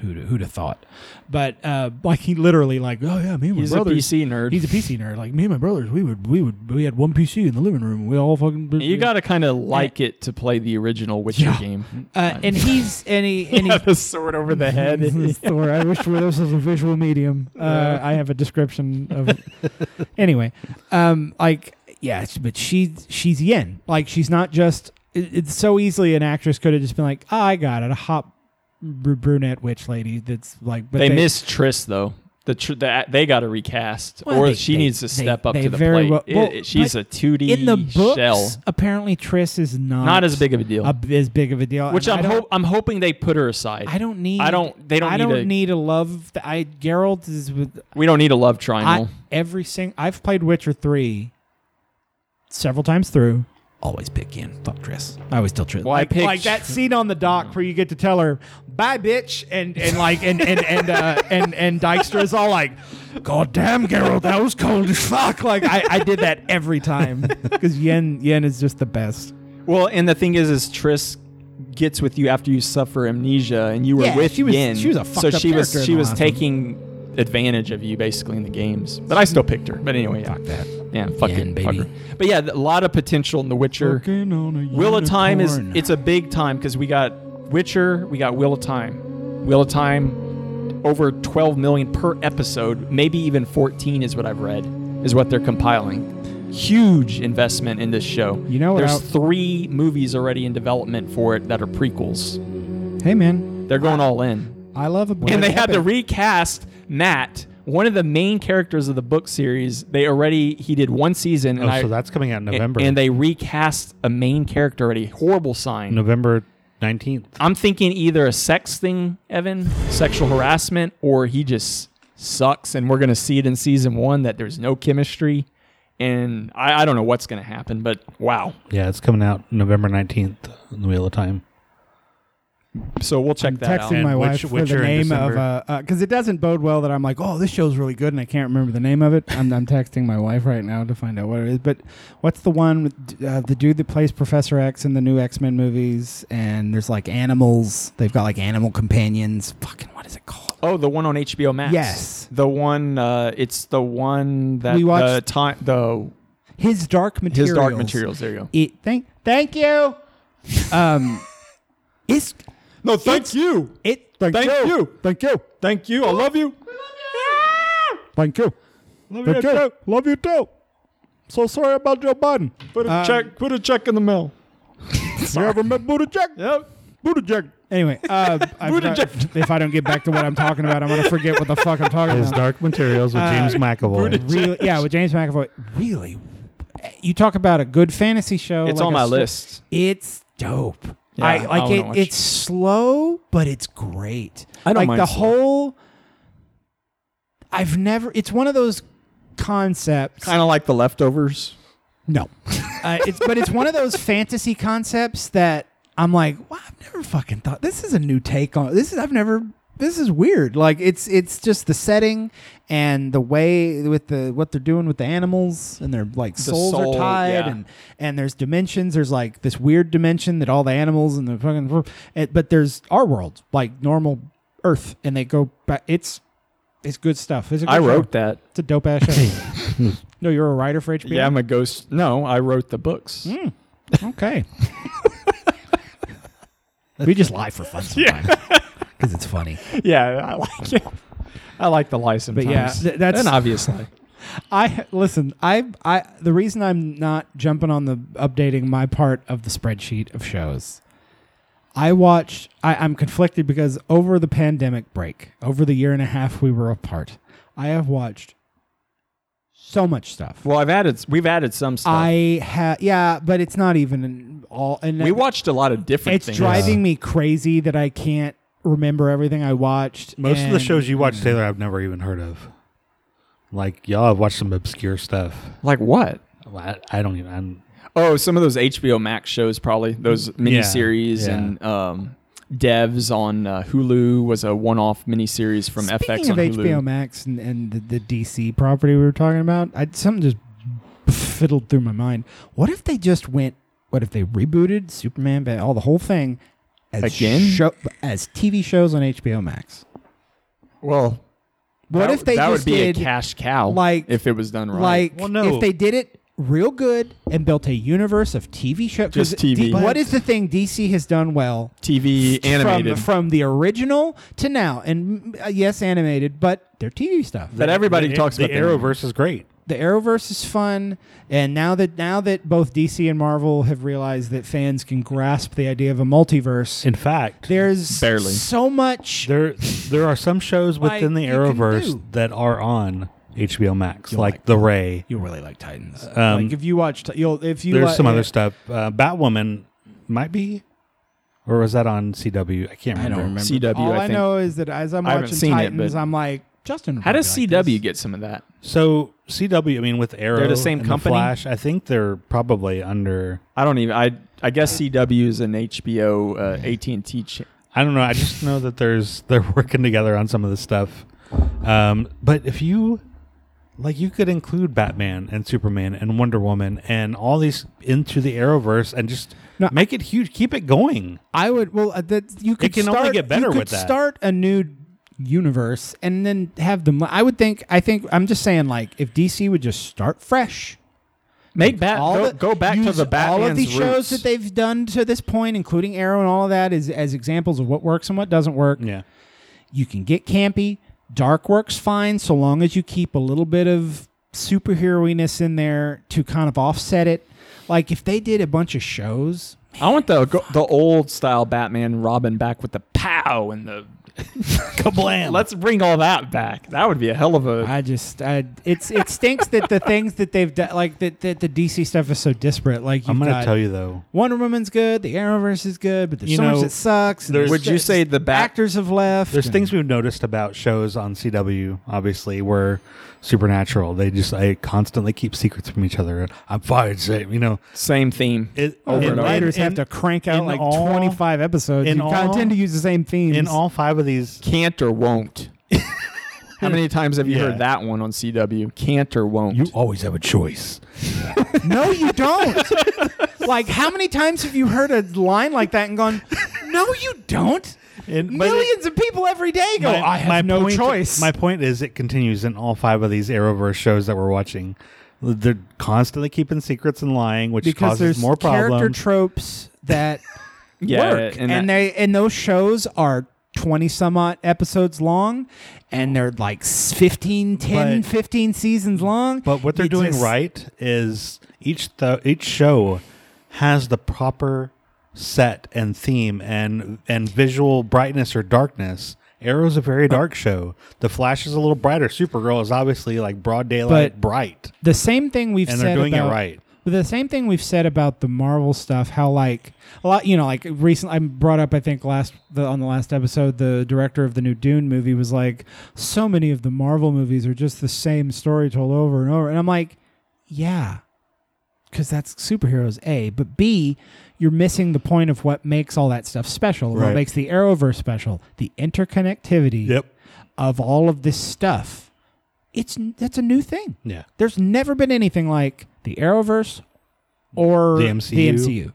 [SPEAKER 5] Who'd, who'd have thought? But uh, like he literally like, oh yeah, me and my
[SPEAKER 2] He's a
[SPEAKER 5] brother.
[SPEAKER 2] PC nerd.
[SPEAKER 5] He's a PC nerd. Like me and my brothers, we would we would we had one PC in the living room. We all fucking.
[SPEAKER 2] you got to kind of like it to play the original Witcher
[SPEAKER 5] Yeah.
[SPEAKER 2] game.
[SPEAKER 5] Uh, and he's and he
[SPEAKER 2] (laughs)
[SPEAKER 5] and (laughs) he
[SPEAKER 2] yeah, the sword over the (laughs) head.
[SPEAKER 5] This is Thor. I wish this was a visual medium. Uh, I have a description of. (laughs) anyway, um, like yeah, it's- but she she's yin. Like she's not just. It, it's so easily an actress could have just been like, oh, I got it, a hot br- brunette witch lady. That's like, but (laughs)
[SPEAKER 2] they, missed Triss though. The tr- that they got to recast,
[SPEAKER 5] Well,
[SPEAKER 2] or
[SPEAKER 5] they-
[SPEAKER 2] she
[SPEAKER 5] they-
[SPEAKER 2] needs to
[SPEAKER 5] they-
[SPEAKER 2] step up
[SPEAKER 5] they
[SPEAKER 2] to the
[SPEAKER 5] very
[SPEAKER 2] plate.
[SPEAKER 5] well-
[SPEAKER 2] It-
[SPEAKER 5] well,
[SPEAKER 2] it- she's a
[SPEAKER 5] but
[SPEAKER 2] 2D
[SPEAKER 5] in the books.
[SPEAKER 2] shell,
[SPEAKER 5] Apparently, Triss is not
[SPEAKER 2] not as big of a deal.
[SPEAKER 5] a, as big of a deal.
[SPEAKER 2] which
[SPEAKER 5] And I
[SPEAKER 2] I'm
[SPEAKER 5] don't-
[SPEAKER 2] ho- I'm hoping they put her aside.
[SPEAKER 5] I don't need.
[SPEAKER 2] I don't. They don't.
[SPEAKER 5] I
[SPEAKER 2] need
[SPEAKER 5] don't
[SPEAKER 2] a,
[SPEAKER 5] need a love. Th- I Geralt is with.
[SPEAKER 2] We don't need a love
[SPEAKER 5] I,
[SPEAKER 2] triangle.
[SPEAKER 5] every sing I've played Witcher three several times through. Always pick in fuck dress. I always still trip.
[SPEAKER 2] Why
[SPEAKER 5] like,
[SPEAKER 2] pick-
[SPEAKER 5] like (laughs) that scene on the dock where you get to tell her bye bitch and and like and and and uh, and and Dykstra's all like God damn Geralt, that was cold as fuck. Like I, I did that every time because Yen Yen is just the best.
[SPEAKER 2] Well, and the thing is, is Triss gets with you after you suffer amnesia, and you were
[SPEAKER 5] Yeah,
[SPEAKER 2] with
[SPEAKER 5] she was-
[SPEAKER 2] Yin.
[SPEAKER 5] she was a
[SPEAKER 2] so
[SPEAKER 5] fucked up
[SPEAKER 2] she was
[SPEAKER 5] character in
[SPEAKER 2] she
[SPEAKER 5] the
[SPEAKER 2] was
[SPEAKER 5] last one.
[SPEAKER 2] taking advantage of you basically in the games. But I still picked her. But anyway, yeah,
[SPEAKER 5] that.
[SPEAKER 2] yeah, fuck
[SPEAKER 5] Yin,
[SPEAKER 2] it, fuck
[SPEAKER 5] baby.
[SPEAKER 2] her. But yeah, a lot of potential in The Witcher. Wheel of Time is it's a big time because we got Witcher, we got Wheel of Time, Wheel of Time, over 12 million per episode, maybe even 14 is what I've read, is what they're compiling. Huge investment in this show.
[SPEAKER 5] You know what
[SPEAKER 2] there's
[SPEAKER 5] I'll-
[SPEAKER 2] three movies already in development for it that are prequels.
[SPEAKER 5] Hey man,
[SPEAKER 2] They're going all in,
[SPEAKER 5] I love a
[SPEAKER 2] and they had to recast Matt. One of the main characters of the book series, they already he did one season, and
[SPEAKER 3] oh,
[SPEAKER 2] I,
[SPEAKER 3] so that's coming out in November.
[SPEAKER 2] and they recast a main character already. Horrible sign.
[SPEAKER 3] November 19th.
[SPEAKER 2] I'm thinking either a sex thing, Evan, sexual harassment, or he just sucks, and we're gonna see it in season one that there's no chemistry, and I, I don't know what's gonna happen, but wow,
[SPEAKER 3] (laughs) Yeah, it's coming out November 19th in the Wheel of Time.
[SPEAKER 2] So we'll check
[SPEAKER 5] I'm
[SPEAKER 2] that out.
[SPEAKER 5] texting my wife for the name of uh because it doesn't bode well that I'm like, oh, this show's really good, and I can't remember the name of it. I'm, I'm texting my wife right now to find out what it is. But what's the one with uh, the dude that plays Professor X in the new X Men movies? And there's like animals. They've got like animal companions. Fucking what is it called?
[SPEAKER 2] Oh, the one on HBO Max.
[SPEAKER 5] Yes.
[SPEAKER 2] the one. Uh, it's the one that
[SPEAKER 5] We watched-
[SPEAKER 2] the time the
[SPEAKER 5] His Dark Materials.
[SPEAKER 2] his dark materials. There you go.
[SPEAKER 5] It, thank thank you. Um, it's
[SPEAKER 2] No, thank you.
[SPEAKER 5] it. Thank,
[SPEAKER 2] you.
[SPEAKER 5] Thank you.
[SPEAKER 2] Thank you. I love you.
[SPEAKER 5] Thank you.
[SPEAKER 2] Love
[SPEAKER 5] Thank you. Love you too. So sorry about Joe Biden.
[SPEAKER 2] Put a
[SPEAKER 5] Um,
[SPEAKER 2] check. Put a check in the
[SPEAKER 5] (laughs)
[SPEAKER 2] mail.
[SPEAKER 5] You ever met Buttigieg?
[SPEAKER 2] Yep.
[SPEAKER 5] Buttigieg. Anyway, (laughs) uh, I forgot-
[SPEAKER 2] Buttigieg.
[SPEAKER 5] if I don't get back to what I'm talking about, I'm gonna forget what the fuck I'm talking
[SPEAKER 3] His
[SPEAKER 5] about.
[SPEAKER 3] Dark Materials with
[SPEAKER 5] Uh,
[SPEAKER 3] (laughs) James McAvoy.
[SPEAKER 5] Really, yeah, with James McAvoy. Really, you talk about a good fantasy show.
[SPEAKER 2] It's
[SPEAKER 5] like
[SPEAKER 2] on
[SPEAKER 5] a
[SPEAKER 2] my
[SPEAKER 5] sl-
[SPEAKER 2] list.
[SPEAKER 5] It's dope.
[SPEAKER 2] Yeah,
[SPEAKER 5] I
[SPEAKER 2] I
[SPEAKER 5] like
[SPEAKER 2] wanna
[SPEAKER 5] it.
[SPEAKER 2] watch.
[SPEAKER 5] It's slow, but it's great.
[SPEAKER 2] I don't
[SPEAKER 5] like
[SPEAKER 2] mind
[SPEAKER 5] the
[SPEAKER 2] slow.
[SPEAKER 5] whole. I've never. It's one of those concepts.
[SPEAKER 2] Kind of like the leftovers.
[SPEAKER 5] No, uh, it's but it's one of those fantasy concepts that I'm like, wow, I've never fucking thought this is a new take on this. Is I've never this is weird. Like it's it's just the setting and the way with the what they're doing with the animals and their like souls
[SPEAKER 2] soul,
[SPEAKER 5] are tied
[SPEAKER 2] yeah.
[SPEAKER 5] and and there's dimensions. There's like this weird dimension that all the animals and the fucking it, but there's our world like normal Earth and they go back. It's it's good stuff. It's a good
[SPEAKER 2] I
[SPEAKER 5] show.
[SPEAKER 2] wrote that.
[SPEAKER 5] It's a dope ass show.
[SPEAKER 2] (laughs)
[SPEAKER 5] no, you're a writer for HBO.
[SPEAKER 2] Yeah, I'm a ghost. No, I wrote the books.
[SPEAKER 5] (laughs) Okay. we just lie for fun sometimes
[SPEAKER 2] (laughs)
[SPEAKER 5] because it's funny.
[SPEAKER 2] (laughs) Yeah, I like it. I like the lie sometimes.
[SPEAKER 5] yeah, th- that's-
[SPEAKER 2] an obvious lie.
[SPEAKER 5] I listen. I I the reason I'm not jumping on the updating my part of the spreadsheet of shows. I watch. I, I'm conflicted because over the pandemic break, over the year and a half we were apart, I have watched so much
[SPEAKER 2] (laughs)
[SPEAKER 5] stuff.
[SPEAKER 2] Well, I've added. We've added some stuff.
[SPEAKER 5] I have, yeah, but it's not even in all. And
[SPEAKER 2] we watched a lot of different
[SPEAKER 5] it's
[SPEAKER 2] things.
[SPEAKER 5] driving me crazy that I can't remember everything I watched.
[SPEAKER 3] Most of the
[SPEAKER 5] and-
[SPEAKER 3] shows you watch, Taylor, I've never even heard of. Like y'all have watched some obscure stuff.
[SPEAKER 2] Like what?
[SPEAKER 3] Well, I, I don't even. I'm,
[SPEAKER 2] Oh, some of those HBO Max shows probably those miniseries
[SPEAKER 3] yeah.
[SPEAKER 2] and um, Devs on uh, Hulu was a one-off miniseries from
[SPEAKER 5] Speaking
[SPEAKER 2] FX
[SPEAKER 5] of
[SPEAKER 2] on
[SPEAKER 5] HBO
[SPEAKER 2] Hulu.
[SPEAKER 5] Max and, and the, the DC property we were talking about, I, something just fiddled through my mind. What if they just went? What if they rebooted Superman, Bat- all the whole thing as
[SPEAKER 2] Again?
[SPEAKER 5] show, as TV shows on HBO Max?
[SPEAKER 2] Well,
[SPEAKER 5] What
[SPEAKER 2] that,
[SPEAKER 5] if they
[SPEAKER 2] that
[SPEAKER 5] just
[SPEAKER 2] would be
[SPEAKER 5] did
[SPEAKER 2] a cash cow?
[SPEAKER 5] like-
[SPEAKER 2] if it was done right,
[SPEAKER 5] like
[SPEAKER 3] Well, no.
[SPEAKER 5] if they did it real good and built a universe of TV shows?
[SPEAKER 2] Just TV.
[SPEAKER 5] what is the thing DC has done well?
[SPEAKER 2] TV animated.
[SPEAKER 5] from, from the original to now, and mm, uh, yes, animated, but they're TV stuff.
[SPEAKER 2] but everybody
[SPEAKER 3] the,
[SPEAKER 2] talks
[SPEAKER 3] the
[SPEAKER 2] about the-
[SPEAKER 3] Arrowverse is great.
[SPEAKER 5] the Arrowverse is fun, and now that now that both DC and Marvel have realized that fans can grasp the idea of a multiverse,
[SPEAKER 3] In fact,
[SPEAKER 5] there's
[SPEAKER 2] Barely.
[SPEAKER 5] so much.
[SPEAKER 3] there there are some shows
[SPEAKER 5] Like,
[SPEAKER 3] within the
[SPEAKER 5] you can
[SPEAKER 3] Arrowverse
[SPEAKER 5] do.
[SPEAKER 3] that are on HBO Max, like, The Ray.
[SPEAKER 5] You'll really like Titans.
[SPEAKER 3] Um,
[SPEAKER 5] like if you watch, Ti- you'll if you
[SPEAKER 3] There's
[SPEAKER 5] li- eh,
[SPEAKER 3] some
[SPEAKER 5] yeah,
[SPEAKER 3] other stuff. Uh, Batwoman might be, or was that on CW? I can't remember.
[SPEAKER 5] I don't remember.
[SPEAKER 2] CW,
[SPEAKER 5] All
[SPEAKER 2] I
[SPEAKER 5] I,
[SPEAKER 2] think.
[SPEAKER 5] know is that as I'm
[SPEAKER 2] I haven't
[SPEAKER 5] watching
[SPEAKER 2] seen it,
[SPEAKER 5] Titans,
[SPEAKER 2] but-
[SPEAKER 5] I'm like Justin. would
[SPEAKER 2] How
[SPEAKER 5] probably
[SPEAKER 2] does
[SPEAKER 5] like
[SPEAKER 2] CW
[SPEAKER 5] this.
[SPEAKER 2] get some of that?
[SPEAKER 3] So CW, I mean, with Arrow,
[SPEAKER 2] They're the same
[SPEAKER 3] and
[SPEAKER 2] company?
[SPEAKER 3] Flash, I think they're probably under.
[SPEAKER 2] I don't even. I I guess CW is an HBO uh, AT and T. Cha-
[SPEAKER 3] I don't know. I just know that there's (laughs) they're working together on some of this stuff. Um, but if you like, you could include Batman and Superman and Wonder Woman and all these into the Arrowverse and just
[SPEAKER 5] No.
[SPEAKER 3] make it huge. Keep it going.
[SPEAKER 5] I would. Well, uh, that you could
[SPEAKER 3] can only
[SPEAKER 5] start,
[SPEAKER 3] get better
[SPEAKER 5] you could
[SPEAKER 3] with that.
[SPEAKER 5] Start a new universe and then have them. I would think. I think. I'm just saying, like, if DC would just start fresh,
[SPEAKER 2] Make bat
[SPEAKER 5] all
[SPEAKER 2] go,
[SPEAKER 5] the-
[SPEAKER 2] go back to
[SPEAKER 5] use
[SPEAKER 2] the Batman's
[SPEAKER 5] all of these
[SPEAKER 2] roots.
[SPEAKER 5] shows that they've done to this point, including Arrow and all of that, is as examples of what works and what doesn't work.
[SPEAKER 3] Yeah.
[SPEAKER 5] You can get campy. Dark works fine so long as you keep a little bit of superheroiness in there to kind of offset it. Like if they did a bunch of shows,
[SPEAKER 2] I want the go, the old style Batman Robin back with the pow and the kablam. Let's bring all that back. That would be a hell of a.
[SPEAKER 5] I just I, it's it stinks that the things that they've done, like that that the DC stuff is so disparate. Like you've
[SPEAKER 3] I'm gonna
[SPEAKER 5] got
[SPEAKER 3] tell you though.
[SPEAKER 5] Wonder Woman's good, the Arrowverse is good, but there's
[SPEAKER 3] You
[SPEAKER 5] so
[SPEAKER 3] know,
[SPEAKER 5] much that sucks. and
[SPEAKER 3] there's-
[SPEAKER 2] Would you say the Bat-
[SPEAKER 5] actors have left?
[SPEAKER 3] There's
[SPEAKER 5] and-
[SPEAKER 3] things we've noticed about shows on CW, obviously, where Supernatural. They just I constantly keep secrets from each other. I'm fired, Sam. You know,
[SPEAKER 2] same theme
[SPEAKER 3] it,
[SPEAKER 5] Oh, the writers have to crank out
[SPEAKER 3] in
[SPEAKER 5] like
[SPEAKER 3] all-
[SPEAKER 5] 25 episodes.
[SPEAKER 3] in
[SPEAKER 5] You kind
[SPEAKER 3] all-
[SPEAKER 5] of tend to use the same themes.
[SPEAKER 3] in all five of these.
[SPEAKER 2] can't or won't. How many times have you
[SPEAKER 3] Yeah.
[SPEAKER 2] heard that one on CW? Can't or won't.
[SPEAKER 3] You always have a choice.
[SPEAKER 4] No, you don't.
[SPEAKER 5] (laughs)
[SPEAKER 4] like, how many times have you heard a line like that and gone, no, you don't?
[SPEAKER 3] And- but it-
[SPEAKER 4] Millions of people every day go,
[SPEAKER 3] my-
[SPEAKER 4] I have
[SPEAKER 3] my
[SPEAKER 4] no
[SPEAKER 3] point-
[SPEAKER 4] choice.
[SPEAKER 3] My point is, it continues in all five of these Arrowverse shows that we're watching. They're constantly keeping secrets and lying, which
[SPEAKER 5] because
[SPEAKER 3] causes
[SPEAKER 5] there's
[SPEAKER 3] more
[SPEAKER 5] character
[SPEAKER 3] problems.
[SPEAKER 5] tropes
[SPEAKER 3] (laughs)
[SPEAKER 5] that
[SPEAKER 2] yeah,
[SPEAKER 5] work.
[SPEAKER 2] and,
[SPEAKER 5] And,
[SPEAKER 2] that-
[SPEAKER 5] they and those shows are 20 some odd episodes long and they're like s- 15 10
[SPEAKER 3] But-
[SPEAKER 5] 15 seasons long.
[SPEAKER 3] but what they're
[SPEAKER 5] You
[SPEAKER 3] doing
[SPEAKER 5] just-
[SPEAKER 3] right is each th- each show has the proper set and theme and and visual brightness or darkness. Arrow's a very dark show. The Flash is a little brighter. Supergirl is obviously like broad daylight,
[SPEAKER 5] But-
[SPEAKER 3] bright.
[SPEAKER 5] the same thing we've
[SPEAKER 3] And
[SPEAKER 5] said
[SPEAKER 3] they're doing it
[SPEAKER 5] about-
[SPEAKER 3] right.
[SPEAKER 5] But the same thing we've said about the Marvel stuff, how like a lot, you know, like recently I brought up, I think last the, on the last episode, the director of the new Dune movie was like, so many of the Marvel movies are just the same story told over and over, and I'm like, yeah, because that's superheroes. A, but B, you're missing the point of what makes all that stuff special.
[SPEAKER 3] Right.
[SPEAKER 5] What makes the Arrowverse special? The interconnectivity
[SPEAKER 3] Yep.
[SPEAKER 5] of all of this stuff. It's that's a new thing.
[SPEAKER 3] Yeah.
[SPEAKER 5] There's never been anything like the Arrowverse or
[SPEAKER 3] The MCU.
[SPEAKER 5] MCU,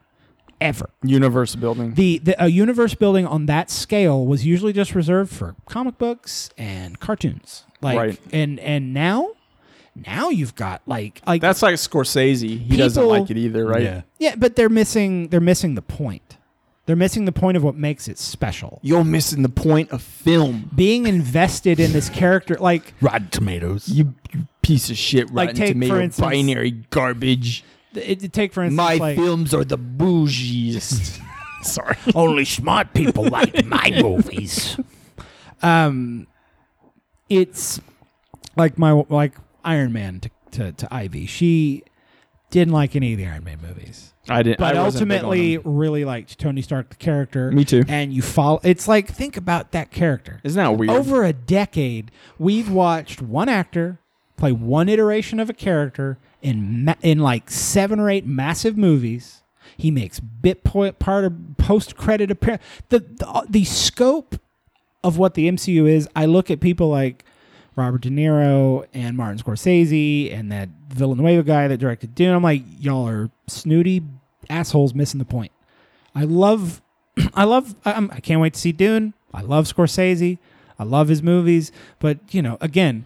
[SPEAKER 5] ever.
[SPEAKER 2] universe building.
[SPEAKER 5] The, the a universe building on that scale was usually just reserved for comic books and cartoons. Like
[SPEAKER 2] Right.
[SPEAKER 5] and and now now you've got like like
[SPEAKER 2] That's like Scorsese. He doesn't
[SPEAKER 5] People-
[SPEAKER 2] like it either, right?
[SPEAKER 3] Yeah.
[SPEAKER 5] yeah, but they're missing they're missing the point. They're missing the point of what makes it special.
[SPEAKER 2] You're missing the point of film.
[SPEAKER 5] Being invested in this character like
[SPEAKER 3] Rotten Tomatoes.
[SPEAKER 2] You, you piece of shit,
[SPEAKER 5] Like,
[SPEAKER 2] Rotten
[SPEAKER 5] take, for
[SPEAKER 2] Tomato
[SPEAKER 5] instance-
[SPEAKER 2] binary garbage.
[SPEAKER 5] it, it take for instance
[SPEAKER 2] My
[SPEAKER 5] like,
[SPEAKER 2] films are the bougiest. (laughs) Sorry.
[SPEAKER 9] Only smart people
[SPEAKER 5] (laughs)
[SPEAKER 9] like my movies.
[SPEAKER 5] um, it's like my like Iron Man to, to to Ivy. She didn't like any of the Iron Man movies,
[SPEAKER 2] I didn't.
[SPEAKER 5] but
[SPEAKER 2] I wasn't big on
[SPEAKER 5] ultimately
[SPEAKER 2] them.
[SPEAKER 5] really liked Tony Stark the character.
[SPEAKER 2] Me too.
[SPEAKER 5] And you follow. It's like think about that character.
[SPEAKER 2] isn't that weird?
[SPEAKER 5] Over a decade, we've watched one actor play one iteration of a character in ma- in like seven or eight massive movies. He makes bit point part of post credit appearance. The, the the scope of what the MCU is. I look at people like Robert De Niro and Martin Scorsese and that Villanueva guy that directed Dune. I'm like, y'all are snooty assholes missing the point. I love, (clears throat) I love, I, I'm- I can't wait to see Dune. I love Scorsese. I love his movies. But, you know, again,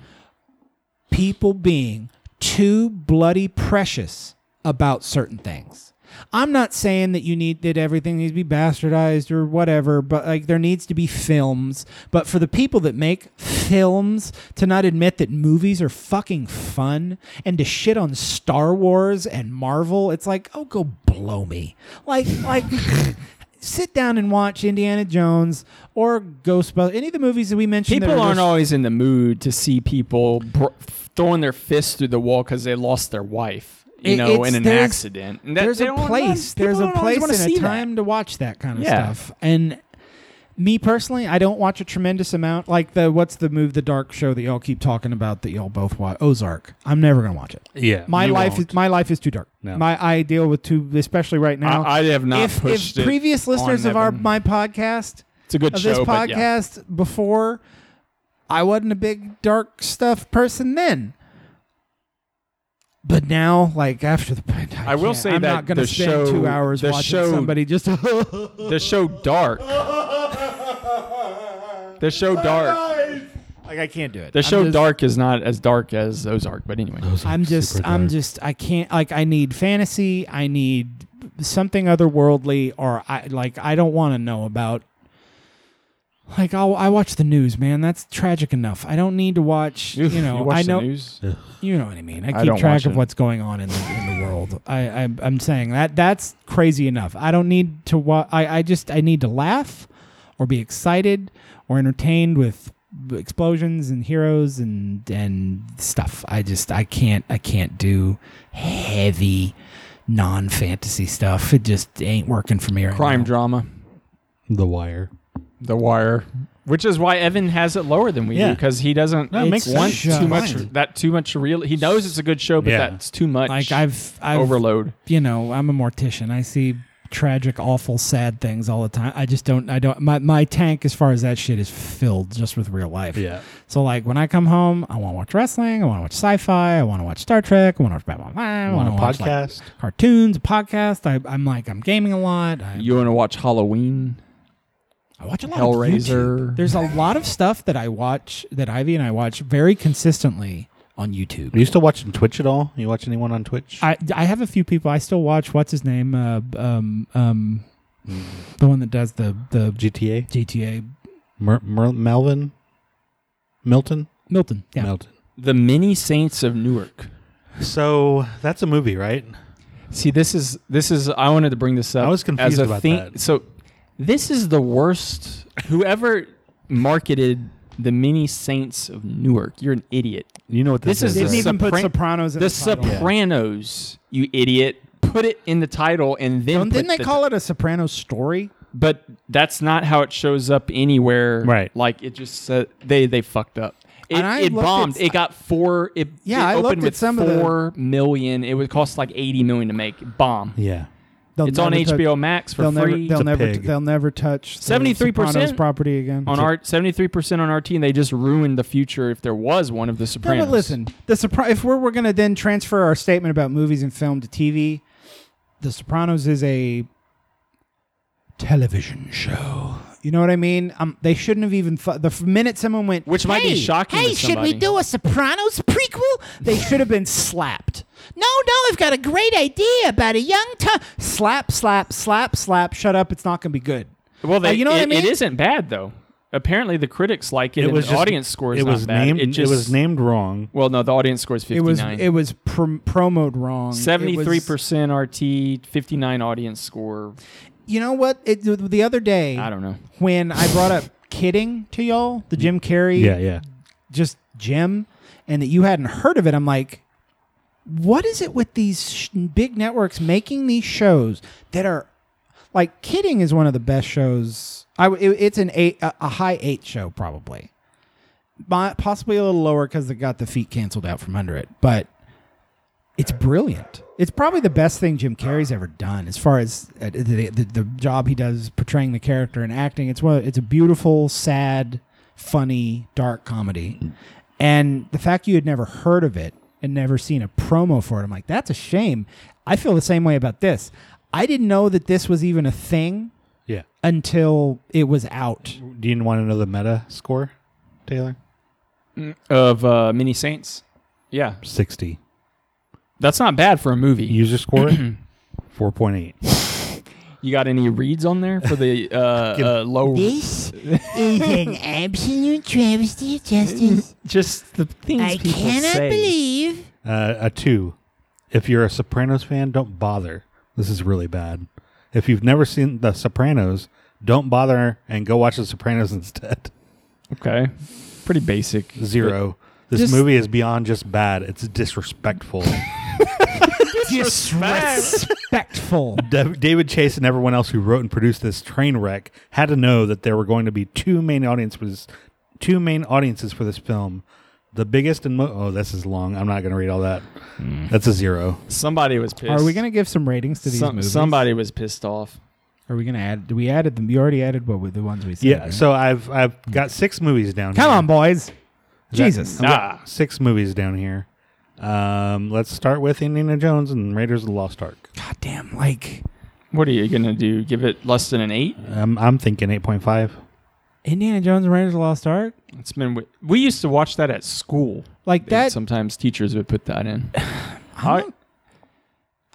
[SPEAKER 5] people being too bloody precious about certain things. I'm not saying that you need that everything needs to be bastardized or whatever, but like there needs to be films. But for the people that make films to not admit that movies are fucking fun and to shit on Star Wars and Marvel, it's like, oh go blow me. Like like (laughs) sit down and watch Indiana Jones or Ghostbusters, any of the movies that we mentioned. that
[SPEAKER 2] people
[SPEAKER 5] are
[SPEAKER 2] aren't
[SPEAKER 5] just-
[SPEAKER 2] always in the mood to see people br- throwing their fists through the wall because they lost their wife, you
[SPEAKER 5] It-
[SPEAKER 2] know,
[SPEAKER 5] it's-
[SPEAKER 2] in an
[SPEAKER 5] there's-
[SPEAKER 2] accident. And that-
[SPEAKER 5] there's
[SPEAKER 2] they
[SPEAKER 5] a
[SPEAKER 2] don't want-
[SPEAKER 5] place.
[SPEAKER 2] people
[SPEAKER 5] There's a
[SPEAKER 2] don't always
[SPEAKER 5] place
[SPEAKER 2] wanna
[SPEAKER 5] and
[SPEAKER 2] see
[SPEAKER 5] a
[SPEAKER 2] that.
[SPEAKER 5] time to watch that kind of
[SPEAKER 2] Yeah.
[SPEAKER 5] stuff. And me personally, I don't watch a tremendous amount. Like the what's the move the dark show that y'all keep talking about that y'all both watch Ozark. I'm never gonna watch it.
[SPEAKER 3] yeah.
[SPEAKER 5] My
[SPEAKER 3] you
[SPEAKER 5] life
[SPEAKER 3] won't.
[SPEAKER 5] is my life is too dark.
[SPEAKER 3] No.
[SPEAKER 5] My I deal with too, especially right now.
[SPEAKER 2] I, I have not
[SPEAKER 5] if,
[SPEAKER 2] pushed
[SPEAKER 5] if
[SPEAKER 2] it
[SPEAKER 5] previous
[SPEAKER 2] on
[SPEAKER 5] listeners of our
[SPEAKER 2] Evan.
[SPEAKER 5] my podcast
[SPEAKER 2] it's a good
[SPEAKER 5] of
[SPEAKER 2] show,
[SPEAKER 5] this
[SPEAKER 2] but yeah.
[SPEAKER 5] podcast before. I wasn't a big dark stuff person then. But now, like after the pandemic,
[SPEAKER 2] I will say
[SPEAKER 5] I'm
[SPEAKER 2] that
[SPEAKER 5] not going to
[SPEAKER 2] the
[SPEAKER 5] spend
[SPEAKER 2] show-
[SPEAKER 5] two hours
[SPEAKER 2] the
[SPEAKER 5] watching
[SPEAKER 2] show-
[SPEAKER 5] somebody just. (laughs)
[SPEAKER 2] the show Dark. the show Dark.
[SPEAKER 4] like, I can't do it.
[SPEAKER 2] The show
[SPEAKER 5] just-
[SPEAKER 2] Dark is not as dark as Ozark, but anyway.
[SPEAKER 5] I'm just, I'm just, I can't. Like, I need fantasy. I need something otherworldly, or I like, I don't want to know about. Like, I'll, I watch the news, man. That's tragic enough. I don't need
[SPEAKER 2] (laughs)
[SPEAKER 5] to watch.
[SPEAKER 2] Oof,
[SPEAKER 5] you know,
[SPEAKER 2] watch
[SPEAKER 5] I
[SPEAKER 2] the
[SPEAKER 5] know.
[SPEAKER 2] news?
[SPEAKER 5] You know what I mean. I
[SPEAKER 2] I
[SPEAKER 5] keep
[SPEAKER 2] don't watch
[SPEAKER 5] track of
[SPEAKER 2] it.
[SPEAKER 5] what's going on in the, in the world. I, I I'm saying that that's crazy enough. I don't need to watch. I I just I need to laugh, or be excited, or entertained with explosions and heroes and and stuff. I just I can't I can't do heavy non fantasy stuff. It just ain't working for me right
[SPEAKER 2] Crime
[SPEAKER 5] now.
[SPEAKER 2] drama.
[SPEAKER 3] The Wire.
[SPEAKER 2] The Wire. Which is why Evan has it lower than we do
[SPEAKER 3] Yeah.
[SPEAKER 2] because he doesn't
[SPEAKER 3] That makes
[SPEAKER 2] want
[SPEAKER 3] sense.
[SPEAKER 2] too much
[SPEAKER 3] Fine.
[SPEAKER 2] that too much real. He knows it's a good show, but
[SPEAKER 3] Yeah.
[SPEAKER 2] that's too much.
[SPEAKER 5] Like I've, I've
[SPEAKER 2] overload.
[SPEAKER 5] You know, I'm a mortician. I see tragic, awful, sad things all the time. I just don't. I don't. My my tank as far as that shit is filled just with real life.
[SPEAKER 3] Yeah.
[SPEAKER 5] So like when I come home, I want to watch wrestling. I want to watch sci-fi. I want to watch Star Trek. I want to watch Batman. I want
[SPEAKER 3] Want
[SPEAKER 5] to
[SPEAKER 3] a
[SPEAKER 2] Oh,
[SPEAKER 5] watch like,
[SPEAKER 3] podcast?
[SPEAKER 5] cartoons, a podcast. I, I'm like I'm gaming a lot. I,
[SPEAKER 2] You want to watch Halloween?
[SPEAKER 5] I watch a lot of
[SPEAKER 2] Hellraiser.
[SPEAKER 5] YouTube. There's a lot of stuff that I watch that Ivy and I watch very consistently on YouTube.
[SPEAKER 3] Are you still watching Twitch at all? You watch anyone on Twitch?
[SPEAKER 5] I I have a few people I still watch. What's his name? Uh, b- um, um, the one that does the the
[SPEAKER 3] GTA?
[SPEAKER 5] GTA
[SPEAKER 3] Mer- Mer- Melvin? Milton?
[SPEAKER 5] Milton. Yeah,
[SPEAKER 3] Milton.
[SPEAKER 2] The Mini Saints of Newark.
[SPEAKER 3] So that's a movie, right?
[SPEAKER 2] See, this is this is. I wanted to bring this up.
[SPEAKER 3] I was confused
[SPEAKER 2] as a
[SPEAKER 3] about
[SPEAKER 2] thing-
[SPEAKER 3] that.
[SPEAKER 2] So, this is the worst. Whoever marketed the Mini Saints of Newark, you're an idiot.
[SPEAKER 3] You know what
[SPEAKER 2] This
[SPEAKER 3] this,
[SPEAKER 2] is
[SPEAKER 5] Didn't
[SPEAKER 2] the
[SPEAKER 5] even put
[SPEAKER 2] Sopran-
[SPEAKER 5] Sopranos in
[SPEAKER 2] the
[SPEAKER 5] the title. Yeah.
[SPEAKER 2] Sopranos. You idiot. Put it in the title and then.
[SPEAKER 5] Don't-
[SPEAKER 2] put
[SPEAKER 5] didn't they
[SPEAKER 2] the-
[SPEAKER 5] call it a Soprano story?
[SPEAKER 2] But that's not how it shows up anywhere.
[SPEAKER 3] Right.
[SPEAKER 2] Like it just said they they fucked up. It,
[SPEAKER 5] And I
[SPEAKER 2] it
[SPEAKER 5] looked at
[SPEAKER 2] bombed.
[SPEAKER 5] s-
[SPEAKER 2] it got four. It
[SPEAKER 5] Yeah,
[SPEAKER 2] it
[SPEAKER 5] I
[SPEAKER 2] opened
[SPEAKER 5] looked at
[SPEAKER 2] with
[SPEAKER 5] some of the-
[SPEAKER 2] four million. It would cost like eighty million to make. Bomb.
[SPEAKER 3] Yeah.
[SPEAKER 5] They'll
[SPEAKER 2] It's on
[SPEAKER 5] never touch-
[SPEAKER 2] HBO Max for
[SPEAKER 5] they'll
[SPEAKER 2] free.
[SPEAKER 5] Never,
[SPEAKER 3] It's a
[SPEAKER 5] they'll never.
[SPEAKER 3] pig.
[SPEAKER 5] They'll never touch the
[SPEAKER 2] 73%
[SPEAKER 5] Sopranos property again.
[SPEAKER 2] on our seventy three percent on RT, and they just ruined the future if there was one of the
[SPEAKER 5] No,
[SPEAKER 2] Sopranos.
[SPEAKER 5] but listen, the Sopra- if we're, we're going to then transfer our statement about movies and film to TV, The Sopranos is a television show. You know what I mean? Um, they shouldn't have even fu- the f- minute someone went,
[SPEAKER 2] Which might be shocking
[SPEAKER 5] Hey,
[SPEAKER 2] to
[SPEAKER 5] should we
[SPEAKER 2] somebody."
[SPEAKER 5] do a Sopranos prequel? They should have been slapped. No, no, I've got a great idea about a young time. Slap, slap, slap, slap. Shut up. It's not going to be good.
[SPEAKER 2] well, they,
[SPEAKER 5] Uh, you know
[SPEAKER 2] it,
[SPEAKER 5] what I mean?
[SPEAKER 2] It isn't bad though. Apparently, the critics like it, and the
[SPEAKER 3] just-
[SPEAKER 2] audience scores.
[SPEAKER 3] It was
[SPEAKER 2] not bad.
[SPEAKER 3] named.
[SPEAKER 2] It, just,
[SPEAKER 3] it was named wrong.
[SPEAKER 2] Well, no, the audience scores
[SPEAKER 5] It
[SPEAKER 2] fifty
[SPEAKER 5] was
[SPEAKER 2] nine.
[SPEAKER 5] it was prom- promoted wrong. It was-
[SPEAKER 2] Seventy-three percent RT, fifty-nine audience score.
[SPEAKER 5] You know what? It, the other day,
[SPEAKER 2] I don't know.
[SPEAKER 5] when I brought up kidding to y'all, the Jim Carrey,
[SPEAKER 3] Yeah, yeah.
[SPEAKER 5] just Jim, and that you hadn't heard of it, I'm like, what is it with these sh- big networks making these shows that are like kidding is one of the best shows. I w- it- it's an eight, a, a high eight show probably, Mo- possibly a little lower because they got the feet canceled out from under it, but. It's brilliant. It's probably the best thing Jim Carrey's ever done, as far as uh, the, the, the job he does portraying the character and acting. It's one. It's a beautiful, sad, funny, dark comedy, and the fact you had never heard of it and never seen a promo for it, I'm like, that's a shame. I feel the same way about this. I didn't know that this was even a thing
[SPEAKER 3] Yeah.
[SPEAKER 5] until it was out.
[SPEAKER 3] Do you want to know the meta score, Taylor?
[SPEAKER 2] Of uh, Mini Saints. Yeah,
[SPEAKER 3] 60.
[SPEAKER 2] that's not bad for a movie. (clears throat)
[SPEAKER 3] User score? 4.8.
[SPEAKER 2] You got any reads on there for
[SPEAKER 5] (laughs)
[SPEAKER 2] the uh, uh, low?
[SPEAKER 16] This is an
[SPEAKER 2] (laughs)
[SPEAKER 16] absolute travesty of justice.
[SPEAKER 2] Just the things
[SPEAKER 16] I
[SPEAKER 2] people
[SPEAKER 16] cannot
[SPEAKER 2] say.
[SPEAKER 16] believe.
[SPEAKER 3] Uh, a 2. If you're a Sopranos fan, don't bother. This is really bad. If you've never seen The Sopranos, don't bother and go watch The Sopranos instead. (laughs)
[SPEAKER 2] Okay, pretty basic.
[SPEAKER 3] Zero. This
[SPEAKER 5] Just-
[SPEAKER 3] movie is beyond just bad. It's
[SPEAKER 5] (laughs)
[SPEAKER 3] disrespectful.
[SPEAKER 2] (laughs)
[SPEAKER 5] Respectful.
[SPEAKER 3] Da- David Chase and everyone else who wrote and produced this train wreck had to know that there were going to be two main audiences, two main audiences for this film. The biggest and mo- oh, this is long. I'm not going to read all that.
[SPEAKER 5] Hmm.
[SPEAKER 3] That's a zero.
[SPEAKER 2] Somebody was pissed.
[SPEAKER 5] Are we gonna give some ratings to these
[SPEAKER 2] Some-
[SPEAKER 5] movies?
[SPEAKER 2] Somebody was pissed off.
[SPEAKER 5] Are we gonna add? We added them. You already added what were the ones we said.
[SPEAKER 3] Yeah.
[SPEAKER 5] right?
[SPEAKER 3] So I've I've got six movies down.
[SPEAKER 5] come
[SPEAKER 3] here.
[SPEAKER 5] on, boys. Jesus.
[SPEAKER 3] I've got six movies down here. Um, let's start with Indiana Jones and Raiders of the Lost Ark.
[SPEAKER 5] God damn. Like
[SPEAKER 2] What are you gonna do? Give it less than an eight?
[SPEAKER 3] Um, I'm thinking eight point five.
[SPEAKER 5] Indiana Jones and Raiders of the Lost Ark.
[SPEAKER 2] It's been. wi- We used to watch that at school.
[SPEAKER 5] Like
[SPEAKER 2] And
[SPEAKER 5] that.
[SPEAKER 2] Sometimes teachers would put that in.
[SPEAKER 5] I, don't-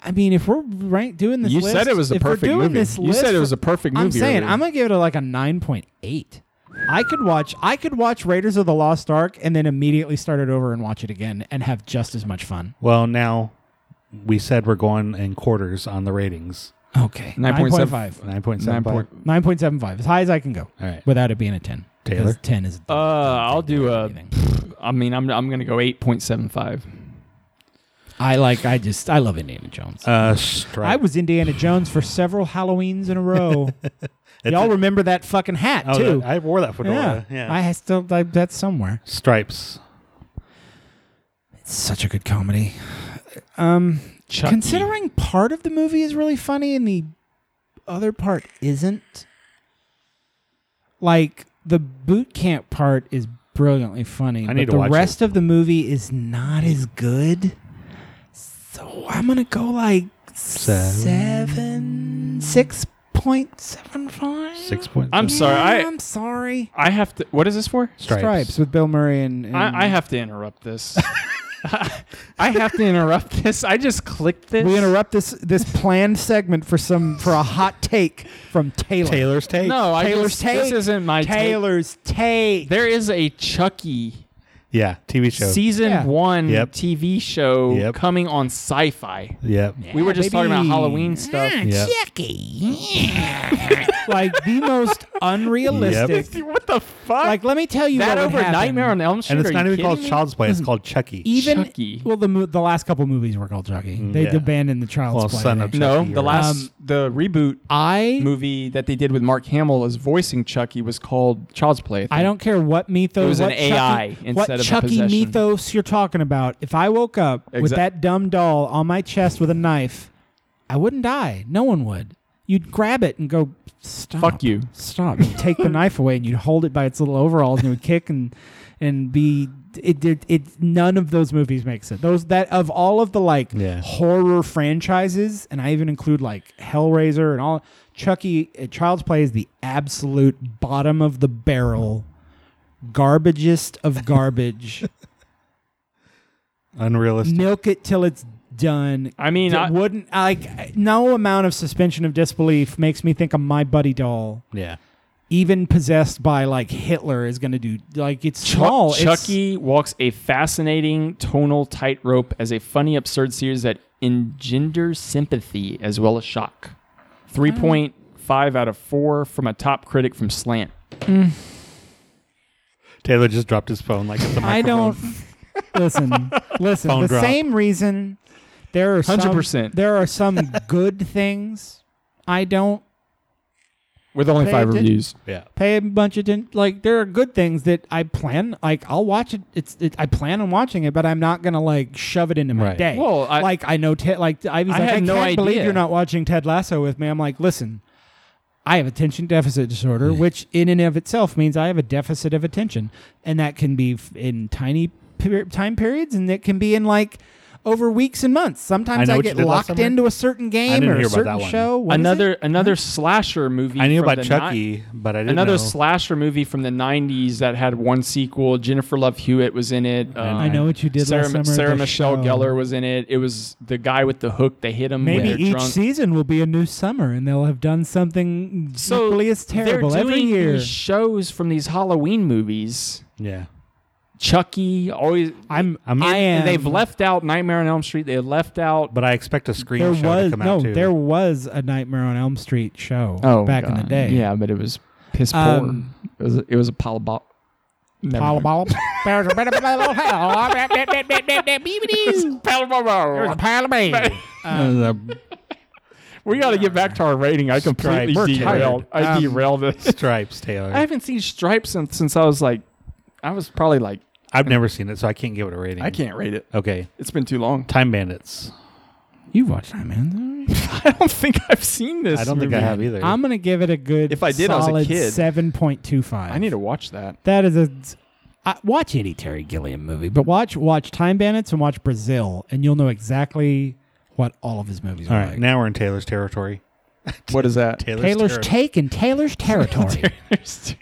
[SPEAKER 5] I mean, if we're rank, doing this,
[SPEAKER 2] You
[SPEAKER 5] list-
[SPEAKER 2] said it was a
[SPEAKER 5] if we're
[SPEAKER 2] perfect
[SPEAKER 5] doing
[SPEAKER 2] movie.
[SPEAKER 5] This
[SPEAKER 2] You said
[SPEAKER 5] list
[SPEAKER 2] it
[SPEAKER 5] for-
[SPEAKER 2] was a perfect
[SPEAKER 5] I'm
[SPEAKER 2] movie
[SPEAKER 5] saying
[SPEAKER 2] earlier.
[SPEAKER 5] I'm gonna give it like a nine point eight. I could watch. I could watch Raiders of the Lost Ark and then immediately start it over and watch it again and have just as much fun.
[SPEAKER 3] Well, now we said we're going in quarters on the ratings.
[SPEAKER 5] Okay,
[SPEAKER 2] 9.7.
[SPEAKER 5] 9.75.
[SPEAKER 3] Nine point
[SPEAKER 2] Nine
[SPEAKER 3] seven
[SPEAKER 2] point.
[SPEAKER 3] five.
[SPEAKER 5] Nine point seven five, as high as I can go,
[SPEAKER 3] All right.
[SPEAKER 5] without it being a ten.
[SPEAKER 3] Taylor?
[SPEAKER 5] Because ten is.
[SPEAKER 2] Uh, I'll do a. I mean, I'm I'm gonna go eight point seven five.
[SPEAKER 5] I like. I just. I love Indiana Jones.
[SPEAKER 3] Uh, Stripe.
[SPEAKER 5] I was Indiana Jones for several Halloweens in
[SPEAKER 3] (laughs)
[SPEAKER 5] a row.
[SPEAKER 3] It's
[SPEAKER 5] Y'all
[SPEAKER 3] a-
[SPEAKER 5] remember that fucking hat
[SPEAKER 3] Oh,
[SPEAKER 5] too?
[SPEAKER 3] that- I wore that fedora, yeah.
[SPEAKER 5] I ha- still. I, that's somewhere.
[SPEAKER 3] Stripes.
[SPEAKER 5] It's such a good comedy. Um,
[SPEAKER 2] Chucky.
[SPEAKER 3] E.
[SPEAKER 5] considering part of the movie is really funny and the other part isn't. Like the boot camp part is brilliantly funny,
[SPEAKER 3] I
[SPEAKER 5] but
[SPEAKER 3] need to
[SPEAKER 5] the
[SPEAKER 3] watch it.
[SPEAKER 5] rest of the movie is not as good. So I'm gonna go like seven, six point seven five.
[SPEAKER 3] Six point.
[SPEAKER 2] I'm sorry. I
[SPEAKER 5] I'm sorry.
[SPEAKER 2] I have to. What is this for?
[SPEAKER 5] Stripes, with Bill Murray and, and
[SPEAKER 2] I, I have to interrupt
[SPEAKER 5] (laughs)
[SPEAKER 2] this. (laughs) I have to interrupt this. I just clicked this.
[SPEAKER 5] We interrupt this this planned segment for some for a hot take from Taylor.
[SPEAKER 3] Taylor's take.
[SPEAKER 2] No, I
[SPEAKER 5] Taylor's
[SPEAKER 2] just,
[SPEAKER 5] take.
[SPEAKER 2] This isn't my take.
[SPEAKER 5] Taylor's take.
[SPEAKER 2] There is a E. Chucky
[SPEAKER 3] Yeah, TV show.
[SPEAKER 2] season
[SPEAKER 5] Yeah.
[SPEAKER 2] one
[SPEAKER 3] Yep.
[SPEAKER 2] TV show
[SPEAKER 3] Yep.
[SPEAKER 2] coming on Sci-Fi.
[SPEAKER 3] Yep.
[SPEAKER 2] we were just talking about
[SPEAKER 5] baby. Ah, Mm.
[SPEAKER 2] Halloween stuff.
[SPEAKER 5] (laughs)
[SPEAKER 3] Yep.
[SPEAKER 5] like the most unrealistic.
[SPEAKER 2] what the fuck?
[SPEAKER 5] Like let me tell you
[SPEAKER 2] that
[SPEAKER 5] what
[SPEAKER 2] over
[SPEAKER 5] would happen.
[SPEAKER 2] Nightmare on Elm Street.
[SPEAKER 3] And it's
[SPEAKER 2] Are
[SPEAKER 3] not
[SPEAKER 2] you
[SPEAKER 3] even called
[SPEAKER 2] kidding me? E-
[SPEAKER 3] Child's Play. It's called Chucky.
[SPEAKER 5] Even
[SPEAKER 2] Chucky. Mm,
[SPEAKER 5] well, the mo- the last couple movies were called Chucky. they
[SPEAKER 3] yeah.
[SPEAKER 5] abandoned the child's
[SPEAKER 3] Well,
[SPEAKER 5] play.
[SPEAKER 3] son
[SPEAKER 5] I
[SPEAKER 3] of
[SPEAKER 5] think.
[SPEAKER 2] No,
[SPEAKER 3] Chucky
[SPEAKER 2] the
[SPEAKER 3] or-
[SPEAKER 2] last the reboot
[SPEAKER 5] I
[SPEAKER 2] movie that they did with Mark Hamill as voicing Chucky was called Child's Play. think.
[SPEAKER 5] I don't care what mythos.
[SPEAKER 2] It was an
[SPEAKER 5] what Chucky-
[SPEAKER 2] AI
[SPEAKER 5] what
[SPEAKER 2] instead of a
[SPEAKER 5] Chucky
[SPEAKER 2] possession.
[SPEAKER 5] mythos you're talking about. If I woke up with
[SPEAKER 2] Exa-
[SPEAKER 5] that dumb doll on my chest with a knife, I wouldn't die. No one would. You'd grab it and go, stop.
[SPEAKER 2] Fuck you."
[SPEAKER 5] Stop. You'd take the knife away and you'd hold it by its little overalls and it would kick and and be. It, it, it none of those movies makes it. Those that of all of the like
[SPEAKER 3] Yeah.
[SPEAKER 5] horror franchises, and I even include like Hellraiser and all. Chucky, uh, Child's Play is the absolute bottom of the barrel, garbagest of garbage.
[SPEAKER 3] Unrealistic.
[SPEAKER 5] Milk it till it's done.
[SPEAKER 2] I mean,
[SPEAKER 5] it
[SPEAKER 2] I-
[SPEAKER 5] wouldn't like no amount of suspension of disbelief makes me think of my buddy doll.
[SPEAKER 3] Yeah.
[SPEAKER 5] Even possessed by like Hitler is going to do like it's
[SPEAKER 2] Chuck-
[SPEAKER 5] small. It's-
[SPEAKER 2] Chucky walks a fascinating tonal tightrope as a funny, absurd series that engenders sympathy as well as shock.
[SPEAKER 5] Mm.
[SPEAKER 2] 3.5 out of 4 from a top critic from Slant.
[SPEAKER 3] Taylor just dropped his phone like it's a
[SPEAKER 5] I
[SPEAKER 3] microphone.
[SPEAKER 5] don't listen. Listen,
[SPEAKER 3] Phone
[SPEAKER 5] the
[SPEAKER 3] drop.
[SPEAKER 5] same reason there are some-
[SPEAKER 2] 100%.
[SPEAKER 5] there are some good things I don't
[SPEAKER 2] With only
[SPEAKER 5] They
[SPEAKER 2] five
[SPEAKER 5] did-
[SPEAKER 2] reviews.
[SPEAKER 3] Yeah.
[SPEAKER 5] pay a bunch of attention. Like there are good things that I plan. Like I'll watch it. It's it, I plan on watching it, but I'm not gonna like shove it into my
[SPEAKER 3] Right.
[SPEAKER 5] day.
[SPEAKER 2] Well, I-
[SPEAKER 5] like I know Ted. Like I was
[SPEAKER 2] I
[SPEAKER 5] like,
[SPEAKER 2] had
[SPEAKER 5] I
[SPEAKER 2] no
[SPEAKER 5] can't believe
[SPEAKER 2] idea.
[SPEAKER 5] you're not watching Ted Lasso with me. I'm like, listen, I have attention deficit disorder, which in and of itself means I have a deficit of attention, and that can be f- in tiny per- time periods, and it can be in like. Over weeks and months, sometimes
[SPEAKER 3] know
[SPEAKER 5] I,
[SPEAKER 3] what
[SPEAKER 5] get
[SPEAKER 3] you did last
[SPEAKER 5] locked
[SPEAKER 3] summer.
[SPEAKER 5] into a certain game
[SPEAKER 3] didn't
[SPEAKER 5] or
[SPEAKER 3] hear
[SPEAKER 5] a
[SPEAKER 3] about that
[SPEAKER 5] certain
[SPEAKER 3] one.
[SPEAKER 5] show. What is it?
[SPEAKER 2] another another slasher movie.
[SPEAKER 3] I knew
[SPEAKER 2] from
[SPEAKER 3] about
[SPEAKER 2] the
[SPEAKER 3] Chucky,
[SPEAKER 2] ni-
[SPEAKER 3] but I didn't
[SPEAKER 2] another
[SPEAKER 3] know.
[SPEAKER 2] slasher movie from the 90s that had one sequel. Jennifer Love Hewitt was in it. Um,
[SPEAKER 5] I know what you did
[SPEAKER 2] Sarah,
[SPEAKER 5] last summer,
[SPEAKER 2] Sarah
[SPEAKER 5] the
[SPEAKER 2] Michelle
[SPEAKER 5] show.
[SPEAKER 2] Gellar was in it. It was the guy with the hook. They hit him. when
[SPEAKER 5] Maybe
[SPEAKER 2] they're
[SPEAKER 5] each
[SPEAKER 2] drunk.
[SPEAKER 5] season will be a new summer, and they'll have done something
[SPEAKER 2] so
[SPEAKER 5] equally as terrible
[SPEAKER 2] they're
[SPEAKER 5] every
[SPEAKER 2] doing
[SPEAKER 5] year.
[SPEAKER 2] these shows from these Halloween movies.
[SPEAKER 3] yeah.
[SPEAKER 2] Chucky always.
[SPEAKER 5] I'm,
[SPEAKER 3] I'm-
[SPEAKER 5] I
[SPEAKER 2] and
[SPEAKER 5] am.
[SPEAKER 2] They've left out Nightmare on Elm Street. They left out.
[SPEAKER 3] But I expect a screen
[SPEAKER 5] There
[SPEAKER 3] show to
[SPEAKER 5] was
[SPEAKER 3] come
[SPEAKER 5] no.
[SPEAKER 3] out too.
[SPEAKER 5] There was a Nightmare on Elm Street show
[SPEAKER 2] oh,
[SPEAKER 5] back in
[SPEAKER 2] God.
[SPEAKER 5] the day.
[SPEAKER 2] Yeah, but it was piss poor.
[SPEAKER 5] Um,
[SPEAKER 2] it was it was a polybop. (laughs)
[SPEAKER 5] Paula Ball-
[SPEAKER 2] (laughs) We got to get back to our rating. I completely
[SPEAKER 3] We're
[SPEAKER 2] derailed.
[SPEAKER 3] tired.
[SPEAKER 2] I derailed this.
[SPEAKER 3] Stripes, Taylor.
[SPEAKER 2] Um, (laughs) I
[SPEAKER 3] I've,
[SPEAKER 2] haven't seen Stripes since, since I was like, I was probably like,
[SPEAKER 3] never seen it, so I can't give it a rating.
[SPEAKER 2] I can't rate it.
[SPEAKER 3] Okay.
[SPEAKER 2] It's been too long. (laughs)
[SPEAKER 3] Time Bandits.
[SPEAKER 8] You've watched that, man.
[SPEAKER 2] I don't think I've seen this.
[SPEAKER 3] I don't think I
[SPEAKER 2] movie.
[SPEAKER 3] have either.
[SPEAKER 5] I'm gonna give it a good.
[SPEAKER 2] If I did, I was a
[SPEAKER 5] solid
[SPEAKER 2] kid.
[SPEAKER 5] seven point two five.
[SPEAKER 2] I need to watch that.
[SPEAKER 5] That is a. I, watch any Terry Gilliam movie, but watch watch Time Bandits and watch Brazil, and you'll know exactly what all of his movies
[SPEAKER 3] All
[SPEAKER 5] are
[SPEAKER 3] right.
[SPEAKER 5] like.
[SPEAKER 3] Now we're in Taylor's territory.
[SPEAKER 2] What is (laughs) that?
[SPEAKER 3] Taylor's,
[SPEAKER 5] Taylor's
[SPEAKER 3] territory.
[SPEAKER 5] take and (laughs) Taylor's territory.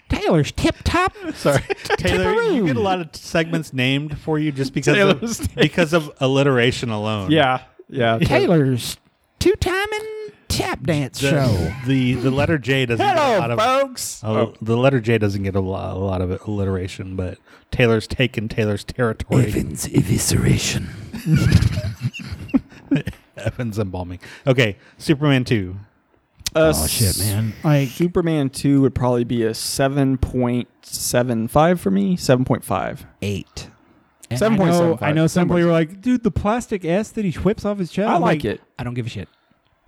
[SPEAKER 5] Taylor's tip (laughs) top.
[SPEAKER 3] Sorry, Taylor. You get a lot of segments named for you just because
[SPEAKER 2] Taylor's
[SPEAKER 3] of, (laughs)
[SPEAKER 2] Territory.
[SPEAKER 3] because of alliteration alone.
[SPEAKER 2] Yeah, yeah.
[SPEAKER 5] (laughs) Taylor's two timing tap dance
[SPEAKER 3] The,
[SPEAKER 5] show.
[SPEAKER 3] the the letter J doesn't get a lot of Oh,
[SPEAKER 2] folks.
[SPEAKER 3] a- the letter J doesn't get a lot, a lot of alliteration, but Taylor's take and Taylor's territory.
[SPEAKER 8] Evans evisceration.
[SPEAKER 3] (laughs) Evans embalming. Okay, Superman two.
[SPEAKER 2] Uh,
[SPEAKER 8] Oh shit, man.
[SPEAKER 5] Like
[SPEAKER 2] Superman 2 would probably be a 7.75 for me. 7.5.
[SPEAKER 5] eight. And
[SPEAKER 2] Seven
[SPEAKER 5] I
[SPEAKER 2] point
[SPEAKER 5] know-
[SPEAKER 2] seven five.
[SPEAKER 5] I know
[SPEAKER 2] Seven
[SPEAKER 5] some people
[SPEAKER 2] point
[SPEAKER 5] were like, dude, the plastic S that he whips off his chest.
[SPEAKER 2] I
[SPEAKER 5] I'm
[SPEAKER 2] like it.
[SPEAKER 5] I don't give a shit.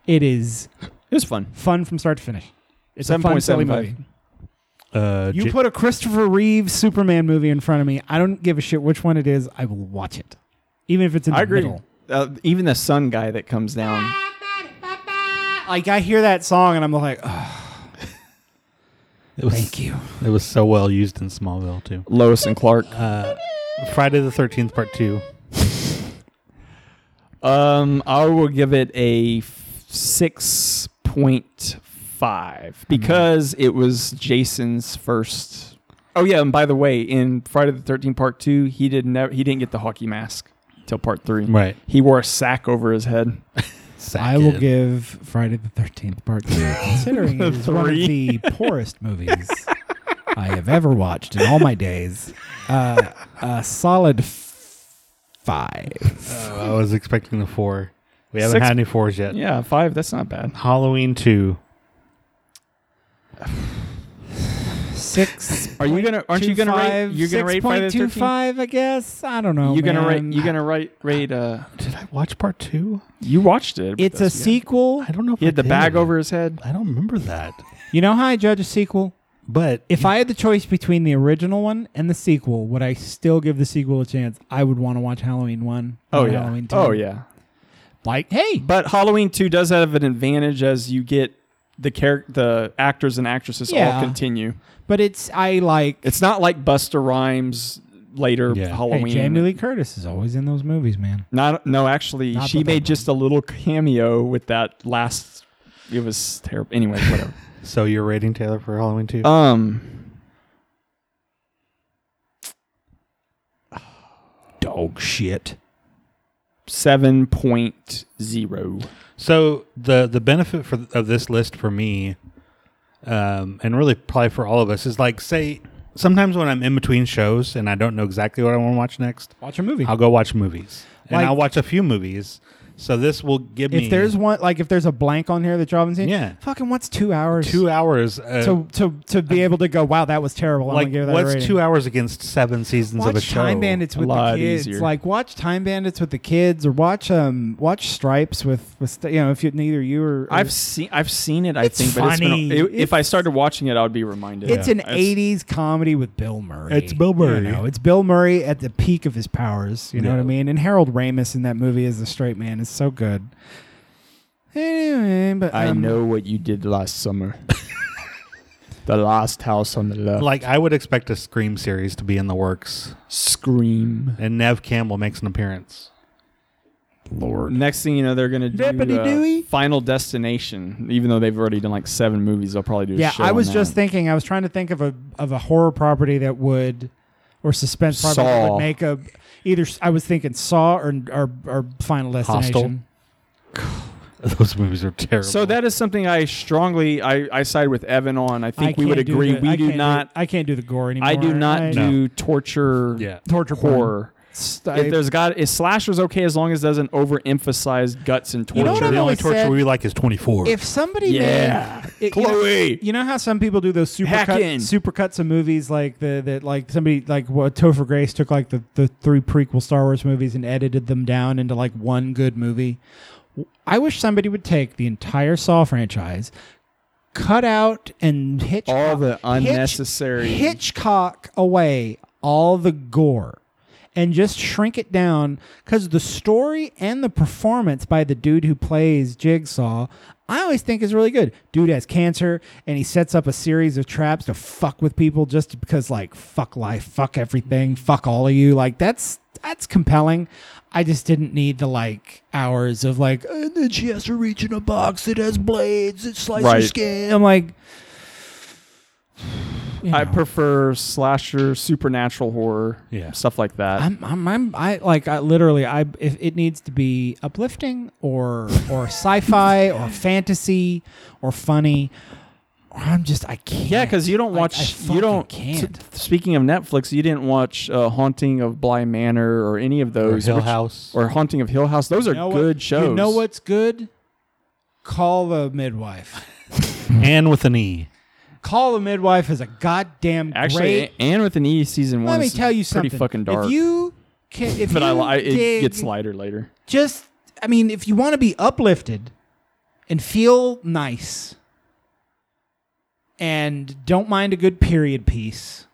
[SPEAKER 5] It is.
[SPEAKER 2] It was fun.
[SPEAKER 5] Fun from start to finish. It's a
[SPEAKER 2] Seven
[SPEAKER 5] fun,
[SPEAKER 2] point
[SPEAKER 5] silly
[SPEAKER 2] seven
[SPEAKER 5] movie.
[SPEAKER 2] five.
[SPEAKER 3] Uh,
[SPEAKER 5] You
[SPEAKER 3] J-
[SPEAKER 5] put a Christopher Reeve Superman movie in front of me. I don't give a shit which one it is. I will watch it, even if it's in the
[SPEAKER 2] I agree.
[SPEAKER 5] middle.
[SPEAKER 2] Uh, even the sun guy that comes down.
[SPEAKER 5] Like I hear that song and I'm like, "Ugh."
[SPEAKER 3] It was,
[SPEAKER 5] Thank you.
[SPEAKER 3] It was so well used in Smallville too.
[SPEAKER 2] Lois and Clark.
[SPEAKER 3] Uh, Friday the Thirteenth Part Two.
[SPEAKER 2] Um, I will give it a six point five because it was Jason's first. Oh yeah, and by the way, in Friday the Thirteenth Part Two, he did never he didn't get the hockey mask till Part Three.
[SPEAKER 3] Right.
[SPEAKER 2] He wore a sack over his head.
[SPEAKER 5] I will give Friday the Thirteenth Part
[SPEAKER 2] (laughs)
[SPEAKER 5] Two, considering it is one of
[SPEAKER 2] Three.
[SPEAKER 5] the poorest movies I have ever watched in all my days. Uh, a solid f- five.
[SPEAKER 3] I was expecting the four. We haven't
[SPEAKER 2] Six-
[SPEAKER 3] had any fours yet.
[SPEAKER 2] Yeah, five. That's not bad.
[SPEAKER 3] Halloween two.
[SPEAKER 5] Six.
[SPEAKER 2] Are you gonna? Aren't you gonna rate? You're gonna rate Friday the 13th?
[SPEAKER 5] 6.25, I guess. I don't know.
[SPEAKER 2] you gonna rate?
[SPEAKER 5] man.
[SPEAKER 2] You gonna rate? Rate? Uh,
[SPEAKER 3] Did I watch part two?
[SPEAKER 2] you watched it.
[SPEAKER 5] It's a sequel.
[SPEAKER 3] I don't know. If
[SPEAKER 2] He had
[SPEAKER 3] I
[SPEAKER 2] the bag
[SPEAKER 3] did.
[SPEAKER 2] over his head.
[SPEAKER 3] I don't remember that.
[SPEAKER 5] You know how I judge a sequel?
[SPEAKER 3] But
[SPEAKER 5] If I had the choice between the original one and the sequel, would I still give the sequel a chance? I would want to watch Halloween one.
[SPEAKER 2] Oh
[SPEAKER 5] not
[SPEAKER 2] yeah.
[SPEAKER 5] Halloween two.
[SPEAKER 2] Oh yeah.
[SPEAKER 5] Like, hey,
[SPEAKER 2] But Halloween two does have an advantage as you get the char- the actors and actresses
[SPEAKER 5] Yeah.
[SPEAKER 2] all continue.
[SPEAKER 5] but it's I like.
[SPEAKER 2] It's not like Buster Rhymes later
[SPEAKER 3] Yeah. Hey,
[SPEAKER 2] Halloween.
[SPEAKER 5] Hey, Jamie Lee Curtis is always in those movies, man.
[SPEAKER 2] Not no, actually,
[SPEAKER 5] Not
[SPEAKER 2] she
[SPEAKER 5] the
[SPEAKER 2] made
[SPEAKER 5] bad
[SPEAKER 2] just a little cameo with that last. It was terrible. Anyway,
[SPEAKER 5] (laughs)
[SPEAKER 2] whatever.
[SPEAKER 3] so you're rating Taylor for Halloween two?
[SPEAKER 2] um,
[SPEAKER 5] Dog shit.
[SPEAKER 2] seven point zero.
[SPEAKER 3] So the the benefit for of this list for me, um, and really probably for all of us, is like say sometimes when I'm in between shows and I don't know exactly what I want to watch next,
[SPEAKER 5] Watch a movie.
[SPEAKER 3] I'll go watch movies, and
[SPEAKER 5] Like-
[SPEAKER 3] I'll watch a few movies. So this will give me
[SPEAKER 5] if there's one, like, if there's a blank on here that you haven't seen,
[SPEAKER 3] Yeah.
[SPEAKER 5] fucking what's two hours?
[SPEAKER 3] two hours. Uh,
[SPEAKER 5] to to to be able to go, wow, that was terrible. I'm
[SPEAKER 3] like
[SPEAKER 5] gonna give that a
[SPEAKER 3] what's
[SPEAKER 5] rating."
[SPEAKER 3] two hours against seven seasons
[SPEAKER 5] watch
[SPEAKER 3] of a show?
[SPEAKER 5] Time Bandits
[SPEAKER 2] a
[SPEAKER 5] with the
[SPEAKER 2] lot
[SPEAKER 5] kids.
[SPEAKER 2] easier.
[SPEAKER 5] Like watch Time Bandits with the kids, or watch um watch Stripes with with st- you know if you neither you or, or
[SPEAKER 2] I've seen I've seen it. I
[SPEAKER 5] It's
[SPEAKER 2] think, but
[SPEAKER 5] funny.
[SPEAKER 2] it's been. It, if I
[SPEAKER 5] It's-
[SPEAKER 2] started watching it, I would be reminded.
[SPEAKER 5] it's an
[SPEAKER 2] It's-
[SPEAKER 5] '80s comedy with Bill Murray.
[SPEAKER 3] It's Bill Murray.
[SPEAKER 5] You know, it's Bill Murray at the peak of his powers. You know what I
[SPEAKER 3] Yeah.
[SPEAKER 5] mean? And Harold Ramis in that movie as the straight man is so good. Anyway, but
[SPEAKER 2] I
[SPEAKER 5] um,
[SPEAKER 2] know what you did last summer. (laughs) the last house on the left.
[SPEAKER 3] Like I would expect a Scream series to be in the works,
[SPEAKER 2] Scream.
[SPEAKER 3] and Nev Campbell makes an appearance. (laughs)
[SPEAKER 5] Lord.
[SPEAKER 2] Next thing you know, they're gonna do
[SPEAKER 5] Deputy
[SPEAKER 2] uh,
[SPEAKER 5] Dewey?
[SPEAKER 2] Final Destination. Even though they've already done like seven movies, they'll probably do. A
[SPEAKER 5] Yeah,
[SPEAKER 2] show
[SPEAKER 5] I
[SPEAKER 2] on
[SPEAKER 5] was
[SPEAKER 2] that.
[SPEAKER 5] just thinking. I was trying to think of a of a horror property that would, or suspense property that would
[SPEAKER 2] Saw.
[SPEAKER 5] make a either. I was thinking Saw or or, or Final Destination.
[SPEAKER 3] Hostel. Those movies are terrible.
[SPEAKER 2] So that is something I strongly I, I side with Evan on. I think we would
[SPEAKER 5] can't do
[SPEAKER 2] agree.
[SPEAKER 5] the-
[SPEAKER 2] we
[SPEAKER 5] I
[SPEAKER 2] do
[SPEAKER 5] can't
[SPEAKER 2] not.
[SPEAKER 5] I can't do the gore anymore.
[SPEAKER 2] I do not
[SPEAKER 5] I-
[SPEAKER 2] do torture.
[SPEAKER 3] Yeah.
[SPEAKER 5] torture porn.
[SPEAKER 2] horror.
[SPEAKER 5] St-
[SPEAKER 2] If there's got is slashers okay as long as it doesn't overemphasize guts and torture.
[SPEAKER 5] You know what I've
[SPEAKER 3] the only
[SPEAKER 5] always
[SPEAKER 3] torture
[SPEAKER 5] said-
[SPEAKER 3] we like is twenty four.
[SPEAKER 5] if somebody
[SPEAKER 2] Yeah.
[SPEAKER 5] made it- you know-
[SPEAKER 2] Chloe.
[SPEAKER 5] you know how some people do those
[SPEAKER 2] Hack
[SPEAKER 5] supercut
[SPEAKER 2] in.
[SPEAKER 5] supercuts of movies like the that like somebody like what Topher Grace took like the the three prequel Star Wars movies and edited them down into like one good movie. W- I wish somebody would take the entire Saw franchise, cut out and Hitchcock
[SPEAKER 2] All the
[SPEAKER 5] Hitch-
[SPEAKER 2] unnecessary-
[SPEAKER 5] Hitchcock away all the gore and just shrink it down because the story and the performance by the dude who plays Jigsaw, I always think is really good. Dude has cancer and he sets up a series of traps to fuck with people just because, like, fuck life, fuck everything, fuck all of you. Like, that's that's compelling. I just didn't need the like hours of like, and then she has to reach in a box that has blades that slice your
[SPEAKER 2] Right.
[SPEAKER 5] skin. I'm like, you
[SPEAKER 2] I
[SPEAKER 5] know.
[SPEAKER 2] prefer slasher, supernatural horror,
[SPEAKER 3] Yeah.
[SPEAKER 2] stuff like that.
[SPEAKER 5] I'm, I'm, I'm, I like, I literally, I, if it needs to be uplifting or, (laughs) or sci-fi or fantasy or funny, or I'm just, I can't.
[SPEAKER 2] yeah, because you don't
[SPEAKER 5] Like,
[SPEAKER 2] watch.
[SPEAKER 5] I
[SPEAKER 2] you
[SPEAKER 5] fucking
[SPEAKER 2] don't.
[SPEAKER 5] can't.
[SPEAKER 2] t- speaking of Netflix, you didn't watch uh, Haunting of Bly Manor or any of those.
[SPEAKER 3] Hill
[SPEAKER 2] which-
[SPEAKER 3] House.
[SPEAKER 2] Or Haunting of Hill House. Those are
[SPEAKER 5] You know what-
[SPEAKER 2] good shows.
[SPEAKER 5] You know what's good? Call the midwife.
[SPEAKER 3] and with an E.
[SPEAKER 5] Call the midwife is a goddamn
[SPEAKER 2] Actually,
[SPEAKER 5] great.
[SPEAKER 2] and with an E season one,
[SPEAKER 5] Let me
[SPEAKER 2] is
[SPEAKER 5] tell you
[SPEAKER 2] pretty
[SPEAKER 5] something.
[SPEAKER 2] fucking dark.
[SPEAKER 5] If you can, if
[SPEAKER 2] but
[SPEAKER 5] you
[SPEAKER 2] I, li- I it
[SPEAKER 5] dig-
[SPEAKER 2] gets lighter later.
[SPEAKER 5] Just, I mean, if you want to be uplifted and feel nice and don't mind a good period piece,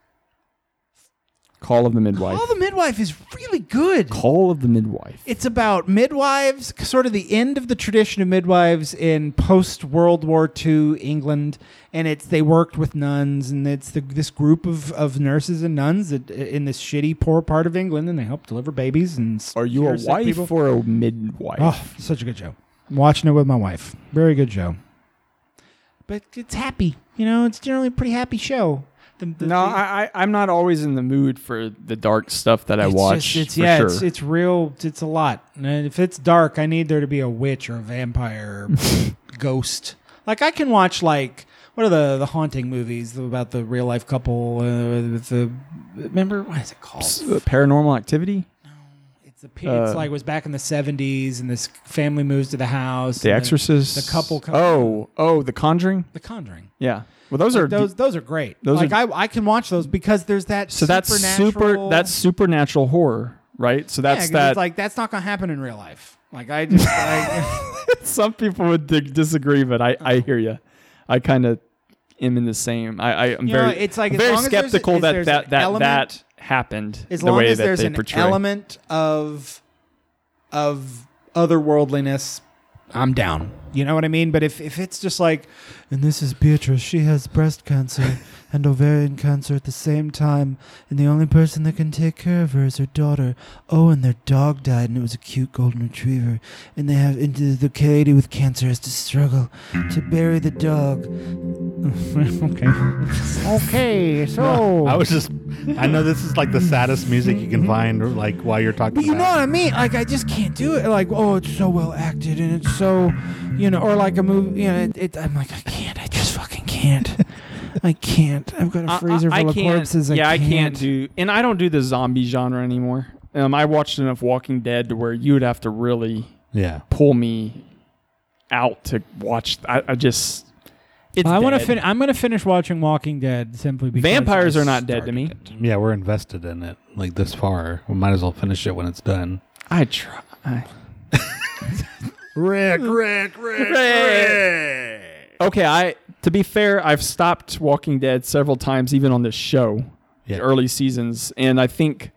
[SPEAKER 2] Call of the midwife.
[SPEAKER 5] Call the Midwife is really good.
[SPEAKER 2] Call of the midwife.
[SPEAKER 5] It's about midwives, sort of the end of the tradition of midwives in post World War II England, and it's they worked with nuns, and it's the, this group of, of nurses and nuns that, in this shitty poor part of England, and they help deliver babies. And
[SPEAKER 2] Are you
[SPEAKER 5] cure
[SPEAKER 2] a
[SPEAKER 5] sick
[SPEAKER 2] wife
[SPEAKER 5] people.
[SPEAKER 2] or a midwife?
[SPEAKER 5] Oh, such a good show. I'm watching it with my wife. Very good show. But it's happy, you know. It's generally a pretty happy show. The, the,
[SPEAKER 2] no, I, I I'm not always in the mood for the dark stuff that I
[SPEAKER 5] It's
[SPEAKER 2] watch.
[SPEAKER 5] just- it's
[SPEAKER 2] for
[SPEAKER 5] yeah,
[SPEAKER 2] sure.
[SPEAKER 5] it's it's real. It's a lot. And if it's dark, I need there to be a witch or a vampire, (laughs) or ghost. Like I can watch like what are the the haunting movies about the real life couple uh, with the remember what is it called?
[SPEAKER 2] Uh, paranormal activity.
[SPEAKER 5] It's, the, pe- it's
[SPEAKER 2] uh,
[SPEAKER 5] like it was back in the seventies, and this family moves to the house.
[SPEAKER 2] The
[SPEAKER 5] and
[SPEAKER 2] Exorcist.
[SPEAKER 5] The, couple. Comes,
[SPEAKER 2] oh, oh, The Conjuring.
[SPEAKER 5] The Conjuring.
[SPEAKER 2] Yeah. Well, those are
[SPEAKER 5] those those are great.
[SPEAKER 2] those
[SPEAKER 5] like
[SPEAKER 2] are-
[SPEAKER 5] I I can watch those because there's that.
[SPEAKER 2] so that's super.
[SPEAKER 5] supernatural-
[SPEAKER 2] That's supernatural horror, right? So
[SPEAKER 5] Yeah,
[SPEAKER 2] that's
[SPEAKER 5] 'cause
[SPEAKER 2] that.
[SPEAKER 5] It's like that's not gonna happen in real life. Like
[SPEAKER 2] (laughs)
[SPEAKER 5] I just. I,
[SPEAKER 2] some people would di- disagree, but I, I hear you. I kind of am in the same. I, I am
[SPEAKER 5] You
[SPEAKER 2] very.
[SPEAKER 5] know, it's like
[SPEAKER 2] I'm
[SPEAKER 5] as
[SPEAKER 2] very
[SPEAKER 5] long as there's-
[SPEAKER 2] skeptical
[SPEAKER 5] is
[SPEAKER 2] that
[SPEAKER 5] there's
[SPEAKER 2] that
[SPEAKER 5] an
[SPEAKER 2] that,
[SPEAKER 5] element-
[SPEAKER 2] that happened
[SPEAKER 5] as
[SPEAKER 2] the
[SPEAKER 5] long
[SPEAKER 2] way
[SPEAKER 5] as
[SPEAKER 2] that
[SPEAKER 5] there's
[SPEAKER 2] they
[SPEAKER 5] an
[SPEAKER 2] portray.
[SPEAKER 5] element of of otherworldliness, I'm down. You know what I mean? But if if it's just like,
[SPEAKER 8] And this is Beatrice. She has
[SPEAKER 2] (laughs)
[SPEAKER 8] breast cancer and ovarian cancer at the same time. And the only person that can take care of her is her daughter. Oh, and their dog died, and it was a cute golden retriever. And they have and the, the lady with cancer has to struggle to bury
[SPEAKER 2] (laughs)
[SPEAKER 8] the dog. okay.
[SPEAKER 17] Okay,
[SPEAKER 3] No, I was just. I know this is like the saddest music you can
[SPEAKER 5] Mm-hmm.
[SPEAKER 3] find, like while you're talking.
[SPEAKER 8] But you know
[SPEAKER 3] about
[SPEAKER 8] what I mean? Like I just can't do it. Like oh, it's so well acted and it's so, you know, or like a movie. You know, it, it, I'm like I can't. I just fucking can't. I can't. I've got
[SPEAKER 2] I-
[SPEAKER 8] a freezer
[SPEAKER 2] I- I
[SPEAKER 8] full of
[SPEAKER 2] can't-
[SPEAKER 8] corpses. I
[SPEAKER 2] yeah,
[SPEAKER 8] can't.
[SPEAKER 2] I can't do, and I don't do the zombie genre anymore. Um, I watched enough Walking Dead to where you would have to really,
[SPEAKER 3] Yeah.
[SPEAKER 2] pull me out to watch. I, I just, it's.
[SPEAKER 18] I want to
[SPEAKER 2] dead.
[SPEAKER 18] fin- I'm going to finish watching Walking Dead simply because
[SPEAKER 2] Vampires
[SPEAKER 18] I
[SPEAKER 2] are not dead to me.
[SPEAKER 3] Yeah, we're invested in it like this far. We might as well finish it when it's done.
[SPEAKER 2] I try. I-
[SPEAKER 3] Rick,
[SPEAKER 2] Hmm.
[SPEAKER 3] Rick, Rick, Rick.
[SPEAKER 2] Okay, I to be fair, I've stopped Walking Dead several times, even on this show, the early seasons, and I think,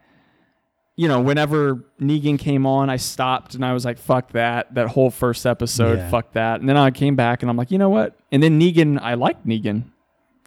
[SPEAKER 2] you know, whenever Negan came on, I stopped and I was like, "Fuck that!" That whole first episode,
[SPEAKER 18] Yeah.
[SPEAKER 2] fuck that. And then I came back and I'm like, you know what? And then Negan, I liked Negan,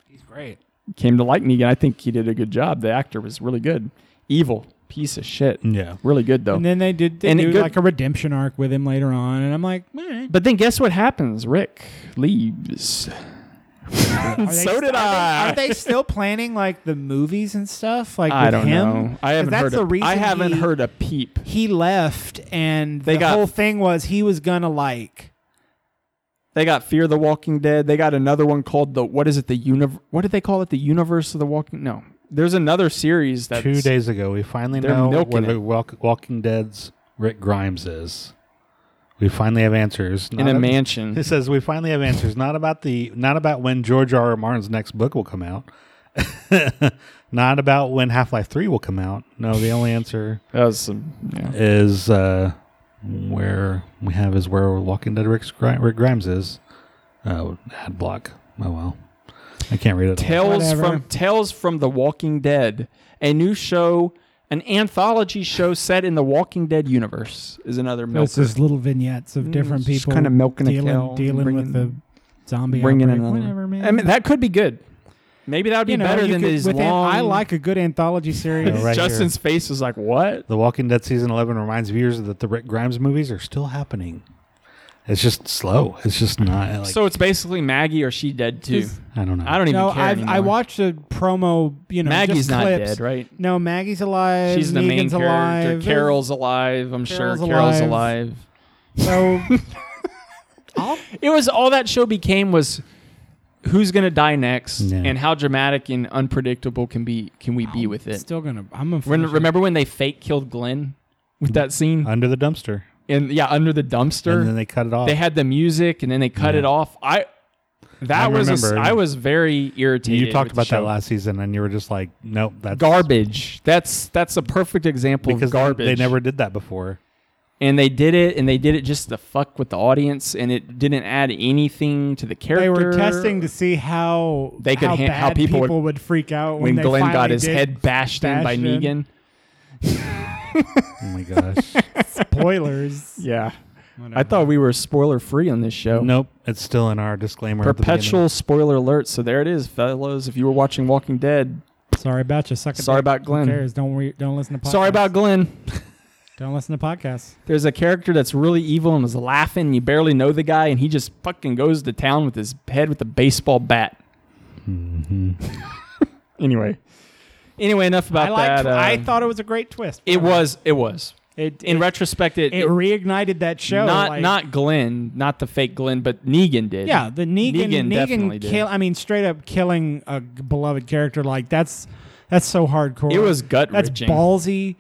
[SPEAKER 18] He's great.
[SPEAKER 2] came to like Negan. I think he did a good job. The actor was really good. Evil piece of shit.
[SPEAKER 3] Yeah,
[SPEAKER 2] really good though.
[SPEAKER 18] And then they did they
[SPEAKER 2] And it
[SPEAKER 18] do
[SPEAKER 2] good-
[SPEAKER 18] like a redemption arc with him later on, and I'm like, eh.
[SPEAKER 2] but then guess what happens? Rick leaves.
[SPEAKER 5] are they
[SPEAKER 2] (laughs) So did
[SPEAKER 5] st- are
[SPEAKER 2] I.
[SPEAKER 18] Uh, (laughs)
[SPEAKER 5] they- Are they still planning like the movies and stuff? Like
[SPEAKER 2] I
[SPEAKER 5] with
[SPEAKER 2] don't
[SPEAKER 5] him?
[SPEAKER 2] know. I
[SPEAKER 5] 'Cause
[SPEAKER 2] haven't
[SPEAKER 5] that's
[SPEAKER 2] heard.
[SPEAKER 5] the
[SPEAKER 2] A,
[SPEAKER 5] reason
[SPEAKER 2] I haven't
[SPEAKER 5] he-
[SPEAKER 2] heard a peep.
[SPEAKER 5] He left, and
[SPEAKER 2] They
[SPEAKER 5] the
[SPEAKER 2] got-
[SPEAKER 5] whole thing was he was gonna like
[SPEAKER 2] They got Fear the Walking Dead. They got another one called the what is it? The univ. What did they call it? The Universe of the Walking. No, there's another series that
[SPEAKER 3] Two days ago, we finally
[SPEAKER 2] They're
[SPEAKER 3] know
[SPEAKER 2] milking
[SPEAKER 3] where
[SPEAKER 2] it.
[SPEAKER 3] the Walk, Walking Dead's Rick Grimes is. We finally have answers
[SPEAKER 2] In a mansion.
[SPEAKER 3] (laughs) It says we finally have answers. Not about the not about when George R. R. Martin's next book will come out. (laughs) not about when Half Life Three will come out. No, the only answer
[SPEAKER 2] That was some, yeah.
[SPEAKER 3] is uh, where we have is where Walking Dead Rick's, Gri- Rick Grimes is. Oh, ad block. Oh well, I can't read it. all.
[SPEAKER 2] Tales from Tales from the Walking Dead, a new show, an anthology show set in the Walking Dead universe, is another milk.
[SPEAKER 18] It's just little vignettes of
[SPEAKER 2] Mm,
[SPEAKER 18] different
[SPEAKER 2] just
[SPEAKER 18] people
[SPEAKER 2] kinda milking a
[SPEAKER 18] dealing,
[SPEAKER 2] cow and
[SPEAKER 18] dealing
[SPEAKER 2] bringing-
[SPEAKER 18] with the zombie
[SPEAKER 2] bringing
[SPEAKER 18] outbreak.
[SPEAKER 2] in
[SPEAKER 18] Whatever, man.
[SPEAKER 2] I mean, that could be good. Maybe that would be
[SPEAKER 18] You know,
[SPEAKER 2] better
[SPEAKER 18] you
[SPEAKER 2] than
[SPEAKER 18] could-
[SPEAKER 2] these
[SPEAKER 18] with an-
[SPEAKER 2] long.
[SPEAKER 18] I like a good anthology series.
[SPEAKER 3] Yeah, right
[SPEAKER 2] Justin's
[SPEAKER 3] here.
[SPEAKER 2] face is like, what?
[SPEAKER 3] The Walking Dead season 11 reminds viewers that the Rick Grimes movies are still happening. It's just slow. It's just not like
[SPEAKER 2] so it's basically Maggie or she dead too.
[SPEAKER 3] I don't know.
[SPEAKER 2] I don't even
[SPEAKER 18] no,
[SPEAKER 2] care
[SPEAKER 18] I've, I
[SPEAKER 2] anymore.
[SPEAKER 18] watched a promo. You know,
[SPEAKER 2] Maggie's
[SPEAKER 18] just
[SPEAKER 2] not
[SPEAKER 18] clips.
[SPEAKER 2] dead, right?
[SPEAKER 18] No, Maggie's alive.
[SPEAKER 2] She's the main
[SPEAKER 18] Negan's
[SPEAKER 2] character.
[SPEAKER 18] alive.
[SPEAKER 5] (laughs)
[SPEAKER 2] Carol's alive. I'm sure
[SPEAKER 18] Carol's
[SPEAKER 2] Carol's alive.
[SPEAKER 18] alive. (laughs) So
[SPEAKER 2] It was all that show became was who's gonna die next
[SPEAKER 18] Yeah.
[SPEAKER 2] and how dramatic and unpredictable can be can we be with it.
[SPEAKER 18] still gonna. I'm gonna
[SPEAKER 2] When,
[SPEAKER 18] finish it.
[SPEAKER 2] remember when they fake killed Glenn with that scene
[SPEAKER 3] under the dumpster?
[SPEAKER 2] And yeah, under the dumpster.
[SPEAKER 3] And then they cut it off.
[SPEAKER 2] They had the music and then they cut it off. I That
[SPEAKER 3] I
[SPEAKER 2] was a s-
[SPEAKER 3] remember.
[SPEAKER 2] I was very irritated.
[SPEAKER 3] You
[SPEAKER 2] with
[SPEAKER 3] talked
[SPEAKER 2] the
[SPEAKER 3] about that
[SPEAKER 2] show.
[SPEAKER 3] last season, and you were just like, "Nope, that's
[SPEAKER 2] garbage." That's that's a perfect example
[SPEAKER 3] Because
[SPEAKER 2] of
[SPEAKER 3] they-
[SPEAKER 2] garbage.
[SPEAKER 3] they never did that before.
[SPEAKER 2] And they did it, and they did it just to fuck with the audience, and it didn't add anything to the character.
[SPEAKER 5] They were testing to see how
[SPEAKER 2] They could
[SPEAKER 5] how,
[SPEAKER 2] han- how
[SPEAKER 5] bad
[SPEAKER 2] people
[SPEAKER 5] people,
[SPEAKER 2] would-
[SPEAKER 5] would, freak out
[SPEAKER 2] when
[SPEAKER 5] when, they
[SPEAKER 2] Glenn got
[SPEAKER 5] finally
[SPEAKER 2] his
[SPEAKER 5] did
[SPEAKER 2] head bashed in by
[SPEAKER 5] bash
[SPEAKER 2] Negan.
[SPEAKER 3] oh my
[SPEAKER 2] (laughs)
[SPEAKER 3] gosh!
[SPEAKER 5] (laughs) Spoilers.
[SPEAKER 2] Yeah. I thought we were spoiler free on this show.
[SPEAKER 3] Nope, it's still in our disclaimer. at the
[SPEAKER 2] Perpetual spoiler alert. So there it is, fellows. If you were watching Walking Dead,
[SPEAKER 5] sorry about you. Suck it
[SPEAKER 2] Sorry
[SPEAKER 5] dick.
[SPEAKER 2] about
[SPEAKER 5] Who
[SPEAKER 2] Glenn.
[SPEAKER 5] cares? Don't re- don't listen to podcasts.
[SPEAKER 2] Sorry about Glenn.
[SPEAKER 5] Don't listen to podcasts.
[SPEAKER 2] There's a character that's really evil and is laughing. You barely know the guy, and he just fucking goes to town with his head with a baseball bat. (laughs) anyway, anyway, enough about
[SPEAKER 5] Mm-hmm. I liked,
[SPEAKER 2] that. uh,
[SPEAKER 5] I thought it was a great twist.
[SPEAKER 2] it was. It was.
[SPEAKER 5] It-
[SPEAKER 2] in retrospect, it,
[SPEAKER 5] It reignited that show.
[SPEAKER 2] not
[SPEAKER 5] like-
[SPEAKER 2] not Glenn, not the fake Glenn, but Negan did.
[SPEAKER 5] Yeah, the Negan Negan,
[SPEAKER 2] definitely did.
[SPEAKER 5] kill. I mean, straight up killing a g- beloved character like that's that's so hardcore.
[SPEAKER 2] It was gut-wrenching.
[SPEAKER 5] That's ballsy.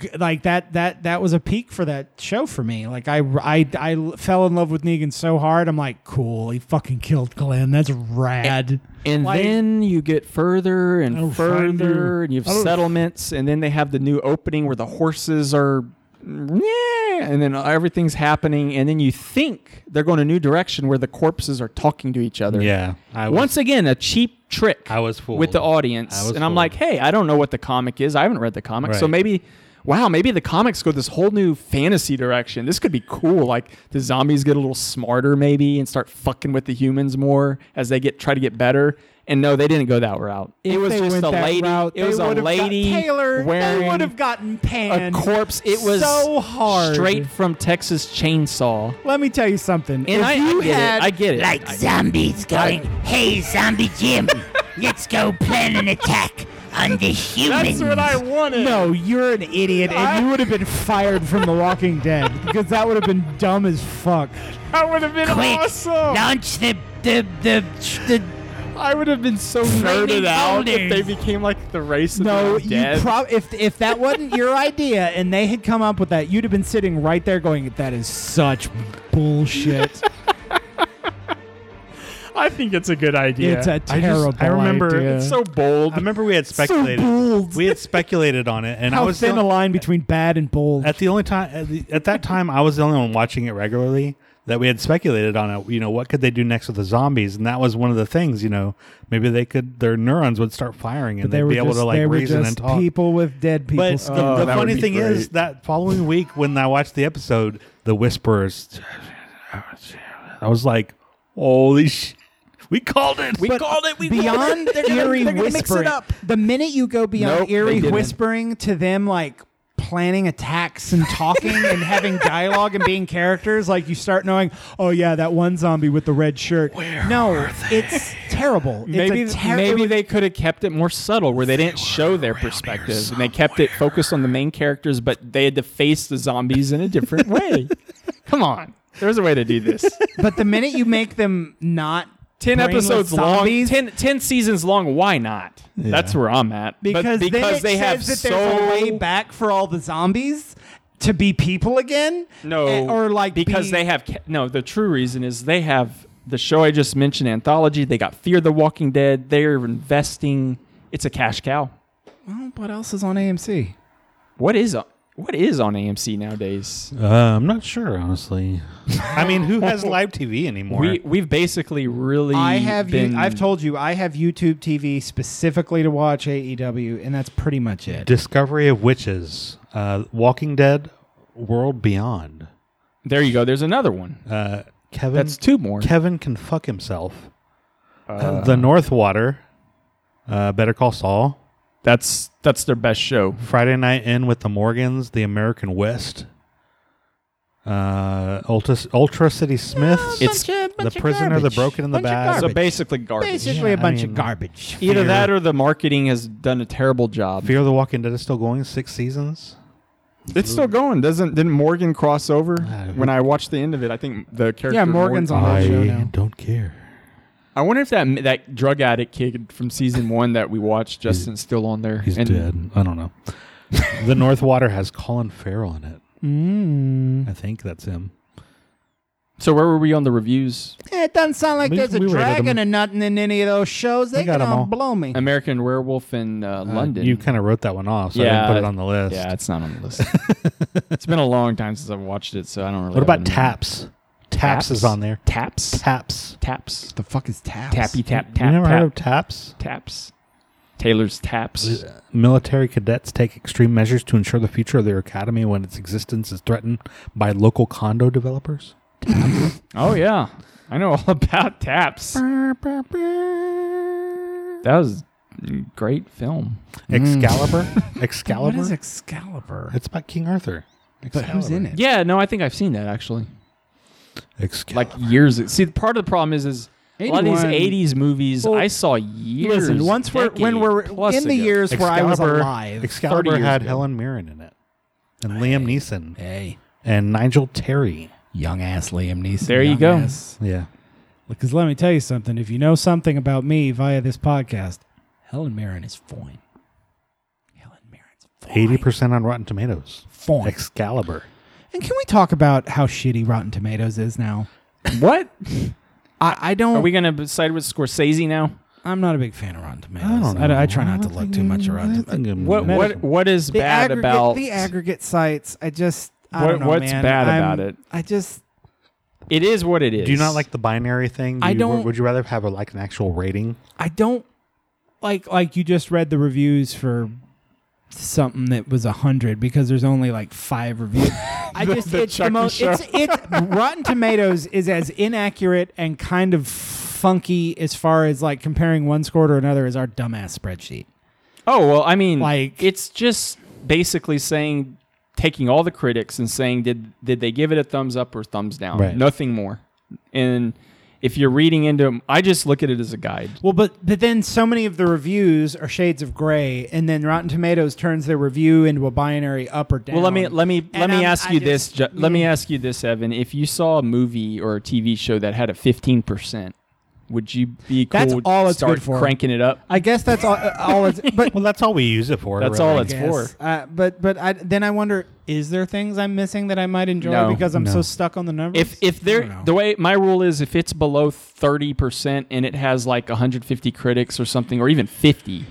[SPEAKER 5] G- Like that that that was a peak for that show for me. Like I I I fell in love with Negan so hard. I'm like, cool. He fucking killed Glenn. That's rad.
[SPEAKER 2] And
[SPEAKER 5] Like-
[SPEAKER 2] then you get further and
[SPEAKER 5] I'll find
[SPEAKER 2] further,
[SPEAKER 5] you.
[SPEAKER 2] and you have
[SPEAKER 5] I'll-
[SPEAKER 2] settlements, and then they have the new opening where the horses are, yeah, and then everything's happening, and then you think they're going a new direction where the corpses are talking to each other.
[SPEAKER 3] Yeah, I was-
[SPEAKER 2] Once again, a cheap trick.
[SPEAKER 3] I was fooled
[SPEAKER 2] with the audience,
[SPEAKER 3] I was
[SPEAKER 2] and I'm
[SPEAKER 3] fooled.
[SPEAKER 2] like, hey, I don't know what the comic is. I haven't read the comic, so
[SPEAKER 3] Right.
[SPEAKER 2] maybe. Wow, maybe the comics go this whole new fantasy direction. This could be cool. Like the zombies get a little smarter, maybe, and start fucking with the humans more as they get try to get better. And no, they didn't go that route.
[SPEAKER 5] If
[SPEAKER 2] it was
[SPEAKER 5] they
[SPEAKER 2] just
[SPEAKER 5] went
[SPEAKER 2] a
[SPEAKER 5] that
[SPEAKER 2] lady.
[SPEAKER 5] route,
[SPEAKER 2] it was
[SPEAKER 5] they
[SPEAKER 2] a
[SPEAKER 5] would've got-
[SPEAKER 2] lady
[SPEAKER 5] Taylor,
[SPEAKER 2] wearing
[SPEAKER 5] they would have gotten
[SPEAKER 2] a
[SPEAKER 5] panned.
[SPEAKER 2] corpse. It was
[SPEAKER 5] so hard.
[SPEAKER 2] straight from Texas Chainsaw.
[SPEAKER 5] Let me tell you something.
[SPEAKER 2] And
[SPEAKER 5] if
[SPEAKER 2] I,
[SPEAKER 5] you
[SPEAKER 2] I get
[SPEAKER 5] had
[SPEAKER 2] it. I get it.
[SPEAKER 19] Like zombies going, hey, zombie
[SPEAKER 2] (laughs)
[SPEAKER 19] Jim, let's go plan an attack on the humans.
[SPEAKER 5] wanted. No, you're an idiot, and you would have been fired from The
[SPEAKER 3] (laughs)
[SPEAKER 5] Walking Dead because that would have been dumb as fuck.
[SPEAKER 2] That would have been
[SPEAKER 19] Quick,
[SPEAKER 2] awesome.
[SPEAKER 19] launch the, the, the, the
[SPEAKER 2] I would have been so
[SPEAKER 19] Flaming
[SPEAKER 2] nerded out if
[SPEAKER 19] boulders.
[SPEAKER 2] they became like the race. Of
[SPEAKER 5] No,
[SPEAKER 2] the
[SPEAKER 5] you
[SPEAKER 2] dead.
[SPEAKER 5] prob if if that wasn't your idea and they had come up with that, you'd have been sitting right there going, "That is such
[SPEAKER 3] (laughs)
[SPEAKER 5] bullshit."
[SPEAKER 2] I think it's a good idea.
[SPEAKER 5] It's a
[SPEAKER 3] I,
[SPEAKER 5] terrible.
[SPEAKER 3] just, I remember
[SPEAKER 5] idea.
[SPEAKER 2] It's so bold.
[SPEAKER 3] I remember we had speculated. we had speculated on it, and
[SPEAKER 5] How
[SPEAKER 3] I was
[SPEAKER 5] thin
[SPEAKER 3] the-
[SPEAKER 5] a line between bad and bold.
[SPEAKER 3] at the only time at, the, at that time I was the only one watching it regularly that we had speculated on it. You know, what could they do next with the zombies? And that was one of the things. You know, maybe they could their neurons would start firing and
[SPEAKER 5] they
[SPEAKER 3] they'd
[SPEAKER 5] were
[SPEAKER 3] be able
[SPEAKER 5] just-
[SPEAKER 3] to like
[SPEAKER 5] they were
[SPEAKER 3] reason
[SPEAKER 5] just
[SPEAKER 3] and talk.
[SPEAKER 5] people Oh, with dead people.
[SPEAKER 3] But the, the funny thing is that following week when I watched the episode, the whispers, I was like, "Holy shit, we called it! We called it! We (laughs)
[SPEAKER 5] beyond eerie whispering. The minute you go beyond
[SPEAKER 3] Nope, they
[SPEAKER 5] eerie
[SPEAKER 3] didn't.
[SPEAKER 5] whispering to them like planning attacks and talking and having dialogue and being characters, like you start knowing, oh yeah, that one zombie with the red shirt. no, it's terrible.
[SPEAKER 2] Maybe
[SPEAKER 5] it's a ter-
[SPEAKER 2] maybe
[SPEAKER 5] it was-
[SPEAKER 2] they could have kept it more subtle, where they, didn't show their perspectives, and they kept it focused on the main characters, but they had to face the zombies in a different (laughs) way. Come on, there's a way to do this.
[SPEAKER 5] but the minute you make them not
[SPEAKER 2] (laughs) Ten
[SPEAKER 5] brainless
[SPEAKER 2] episodes long,
[SPEAKER 5] zombies,
[SPEAKER 2] 10, 10 seasons long. Why not? That's where I'm at. But
[SPEAKER 5] because, then
[SPEAKER 2] because
[SPEAKER 5] it
[SPEAKER 2] they
[SPEAKER 5] says
[SPEAKER 2] have
[SPEAKER 5] that
[SPEAKER 2] so
[SPEAKER 5] there's a way back for all the zombies to be people again.
[SPEAKER 2] No,
[SPEAKER 5] eh, or like
[SPEAKER 2] because
[SPEAKER 5] be-
[SPEAKER 2] they have ca- no. The true reason is they have the show I just mentioned, anthology. They got Fear the Walking Dead. They're investing. It's a cash cow.
[SPEAKER 5] Well, "Oh, what else is on AMC?
[SPEAKER 2] What is on- what is on AMC nowadays?
[SPEAKER 3] Uh, I'm not sure, honestly. I mean, who
[SPEAKER 5] (laughs)
[SPEAKER 3] has live TV anymore?
[SPEAKER 2] We we've basically really.
[SPEAKER 5] I have.
[SPEAKER 2] been,
[SPEAKER 5] you, I've told you I have YouTube TV specifically to watch AEW, and that's pretty much it.
[SPEAKER 3] Discovery of Witches, uh, Walking Dead, World Beyond.
[SPEAKER 2] There you go. There's another one.
[SPEAKER 3] Uh, Kevin.
[SPEAKER 2] That's two more.
[SPEAKER 3] Kevin can fuck himself. Uh, the North Water, uh, Better Call Saul.
[SPEAKER 2] That's that's their best show.
[SPEAKER 3] Friday Night In with the Morgans, The American West. Uh, Ultra, Ultra City Smith.
[SPEAKER 2] It's- bunch
[SPEAKER 3] the prisoner, the broken, and the bad.
[SPEAKER 2] So basically garbage.
[SPEAKER 5] Basically a
[SPEAKER 3] Yeah, I
[SPEAKER 5] bunch
[SPEAKER 3] mean,
[SPEAKER 5] of garbage. (laughs)
[SPEAKER 2] Either that or the marketing has done a terrible job.
[SPEAKER 3] Fear the Walking Dead is still going six seasons.
[SPEAKER 2] It's still going. Doesn't didn't Morgan cross over? When I watched the end of it, I think the character
[SPEAKER 5] Yeah, Morgan's on that show now.
[SPEAKER 3] don't care.
[SPEAKER 2] I wonder if that that drug addict kid from season one that we watched, Justin's still on there.
[SPEAKER 3] He's dead. I don't know. (laughs) the North Water has Colin Farrell in it.
[SPEAKER 5] Mm.
[SPEAKER 3] I think that's him.
[SPEAKER 2] So where were we on the reviews?
[SPEAKER 4] Eh, It doesn't sound like
[SPEAKER 2] We-
[SPEAKER 4] there's a
[SPEAKER 2] we rated 'em.
[SPEAKER 4] dragon or nothing in any of those shows. They
[SPEAKER 2] got 'em all.
[SPEAKER 4] gonna blow me.
[SPEAKER 2] American Werewolf in uh, London.
[SPEAKER 3] You kind of wrote that one off, so I didn't put it on the list.
[SPEAKER 2] Yeah, it's not on the list. it's been a long time since I've watched it, so I don't really.
[SPEAKER 3] What
[SPEAKER 2] have
[SPEAKER 3] about
[SPEAKER 2] any-
[SPEAKER 3] Taps? Taps is on there.
[SPEAKER 2] Taps.
[SPEAKER 3] Taps.
[SPEAKER 2] Taps.
[SPEAKER 4] The fuck is Taps?
[SPEAKER 2] Tappy tap
[SPEAKER 3] You
[SPEAKER 2] tap.
[SPEAKER 3] never
[SPEAKER 2] tap.
[SPEAKER 3] heard of Taps?
[SPEAKER 2] Taps. Taylor's Taps.
[SPEAKER 3] Military cadets take extreme measures to ensure the future of their academy when its existence is threatened by local condo developers.
[SPEAKER 2] Oh yeah, I know all (laughs) about Taps. That was a great film.
[SPEAKER 3] Excalibur? Excalibur?
[SPEAKER 2] What is
[SPEAKER 3] Excalibur? It's about King Arthur.
[SPEAKER 2] But
[SPEAKER 3] who's in
[SPEAKER 2] it? Yeah, no, I think I've seen that actually. Like years. See, part of the problem is is a lot of these
[SPEAKER 4] 81.
[SPEAKER 2] '80s movies
[SPEAKER 4] Well,
[SPEAKER 2] I saw years.
[SPEAKER 4] listen, once we're- when we're
[SPEAKER 2] decade-plus
[SPEAKER 4] in the
[SPEAKER 2] ago.
[SPEAKER 4] years where I was
[SPEAKER 3] Excalibur-
[SPEAKER 4] alive.
[SPEAKER 3] Excalibur
[SPEAKER 4] 30 years
[SPEAKER 3] had
[SPEAKER 4] ago.
[SPEAKER 3] Helen Mirren in it, and Liam Neeson,
[SPEAKER 5] hey,
[SPEAKER 3] and Nigel Terry.
[SPEAKER 5] Young ass Liam Neeson.
[SPEAKER 2] There you go.
[SPEAKER 3] Yeah.
[SPEAKER 5] Because let me tell you something. If you know something about me via this podcast, Helen Mirren is fine.
[SPEAKER 3] Eighty percent on Rotten Tomatoes.
[SPEAKER 5] Fine.
[SPEAKER 3] Excalibur.
[SPEAKER 5] And can we talk about how shitty Rotten Tomatoes is now?
[SPEAKER 2] What?
[SPEAKER 5] I, I don't.
[SPEAKER 2] Are we gonna side with Scorsese now?
[SPEAKER 5] I'm not a big fan of Rotten Tomatoes.
[SPEAKER 2] I
[SPEAKER 5] I,
[SPEAKER 2] don't
[SPEAKER 5] I try not to look too much around.
[SPEAKER 2] What what what is
[SPEAKER 5] The
[SPEAKER 2] bad
[SPEAKER 5] aggregate-
[SPEAKER 2] about
[SPEAKER 5] the aggregate sites? I just
[SPEAKER 4] I
[SPEAKER 2] What-
[SPEAKER 4] don't know,
[SPEAKER 2] what's
[SPEAKER 4] man.
[SPEAKER 2] bad
[SPEAKER 4] I'm-
[SPEAKER 2] about it?
[SPEAKER 5] I just
[SPEAKER 2] It is what it is.
[SPEAKER 3] Do you not like the binary thing? Do
[SPEAKER 5] I
[SPEAKER 3] you-
[SPEAKER 5] don't-
[SPEAKER 3] Would you rather have a, like an actual rating?
[SPEAKER 5] I don't like like you just read the reviews for something that was a hundred because there's only like
[SPEAKER 2] (laughs)
[SPEAKER 5] five reviews. I
[SPEAKER 4] The-
[SPEAKER 5] just
[SPEAKER 4] the
[SPEAKER 5] it's
[SPEAKER 2] E.
[SPEAKER 5] the
[SPEAKER 4] Chucky
[SPEAKER 5] most
[SPEAKER 4] show.
[SPEAKER 5] it's it's Rotten Tomatoes is as inaccurate and kind of funky as far as like comparing one score to another as our dumbass spreadsheet.
[SPEAKER 2] Oh well, I mean, like it's just basically saying taking all the critics and saying did did they give it a thumbs up or thumbs down?
[SPEAKER 5] Right.
[SPEAKER 2] Nothing more. And if you're reading into, I just look at it as a guide.
[SPEAKER 5] Well, but but then so many of the reviews are shades of gray, and then Rotten Tomatoes turns their review into a binary up or down.
[SPEAKER 2] Well, let me let me let
[SPEAKER 5] And
[SPEAKER 2] me
[SPEAKER 5] I'm-
[SPEAKER 2] ask
[SPEAKER 5] I
[SPEAKER 2] you
[SPEAKER 5] just-
[SPEAKER 2] this. Ju- Let me ask you this, Evan. If you saw a movie or a TV show that had a fifteen percent, would you be cool?
[SPEAKER 5] That's all
[SPEAKER 2] to
[SPEAKER 5] it's
[SPEAKER 2] start
[SPEAKER 5] good for.
[SPEAKER 2] Cranking it up.
[SPEAKER 5] I guess that's all. uh, all it's,
[SPEAKER 2] (laughs)
[SPEAKER 5] but
[SPEAKER 3] well, that's all we use it for.
[SPEAKER 2] That's
[SPEAKER 3] really.
[SPEAKER 2] all it's for.
[SPEAKER 5] Uh, but but I, then I wonder: is there things I'm missing that I might enjoy
[SPEAKER 2] No.
[SPEAKER 5] because I'm
[SPEAKER 2] No.
[SPEAKER 5] so stuck on the numbers?
[SPEAKER 2] If if there the way my rule is if it's below 30% and it has like 150 critics or something or even 50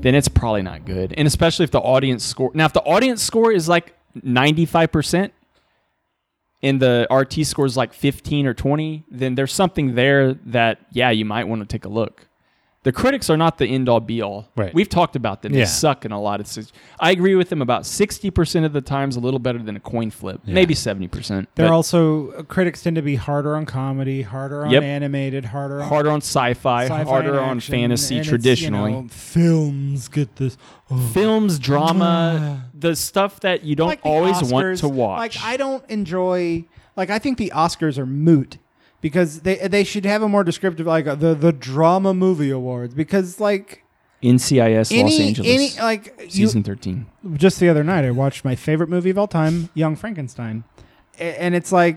[SPEAKER 2] then it's probably not good. And especially if the audience score Now if the audience score is like 95% and the RT score is like 15 or 20 then there's something there that yeah you might want to take a look. The critics are not the end all be all.
[SPEAKER 3] Right.
[SPEAKER 2] We've talked about them. They
[SPEAKER 3] Yeah.
[SPEAKER 2] suck in a lot of. sit- I agree with them about 60% of the times, a little better than a coin flip, maybe 70%.
[SPEAKER 5] they're
[SPEAKER 2] but-
[SPEAKER 5] also uh, critics tend to be harder on comedy, harder on
[SPEAKER 2] Yep.
[SPEAKER 5] animated, harder on
[SPEAKER 2] harder on sci-fi,
[SPEAKER 5] sci-fi
[SPEAKER 2] harder
[SPEAKER 5] and
[SPEAKER 2] on
[SPEAKER 5] action,
[SPEAKER 2] fantasy
[SPEAKER 5] and it's, you
[SPEAKER 2] traditionally.
[SPEAKER 5] know, films get this
[SPEAKER 2] Films,
[SPEAKER 5] (sighs)
[SPEAKER 2] drama, the stuff that you don't
[SPEAKER 5] like the
[SPEAKER 2] always
[SPEAKER 5] Oscars,
[SPEAKER 2] want to watch.
[SPEAKER 5] Like I don't enjoy. Like I think the Oscars are moot because they they should have a more descriptive like uh, the the drama movie awards because like
[SPEAKER 2] NCIS Los
[SPEAKER 5] Any-
[SPEAKER 2] Angeles.
[SPEAKER 5] any, like, you-
[SPEAKER 2] season 13.
[SPEAKER 5] just the other night I watched my favorite movie of all time, Young Frankenstein, A- and it's like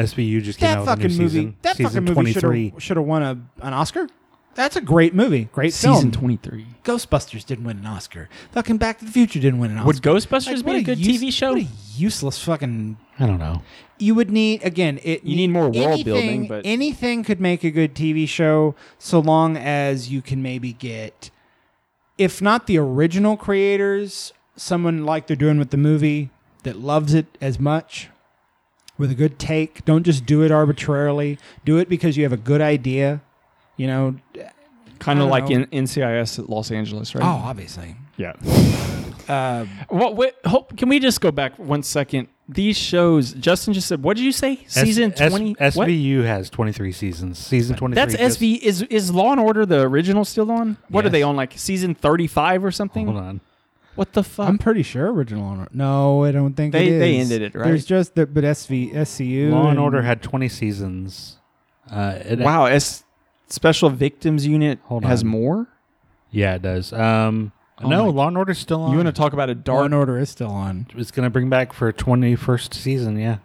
[SPEAKER 3] SVU just came
[SPEAKER 5] that
[SPEAKER 3] out with a new
[SPEAKER 5] fucking movie.
[SPEAKER 3] season.
[SPEAKER 5] That
[SPEAKER 3] season
[SPEAKER 5] fucking movie
[SPEAKER 3] 23.
[SPEAKER 5] should have won a, an Oscar. That's a great movie. Great
[SPEAKER 2] Season
[SPEAKER 5] film.
[SPEAKER 2] 23.
[SPEAKER 5] Ghostbusters didn't win an Oscar. Fucking Back to the Future didn't win an Oscar.
[SPEAKER 2] Would Ghostbusters
[SPEAKER 5] Like,
[SPEAKER 2] be
[SPEAKER 5] what
[SPEAKER 2] a good
[SPEAKER 5] use-
[SPEAKER 2] TV show?
[SPEAKER 5] What a useless fucking
[SPEAKER 3] I don't know.
[SPEAKER 5] you would need again it
[SPEAKER 2] You need more world
[SPEAKER 5] anything-
[SPEAKER 2] building, but-
[SPEAKER 5] anything could make a good tv show so long as you can maybe get if not the original creators someone like they're doing with the movie that loves it as much with a good take don't just do it arbitrarily do it because you have a good idea you know
[SPEAKER 2] Kind
[SPEAKER 5] I
[SPEAKER 2] of
[SPEAKER 5] don't
[SPEAKER 2] like
[SPEAKER 5] know.
[SPEAKER 2] in, NCIS at Los Angeles, right?
[SPEAKER 5] oh obviously
[SPEAKER 2] Yeah.
[SPEAKER 5] (laughs) uh,
[SPEAKER 2] Well, wait, hope, can we just go back one second? These shows, Justin just said, what did you say?
[SPEAKER 3] S-
[SPEAKER 2] Season
[SPEAKER 3] S-
[SPEAKER 2] 20? what?
[SPEAKER 3] SVU has 23 seasons. Season 23.
[SPEAKER 2] That's
[SPEAKER 3] just-
[SPEAKER 2] SV. Is is Law and Order the original still on? What are they on? Like season thirty five or something? Hold
[SPEAKER 3] on.
[SPEAKER 2] What the fuck?
[SPEAKER 5] i'm pretty sure original Honor- no i don't think
[SPEAKER 2] They-
[SPEAKER 5] it is.
[SPEAKER 2] they ended it, right?
[SPEAKER 5] there's just the but sv scu
[SPEAKER 3] Law and
[SPEAKER 5] and-
[SPEAKER 3] Order had 20 seasons. Uh, it,
[SPEAKER 2] wow. S Special Victims Unit has
[SPEAKER 3] on.
[SPEAKER 2] more.
[SPEAKER 3] Yeah, it does. Um, no, Law and Order's still on.
[SPEAKER 2] You want to talk about a dark?
[SPEAKER 5] Law and order is still on
[SPEAKER 3] It's going to bring back for 21st season. Yeah.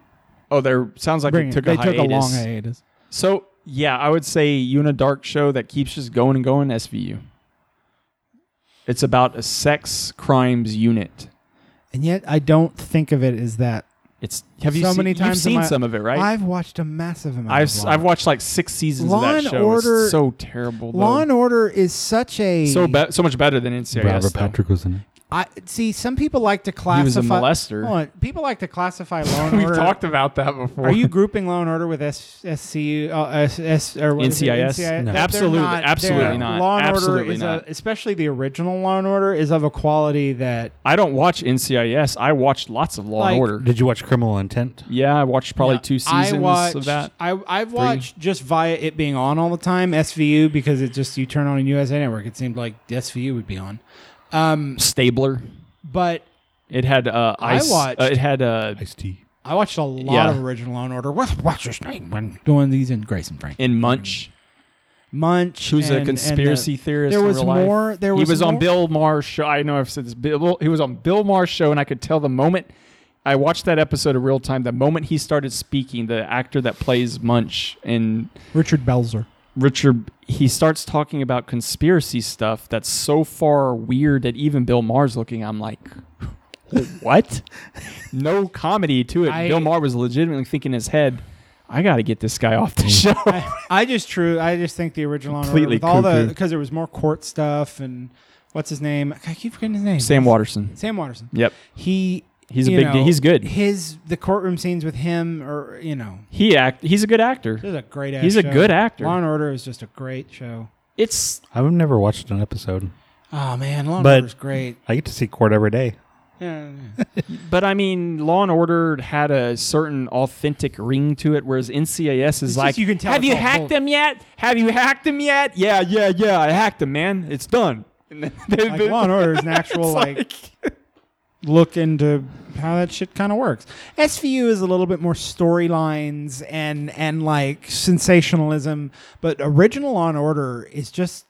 [SPEAKER 2] Oh, there sounds like
[SPEAKER 5] Bring
[SPEAKER 2] it
[SPEAKER 5] it.
[SPEAKER 2] took a
[SPEAKER 5] They took
[SPEAKER 2] hiatus.
[SPEAKER 5] a long hiatus.
[SPEAKER 2] So yeah, I would say you and a dark show that keeps just going and going. SVU. It's about a sex crimes unit.
[SPEAKER 5] And yet I don't think of it as that
[SPEAKER 2] It's have you
[SPEAKER 5] So
[SPEAKER 2] seen,
[SPEAKER 5] many
[SPEAKER 2] you've
[SPEAKER 5] times in
[SPEAKER 2] seen
[SPEAKER 5] my-
[SPEAKER 2] some of it, right?
[SPEAKER 5] I've watched a massive amount.
[SPEAKER 2] I've
[SPEAKER 5] of
[SPEAKER 2] s-
[SPEAKER 5] Law
[SPEAKER 2] I've watched like six seasons
[SPEAKER 5] Law
[SPEAKER 2] of
[SPEAKER 5] and
[SPEAKER 2] that show.
[SPEAKER 5] Order-
[SPEAKER 2] it's so terrible. though.
[SPEAKER 5] Law and Order is such a
[SPEAKER 2] so be- so much better than NCIS.
[SPEAKER 3] Robert
[SPEAKER 2] though.
[SPEAKER 3] Patrick was in it.
[SPEAKER 5] I see. Some people like to classify.
[SPEAKER 2] He was a molester.
[SPEAKER 5] Hold on, People like to
[SPEAKER 2] (laughs)
[SPEAKER 5] classify Law and
[SPEAKER 2] We've
[SPEAKER 5] Order.
[SPEAKER 2] talked about that before.
[SPEAKER 5] Are you grouping Law and Order with S- SCU uh, S- S- or what is it,
[SPEAKER 2] NCIS?
[SPEAKER 5] NCIS?
[SPEAKER 2] No.
[SPEAKER 5] They're
[SPEAKER 2] Absolutely-
[SPEAKER 5] not-
[SPEAKER 2] absolutely
[SPEAKER 5] they're-
[SPEAKER 2] not.
[SPEAKER 5] Law and Order
[SPEAKER 2] Absolutely
[SPEAKER 5] is
[SPEAKER 2] not.
[SPEAKER 5] A, especially the original Law and Order is of a quality that
[SPEAKER 2] I don't watch NCIS. I watched lots of Law
[SPEAKER 5] Like-
[SPEAKER 2] and Order.
[SPEAKER 3] Did you watch Criminal Intent?
[SPEAKER 2] Yeah, I watched probably two seasons
[SPEAKER 5] I watched.
[SPEAKER 2] of that.
[SPEAKER 5] I I've
[SPEAKER 2] Three.
[SPEAKER 5] watched just via it being on all the time SVU because it just you turn on a USA network it seemed like SVU would be on. Um,
[SPEAKER 2] Stabler.
[SPEAKER 5] But
[SPEAKER 2] It had uh,
[SPEAKER 5] I
[SPEAKER 2] ice.
[SPEAKER 5] watched-
[SPEAKER 2] uh, it had uh,
[SPEAKER 3] Ice tea.
[SPEAKER 5] I watched a lot
[SPEAKER 2] Yeah.
[SPEAKER 5] of original Law and Order. What, what's his name? When doing these in Grace and Frank.
[SPEAKER 2] in Munch.
[SPEAKER 5] Munch,
[SPEAKER 2] who's
[SPEAKER 5] and-
[SPEAKER 2] a
[SPEAKER 5] and
[SPEAKER 2] conspiracy
[SPEAKER 5] the-
[SPEAKER 2] theorist.
[SPEAKER 5] There
[SPEAKER 2] in
[SPEAKER 5] was
[SPEAKER 2] real life.
[SPEAKER 5] more. There was
[SPEAKER 2] he was on
[SPEAKER 5] more-
[SPEAKER 2] Bill Maher's show. I know I've said this. Bill, he was on Bill Maher's show, and I could tell the moment I watched that episode of Real Time. The moment he started speaking, the actor that plays Munch and
[SPEAKER 5] Richard Belzer.
[SPEAKER 2] Richard, he starts talking about conspiracy stuff that's so far weird that even Bill Maher's looking. I'm like, (laughs) what? no comedy to it.
[SPEAKER 5] I-
[SPEAKER 2] Bill Maher was legitimately thinking in his head, I got to get this guy off the (laughs) show.
[SPEAKER 5] I just true. I just think the original Law and Order
[SPEAKER 2] Completely
[SPEAKER 5] with all the
[SPEAKER 2] cuckoo.
[SPEAKER 5] because there was more court stuff and what's his name? I keep forgetting his name.
[SPEAKER 2] Sam Watterson.
[SPEAKER 5] Sam Watterson.
[SPEAKER 2] Yep.
[SPEAKER 5] He.
[SPEAKER 2] He's a
[SPEAKER 5] you
[SPEAKER 2] big
[SPEAKER 5] know,
[SPEAKER 2] deal. He's good.
[SPEAKER 5] His the courtroom scenes with him, or you know,
[SPEAKER 2] He act. He's a good actor.
[SPEAKER 5] this is a great. Ass
[SPEAKER 2] He's a
[SPEAKER 5] show.
[SPEAKER 2] good actor.
[SPEAKER 5] Law and Order is just a great show.
[SPEAKER 2] It's
[SPEAKER 3] I've never watched an episode.
[SPEAKER 5] Oh man, Law and
[SPEAKER 3] But-
[SPEAKER 5] Order's great.
[SPEAKER 3] I get to see court every day.
[SPEAKER 5] Yeah,
[SPEAKER 2] but I mean, Law and Order had a certain authentic ring to it, whereas NCIS is
[SPEAKER 5] just
[SPEAKER 2] like,
[SPEAKER 5] you can tell
[SPEAKER 2] "Have
[SPEAKER 5] it's
[SPEAKER 2] you
[SPEAKER 5] all
[SPEAKER 2] hacked
[SPEAKER 5] bull-
[SPEAKER 2] them yet? Have you hacked them yet? Yeah, yeah, yeah. I hacked them, man. It's done." (laughs) And then they-
[SPEAKER 5] like Law and Order (laughs) is an actual like, look into how that shit kind of works. SVU is a little bit more storylines and and like sensationalism, but original Law and Order is just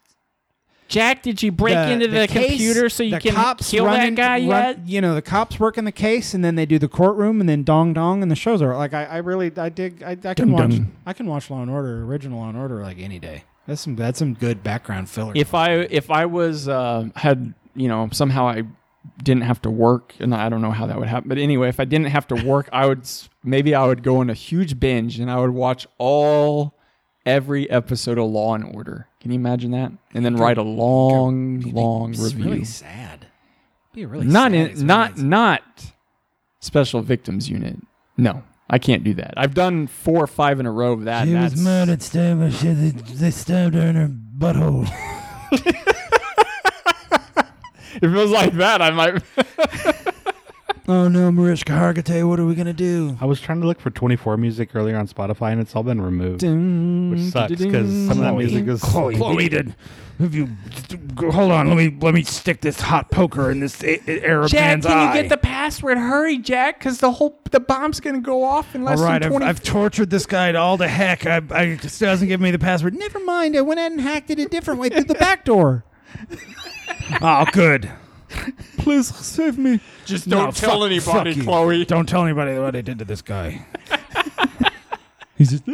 [SPEAKER 2] Jack, did you break into the,
[SPEAKER 5] case,
[SPEAKER 2] computer so you
[SPEAKER 5] the
[SPEAKER 2] can
[SPEAKER 5] cops
[SPEAKER 2] kill
[SPEAKER 5] running-
[SPEAKER 2] that guy
[SPEAKER 5] run-
[SPEAKER 2] yet?
[SPEAKER 5] You know, the cops working the case, and then they do the courtroom, and then dong dong, and the shows are like I, I really I dig I, I can
[SPEAKER 2] Dum
[SPEAKER 5] watch
[SPEAKER 2] dum.
[SPEAKER 5] I can watch Law and Order original Law and Order like any day. That's some that's some good background filler.
[SPEAKER 2] If I if I was uh, had you know somehow I didn't have to work, and I don't know how that would happen, but anyway, if I didn't have to work, I would s- maybe I would go on a huge binge and I would watch all every episode of Law and Order. Can you imagine that? And then write a long, long
[SPEAKER 5] it's
[SPEAKER 2] review.
[SPEAKER 5] really sad. Be a really
[SPEAKER 2] not
[SPEAKER 5] sad
[SPEAKER 2] in, not
[SPEAKER 5] experience.
[SPEAKER 2] not special victims unit. No, I can't do that. I've done four or five in a row of that.
[SPEAKER 8] She
[SPEAKER 2] and
[SPEAKER 8] was
[SPEAKER 2] that's-
[SPEAKER 8] murdered, stabbed. but She, they, they stabbed her in her butthole.
[SPEAKER 2] (laughs) if it was like that, I might.
[SPEAKER 20] Oh no, Mariska Hargitay, what are we gonna do?
[SPEAKER 3] I was trying to look for 24 music earlier on Spotify, and it's all been removed, which sucks because
[SPEAKER 8] dun.
[SPEAKER 3] some of that
[SPEAKER 8] Chloe.
[SPEAKER 3] music is
[SPEAKER 8] Chloe. Deleted. If you hold on, let me let me stick this hot poker in this a- a- Arab
[SPEAKER 2] (laughs)
[SPEAKER 8] man's eye.
[SPEAKER 2] password? Hurry, Jack, because the whole the bomb's gonna go off in
[SPEAKER 8] all right, I've, I've tortured this guy to all the heck. I, I it just doesn't give me the password.
[SPEAKER 5] Never mind, I went ahead and hacked it a different way through the back door.
[SPEAKER 8] Oh, good.
[SPEAKER 5] Please save me.
[SPEAKER 2] Just
[SPEAKER 8] No, Oh, fuck- fuck you. Don't tell anybody what I did to this guy. He's just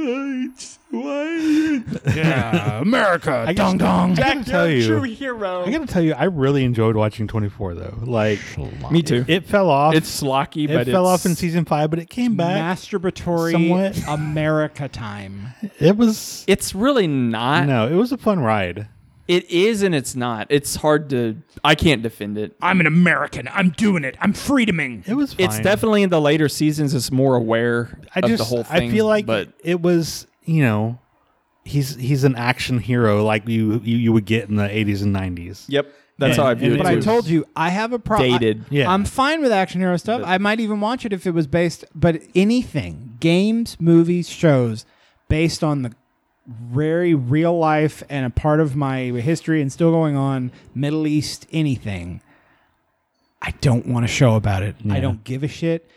[SPEAKER 8] yeah, America,
[SPEAKER 3] I
[SPEAKER 8] dong dong.
[SPEAKER 3] I gotta tell you,
[SPEAKER 2] hero.
[SPEAKER 3] I gotta tell you, I really enjoyed watching 24 though. Like,
[SPEAKER 2] Me too.
[SPEAKER 3] It, fell off.
[SPEAKER 2] It's slocky,
[SPEAKER 3] it
[SPEAKER 2] but
[SPEAKER 3] fell
[SPEAKER 2] it's-
[SPEAKER 3] off in season five, but it came back.
[SPEAKER 5] Masturbatory
[SPEAKER 3] Somewhat.
[SPEAKER 5] America time.
[SPEAKER 3] it was
[SPEAKER 2] It's really not.
[SPEAKER 3] no, it was a fun ride.
[SPEAKER 2] It is, and it's not. It's hard to. I can't defend it.
[SPEAKER 8] I'm an American. I'm doing it. I'm freedoming.
[SPEAKER 3] It was. Fine.
[SPEAKER 2] It's definitely in the later seasons. It's more aware
[SPEAKER 3] I
[SPEAKER 2] of
[SPEAKER 3] just
[SPEAKER 2] the whole thing.
[SPEAKER 3] I feel like
[SPEAKER 2] but
[SPEAKER 3] it was you know he's he's an action hero like you you, you would get in the 80s and 90s.
[SPEAKER 2] yep, that's
[SPEAKER 3] And-
[SPEAKER 2] how I view
[SPEAKER 3] and
[SPEAKER 2] it.
[SPEAKER 3] it
[SPEAKER 5] But I
[SPEAKER 2] too.
[SPEAKER 3] was-
[SPEAKER 5] told you, I have a problem.
[SPEAKER 2] Dated.
[SPEAKER 3] Yeah.
[SPEAKER 5] I'm fine with action hero stuff. I might even watch it if it was based, but anything, games, movies, shows, based on the very real life and a part of my history and still going on, Middle East, anything. I don't want a show about it. I don't give a shit.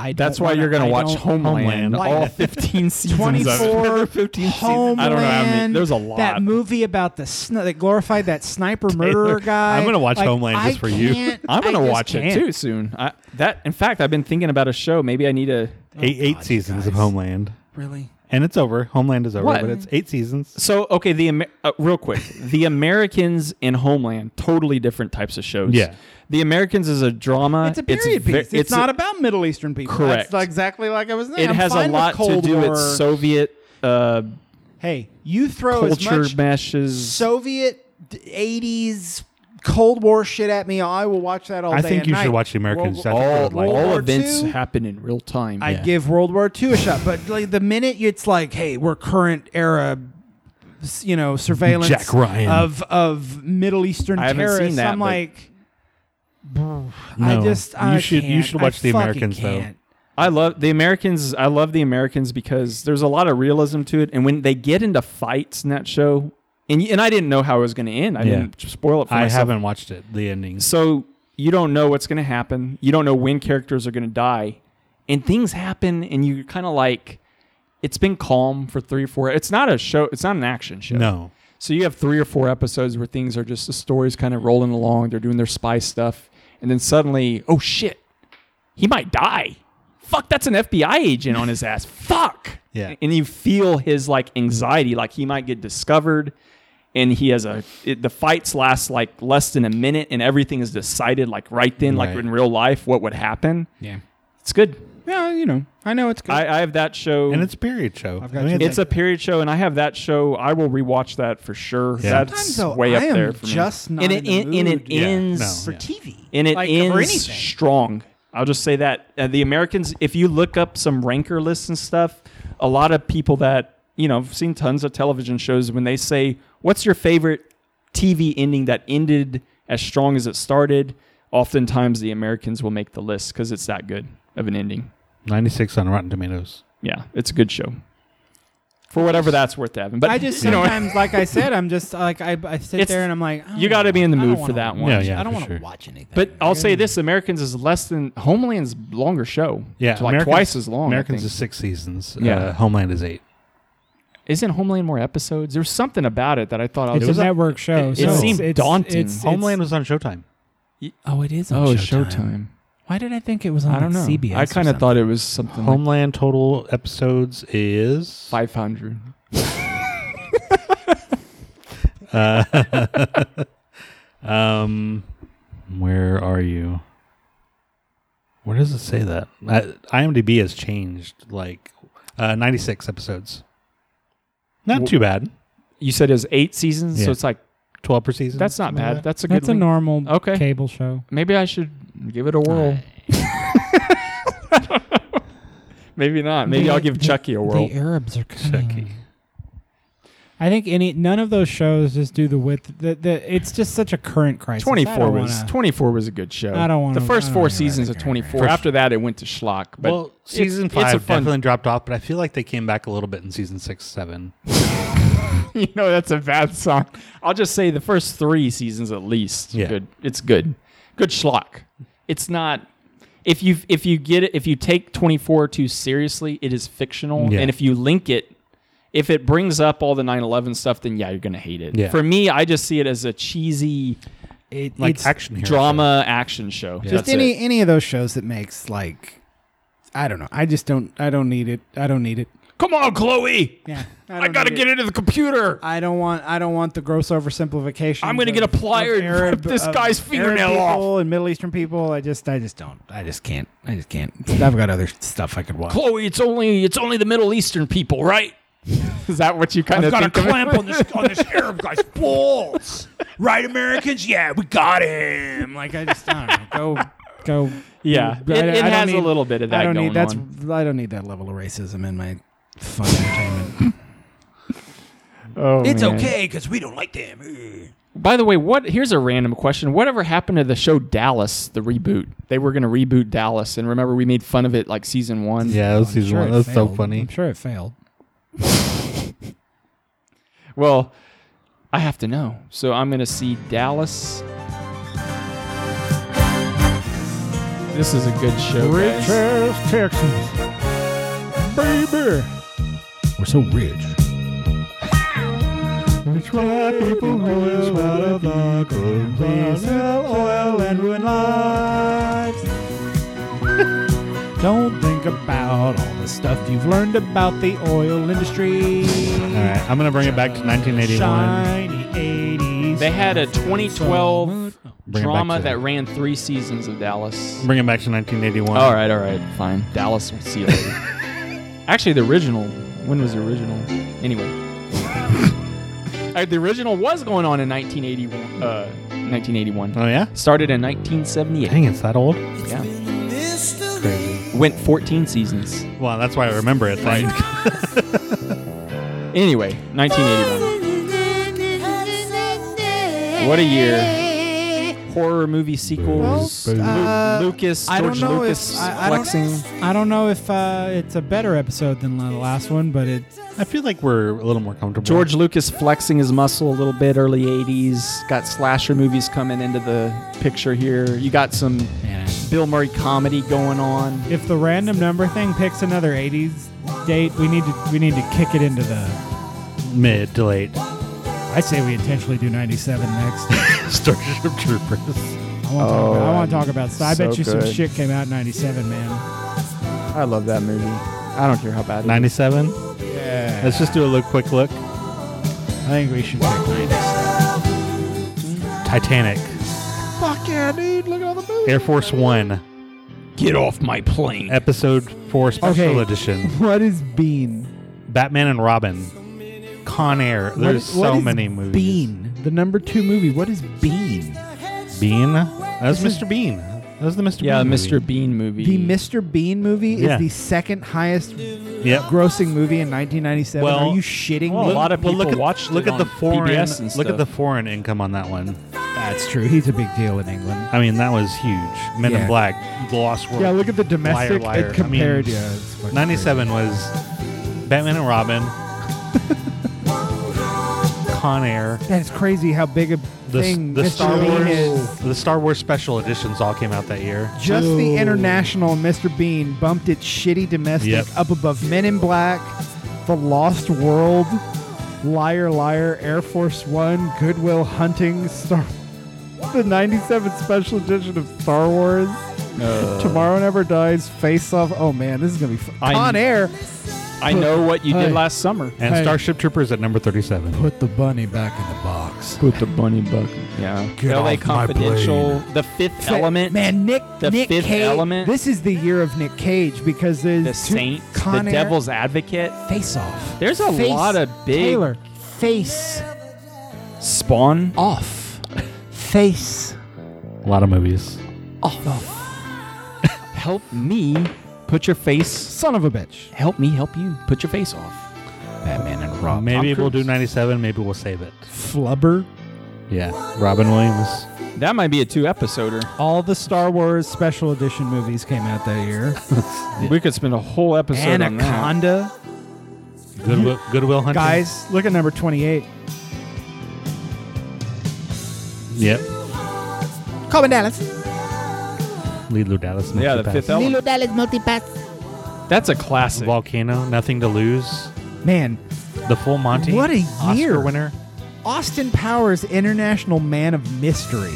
[SPEAKER 5] I
[SPEAKER 2] That's
[SPEAKER 5] don't
[SPEAKER 2] why
[SPEAKER 5] wanna-
[SPEAKER 2] you're gonna
[SPEAKER 5] I
[SPEAKER 2] watch
[SPEAKER 5] don't-
[SPEAKER 2] Homeland,
[SPEAKER 3] Homeland.
[SPEAKER 2] all 15 seasons. of it. (laughs)
[SPEAKER 5] 24 (laughs) Homeland.
[SPEAKER 2] I don't know how many. There's a
[SPEAKER 5] That
[SPEAKER 2] lot.
[SPEAKER 5] movie about the sn- that glorified
[SPEAKER 2] (laughs)
[SPEAKER 5] that sniper murderer guy.
[SPEAKER 3] I'm gonna watch
[SPEAKER 5] Like,
[SPEAKER 3] Homeland
[SPEAKER 5] I
[SPEAKER 3] just for you.
[SPEAKER 5] can't-
[SPEAKER 2] I'm
[SPEAKER 5] I
[SPEAKER 2] gonna
[SPEAKER 5] just
[SPEAKER 2] watch it
[SPEAKER 5] can't.
[SPEAKER 2] too soon. I, that in fact, I've been thinking about a show. Maybe I need a.
[SPEAKER 5] Oh,
[SPEAKER 3] Eight eight seasons of Homeland.
[SPEAKER 5] Really?
[SPEAKER 3] and it's over. Homeland is over,
[SPEAKER 2] What?
[SPEAKER 3] but it's eight seasons.
[SPEAKER 2] So okay, the Amer- uh, real quick, the Americans and Homeland, totally different types of shows.
[SPEAKER 3] Yeah.
[SPEAKER 2] the Americans is a drama.
[SPEAKER 5] It's a period
[SPEAKER 2] Uh, ve-
[SPEAKER 5] piece. It's, not about Middle Eastern people.
[SPEAKER 2] Correct.
[SPEAKER 5] That's exactly like I was.
[SPEAKER 2] It
[SPEAKER 5] I'm
[SPEAKER 2] has a
[SPEAKER 5] fine with
[SPEAKER 2] lot to
[SPEAKER 5] Cold
[SPEAKER 2] do
[SPEAKER 5] War.
[SPEAKER 2] with Soviet uh,
[SPEAKER 5] Hey, you throw as
[SPEAKER 2] culture
[SPEAKER 5] much
[SPEAKER 2] meshes.
[SPEAKER 5] Soviet d- '80s Cold War shit at me. I will watch that all
[SPEAKER 3] I
[SPEAKER 5] day.
[SPEAKER 3] think
[SPEAKER 5] and
[SPEAKER 3] you should
[SPEAKER 5] night.
[SPEAKER 3] watch the Americans. I think you
[SPEAKER 2] all
[SPEAKER 3] would like
[SPEAKER 2] all
[SPEAKER 3] it.
[SPEAKER 2] events happen in real time.
[SPEAKER 5] I give World War II a shot, but like the minute it's like, hey, we're current era, s- you know, surveillance
[SPEAKER 3] Jack Ryan.
[SPEAKER 5] of of Middle Eastern
[SPEAKER 2] I haven't seen
[SPEAKER 5] terrorists.
[SPEAKER 2] that,
[SPEAKER 5] I'm
[SPEAKER 2] but-
[SPEAKER 5] like, "Bruh,
[SPEAKER 2] No.
[SPEAKER 5] I just, I
[SPEAKER 3] you should you
[SPEAKER 5] can't.
[SPEAKER 3] should
[SPEAKER 5] I
[SPEAKER 3] watch the
[SPEAKER 5] fucking
[SPEAKER 3] Americans
[SPEAKER 5] can't.
[SPEAKER 2] I love the Americans. I love the Americans because there's a lot of realism to it, and when they get into fights in that show, and y- and I didn't know how it was going to end. I
[SPEAKER 3] Yeah.
[SPEAKER 2] didn't spoil it. for
[SPEAKER 3] I
[SPEAKER 2] myself.
[SPEAKER 3] haven't watched it. The ending.
[SPEAKER 2] So you don't know what's going to happen. You don't know when characters are going to die, and things happen, and you're kind of like, it's been calm for three or four. It's not a show. It's not an action show.
[SPEAKER 3] No.
[SPEAKER 2] So you have three or four episodes where things are just the stories kind of rolling along. They're doing their spy stuff, and then suddenly, oh shit, he might die. Fuck, that's an FBI agent on his ass. Fuck.
[SPEAKER 3] Yeah.
[SPEAKER 2] And you feel his like anxiety, like he might get discovered. And he has a it, the fights last like less than a minute, and everything is decided like right then, like
[SPEAKER 5] Right.
[SPEAKER 2] in real life, what would happen.
[SPEAKER 5] Yeah.
[SPEAKER 2] It's good.
[SPEAKER 5] Yeah, you know, I know it's good.
[SPEAKER 2] I, I have that show,
[SPEAKER 3] and it's a period show.
[SPEAKER 5] I've got you
[SPEAKER 2] it's
[SPEAKER 5] there.
[SPEAKER 2] a period show, and I have that show. I will rewatch that for sure.
[SPEAKER 5] Yeah.
[SPEAKER 2] That's
[SPEAKER 5] Sometimes, though,
[SPEAKER 2] way up
[SPEAKER 5] I am
[SPEAKER 2] there for me.
[SPEAKER 5] just not
[SPEAKER 2] and it
[SPEAKER 5] in the
[SPEAKER 2] and
[SPEAKER 5] mood.
[SPEAKER 2] it
[SPEAKER 5] Yeah,
[SPEAKER 2] ends
[SPEAKER 5] no, For yeah. TV.
[SPEAKER 2] and it
[SPEAKER 5] Like, for
[SPEAKER 2] ends
[SPEAKER 5] anything.
[SPEAKER 2] strong. I'll just say that uh, the Americans, if you look up some ranker lists and stuff, a lot of people that you know have seen tons of television shows when they say, "What's your favorite TV ending that ended as strong as it started?" Oftentimes, the Americans will make the list because it's that good of an ending.
[SPEAKER 3] Ninety six on Rotten Tomatoes.
[SPEAKER 2] Yeah, it's a good show. For whatever that's worth, Evan. But
[SPEAKER 5] I just
[SPEAKER 2] you know,
[SPEAKER 5] sometimes, like I said, I'm just like I, I sit
[SPEAKER 2] It's-
[SPEAKER 5] there and I'm like, I
[SPEAKER 2] you
[SPEAKER 5] don't
[SPEAKER 2] got to be in the
[SPEAKER 5] wanna- I
[SPEAKER 2] mood
[SPEAKER 5] don't
[SPEAKER 2] for
[SPEAKER 5] wanna
[SPEAKER 2] that
[SPEAKER 5] watch
[SPEAKER 2] one.
[SPEAKER 5] it. I don't want to watch anything.
[SPEAKER 2] But I'll say this: Americans is less than Homeland's longer show.
[SPEAKER 3] Yeah,
[SPEAKER 2] it's like
[SPEAKER 3] Americans-
[SPEAKER 2] twice as long. I
[SPEAKER 3] Americans
[SPEAKER 2] think.
[SPEAKER 3] is six seasons.
[SPEAKER 2] Yeah.
[SPEAKER 3] uh, Homeland is eight.
[SPEAKER 2] Isn't Homeland more episodes? There's something about it that I thought I
[SPEAKER 8] It's
[SPEAKER 2] was.
[SPEAKER 8] a network show,
[SPEAKER 2] It,
[SPEAKER 8] so
[SPEAKER 2] it
[SPEAKER 8] it's-
[SPEAKER 2] seemed
[SPEAKER 8] it's-
[SPEAKER 2] daunting.
[SPEAKER 8] it's- it's-
[SPEAKER 3] Homeland was on Showtime.
[SPEAKER 21] Oh, it is. On
[SPEAKER 2] oh,
[SPEAKER 21] Showtime.
[SPEAKER 2] Showtime.
[SPEAKER 21] Why did I think it was on
[SPEAKER 2] I don't know.
[SPEAKER 21] like, CBS?
[SPEAKER 2] I kind
[SPEAKER 21] or
[SPEAKER 2] of thought it was something. like
[SPEAKER 3] Homeland total episodes is
[SPEAKER 2] five hundred.
[SPEAKER 3] Uh, um, where are you? Where does it say that? I, IMDb has changed like uh, 96 episodes. Not
[SPEAKER 2] Wh-
[SPEAKER 3] too bad.
[SPEAKER 2] You said it was eight seasons,
[SPEAKER 3] Yeah.
[SPEAKER 2] so it's like
[SPEAKER 3] 12 per season.
[SPEAKER 2] that's not
[SPEAKER 3] something
[SPEAKER 2] bad.
[SPEAKER 3] like that.
[SPEAKER 2] That's a good.
[SPEAKER 8] That's a
[SPEAKER 2] length.
[SPEAKER 8] normal
[SPEAKER 2] Okay.
[SPEAKER 8] cable show.
[SPEAKER 2] Maybe I should give it a whirl. I don't know. (laughs) Maybe not. Maybe I'll give Chucky a whirl.
[SPEAKER 8] The Arabs are coming.
[SPEAKER 2] Hmm.
[SPEAKER 8] I think any none of those shows just do the width. The, the, it's just such a current crisis. I
[SPEAKER 2] Twenty-four
[SPEAKER 8] don't (laughs)
[SPEAKER 2] was
[SPEAKER 8] wanna-
[SPEAKER 2] twenty-four was a good show.
[SPEAKER 8] I don't wanna-
[SPEAKER 2] the
[SPEAKER 8] I
[SPEAKER 2] first
[SPEAKER 8] don't
[SPEAKER 2] four
[SPEAKER 8] wanna
[SPEAKER 2] seasons of twenty-four. After that, it went to schlock. But
[SPEAKER 3] well,
[SPEAKER 2] it's-
[SPEAKER 3] season
[SPEAKER 2] it's,
[SPEAKER 3] five
[SPEAKER 2] a fun.
[SPEAKER 3] (laughs) definitely dropped off, but I feel like they came back a little bit in season six, seven.
[SPEAKER 2] you know, that's a bad song. I'll just say the first three seasons at least.
[SPEAKER 3] Yeah.
[SPEAKER 2] Good. It's good. Good schlock. It's not. If you if you get it if you take twenty four too seriously, it is fictional.
[SPEAKER 3] Yeah.
[SPEAKER 2] And if you link it, if it brings up all the 9-11 stuff, then yeah, you're gonna hate it.
[SPEAKER 3] Yeah.
[SPEAKER 2] For me, I just see it as a cheesy
[SPEAKER 5] It,
[SPEAKER 3] Like
[SPEAKER 5] it's
[SPEAKER 3] action hero
[SPEAKER 2] drama action show.
[SPEAKER 5] just
[SPEAKER 2] That's it.
[SPEAKER 5] any any of those shows that makes like, I don't know. I just don't. I don't need it. I don't need it.
[SPEAKER 2] Come on, Chloe.
[SPEAKER 5] Yeah,
[SPEAKER 2] I, gotta get into the computer.
[SPEAKER 5] I don't want. I don't want the gross oversimplification.
[SPEAKER 2] I'm gonna
[SPEAKER 5] of-
[SPEAKER 2] get a plier
[SPEAKER 5] of
[SPEAKER 2] and rip this
[SPEAKER 5] of
[SPEAKER 2] guy's
[SPEAKER 5] Arab
[SPEAKER 2] fingernail off.
[SPEAKER 5] people And Middle Eastern people. I just. I just don't. I just can't. I just can't. (laughs) I've got other stuff I could watch.
[SPEAKER 2] Chloe, oh, it's only it's only the Middle Eastern people, right? (laughs) Is that what you kind
[SPEAKER 22] I've
[SPEAKER 2] of
[SPEAKER 22] got a
[SPEAKER 2] think of it?
[SPEAKER 22] clamp
[SPEAKER 8] (laughs)
[SPEAKER 22] on this on this Arab guy's balls. Right, Americans? Yeah, we got him.
[SPEAKER 5] Like I just. I don't know. Go.
[SPEAKER 8] Go.
[SPEAKER 2] (laughs) Yeah,
[SPEAKER 5] I-
[SPEAKER 2] it,
[SPEAKER 5] I
[SPEAKER 2] it
[SPEAKER 5] don't
[SPEAKER 2] has a
[SPEAKER 5] need-
[SPEAKER 2] little bit of that
[SPEAKER 5] I don't
[SPEAKER 2] going
[SPEAKER 5] need. That's.
[SPEAKER 2] on.
[SPEAKER 5] I don't need that level of racism
[SPEAKER 3] (laughs)
[SPEAKER 5] in my fun entertainment.
[SPEAKER 2] Oh,
[SPEAKER 22] it's
[SPEAKER 2] man.
[SPEAKER 22] okay because we don't like them.
[SPEAKER 2] By the way, what? Here's a random question. Whatever happened to the show Dallas, the reboot? They were going to reboot Dallas, and remember we made fun of it like season one.
[SPEAKER 3] Yeah, that was season
[SPEAKER 8] sure
[SPEAKER 3] one.
[SPEAKER 8] it
[SPEAKER 3] That was so
[SPEAKER 8] failed.
[SPEAKER 3] funny.
[SPEAKER 8] I'm sure it failed.
[SPEAKER 2] Well, I have to know, so I'm going to see Dallas. This is a good show. guys.
[SPEAKER 8] ass Texans, baby. We're so rich.
[SPEAKER 3] Rich white people live out of luck,
[SPEAKER 23] Please sell oil and ruin lives.
[SPEAKER 8] Don't think about all the
[SPEAKER 5] the stuff you've learned about the oil industry.
[SPEAKER 3] All right, I'm gonna bring it back to 1981.
[SPEAKER 5] Shiny 80s.
[SPEAKER 2] They had a 2012
[SPEAKER 3] Bring it back
[SPEAKER 2] drama
[SPEAKER 3] to-
[SPEAKER 2] that ran three seasons of Dallas.
[SPEAKER 3] Bring it back to 1981.
[SPEAKER 2] All right, all right, fine. Dallas, we'll see you
[SPEAKER 3] (laughs)
[SPEAKER 2] later. Actually, the original. When was the original?
[SPEAKER 3] (laughs)
[SPEAKER 2] Anyway, Uh, the original was going on in 1981. Uh, 1981.
[SPEAKER 3] Oh yeah.
[SPEAKER 2] Started in 1978.
[SPEAKER 3] Dang, it's that old.
[SPEAKER 2] Yeah. Went 14 seasons.
[SPEAKER 3] Well, that's why I remember it. Right.
[SPEAKER 2] Anyway, 1981. What a year. Horror movie sequels.
[SPEAKER 8] Well,
[SPEAKER 2] Lu-
[SPEAKER 8] uh,
[SPEAKER 2] Lucas,
[SPEAKER 8] I
[SPEAKER 2] George
[SPEAKER 8] don't know
[SPEAKER 2] Lucas
[SPEAKER 8] if I, I Don't, I don't know if uh, it's a better episode than the last one, but it.
[SPEAKER 3] I feel like we're a little more comfortable.
[SPEAKER 2] George Lucas flexing his muscle a little bit, early 80s. Got slasher movies coming into the picture here. You got some Bill Murray comedy going on.
[SPEAKER 8] If the random number thing picks another '80s date, we need to we need to kick it into the.
[SPEAKER 3] Mid to late.
[SPEAKER 8] I say we intentionally do '97 next.
[SPEAKER 3] Starship Troopers.
[SPEAKER 8] I want
[SPEAKER 2] Oh,
[SPEAKER 8] to talk about, I want
[SPEAKER 2] I'm
[SPEAKER 8] to talk about. I
[SPEAKER 2] so
[SPEAKER 8] bet you some
[SPEAKER 2] good.
[SPEAKER 8] shit came out in '97, man.
[SPEAKER 2] I love that movie. I don't care how bad it is.
[SPEAKER 3] 97.
[SPEAKER 8] Yeah.
[SPEAKER 3] Let's just do a little quick look.
[SPEAKER 8] I think we should pick
[SPEAKER 3] Titanic,
[SPEAKER 24] Fuck yeah, dude. Look at all the movies.
[SPEAKER 3] Air Force One,
[SPEAKER 2] Get off my plane.
[SPEAKER 3] Episode Four Special
[SPEAKER 8] Okay.
[SPEAKER 3] Edition,
[SPEAKER 8] What is Bean?
[SPEAKER 3] Batman and Robin, Con Air.
[SPEAKER 8] What
[SPEAKER 3] There's
[SPEAKER 8] is- what
[SPEAKER 3] so
[SPEAKER 8] is
[SPEAKER 3] many movies.
[SPEAKER 8] Bean, the number two movie. What is Bean?
[SPEAKER 3] Bean. That's Mr. Bean. That was the Mr.
[SPEAKER 2] Yeah,
[SPEAKER 3] Bean. movie.
[SPEAKER 2] Mr. Bean movie.
[SPEAKER 5] The Mr. Bean movie
[SPEAKER 3] Yeah.
[SPEAKER 5] is the second highest
[SPEAKER 3] Yep.
[SPEAKER 5] grossing movie in 1997.
[SPEAKER 3] Well,
[SPEAKER 5] Are you shitting
[SPEAKER 2] well,
[SPEAKER 5] me?
[SPEAKER 2] a lot of
[SPEAKER 3] Well,
[SPEAKER 2] people
[SPEAKER 3] look at
[SPEAKER 2] watched
[SPEAKER 3] look
[SPEAKER 2] it
[SPEAKER 3] at the
[SPEAKER 2] on
[SPEAKER 3] foreign
[SPEAKER 2] PBS and
[SPEAKER 3] look at
[SPEAKER 2] stuff.
[SPEAKER 3] the foreign income on that one.
[SPEAKER 8] That's true. He's a big deal in England.
[SPEAKER 3] I mean, that was huge. Men
[SPEAKER 8] Yeah.
[SPEAKER 3] in Black, The Lost World.
[SPEAKER 8] Yeah, look at the
[SPEAKER 3] liar,
[SPEAKER 8] domestic it
[SPEAKER 3] liar.
[SPEAKER 8] compared-
[SPEAKER 3] I mean,
[SPEAKER 8] yeah, it's fucking
[SPEAKER 3] Ninety-seven was Batman and
[SPEAKER 8] (laughs)
[SPEAKER 3] Robin, Con Air,
[SPEAKER 5] That's crazy how big a
[SPEAKER 3] the,
[SPEAKER 5] thing
[SPEAKER 3] the
[SPEAKER 5] Mr.
[SPEAKER 3] Star
[SPEAKER 5] Bean
[SPEAKER 3] Wars,
[SPEAKER 5] is.
[SPEAKER 3] the Star Wars special editions all came out that year.
[SPEAKER 5] Just the international Mr. Bean bumped its shitty domestic
[SPEAKER 3] Yep.
[SPEAKER 5] up above Men in Black, The Lost World, Liar Liar, Air Force One, Goodwill Hunting, Star, (laughs) the '97 special edition of Star Wars, Tomorrow Never Dies, Face Off. Oh man, this is gonna be fun.
[SPEAKER 2] Uh. I-
[SPEAKER 5] on air.
[SPEAKER 2] I know what you did last summer.
[SPEAKER 3] and
[SPEAKER 8] Hey.
[SPEAKER 3] Starship Troopers at number thirty-seven.
[SPEAKER 8] Put the bunny back in the box.
[SPEAKER 2] Put the bunny back. Yeah.
[SPEAKER 8] Get
[SPEAKER 2] LA
[SPEAKER 8] off my
[SPEAKER 2] Confidential. The Fifth Element.
[SPEAKER 5] man. Nick,
[SPEAKER 2] The
[SPEAKER 5] Nick
[SPEAKER 2] Fifth
[SPEAKER 5] Cage.
[SPEAKER 2] Element.
[SPEAKER 5] This is the year of Nick Cage because there's
[SPEAKER 2] the
[SPEAKER 5] two-
[SPEAKER 2] Saint.
[SPEAKER 5] Con
[SPEAKER 2] The
[SPEAKER 5] Air-
[SPEAKER 2] Devil's Advocate.
[SPEAKER 8] Face off.
[SPEAKER 2] There's a
[SPEAKER 5] Face-
[SPEAKER 2] lot of big
[SPEAKER 5] Taylor, face Oh.
[SPEAKER 2] Spawn.
[SPEAKER 5] off. Face
[SPEAKER 3] A lot of movies.
[SPEAKER 5] off.
[SPEAKER 2] Help me put your face.
[SPEAKER 5] Son of a bitch.
[SPEAKER 2] Help me help you put your face off.
[SPEAKER 8] Batman and Robin.
[SPEAKER 3] Maybe
[SPEAKER 2] Uh, Tom
[SPEAKER 3] we'll do
[SPEAKER 2] Cruise.
[SPEAKER 3] ninety-seven. Maybe we'll save it.
[SPEAKER 8] Flubber.
[SPEAKER 3] Yeah, Robin Williams.
[SPEAKER 2] That might be a two episoder.
[SPEAKER 8] All the Star Wars special edition movies came out that year.
[SPEAKER 2] We could spend a whole episode on that.
[SPEAKER 5] Anaconda.
[SPEAKER 3] Goodwill, Goodwill Hunting.
[SPEAKER 5] Guys, look at number 28.
[SPEAKER 3] Yep.
[SPEAKER 25] Common Dallas.
[SPEAKER 3] Lilo Dallas.
[SPEAKER 2] Yeah, the
[SPEAKER 3] Multipass.
[SPEAKER 2] Fifth Element.
[SPEAKER 25] Dallas multipass.
[SPEAKER 2] That's a classic.
[SPEAKER 3] Volcano. Nothing to lose.
[SPEAKER 5] Man,
[SPEAKER 3] The Full Monty.
[SPEAKER 5] What a year.
[SPEAKER 3] Oscar winner.
[SPEAKER 5] Austin Powers, International Man of Mystery.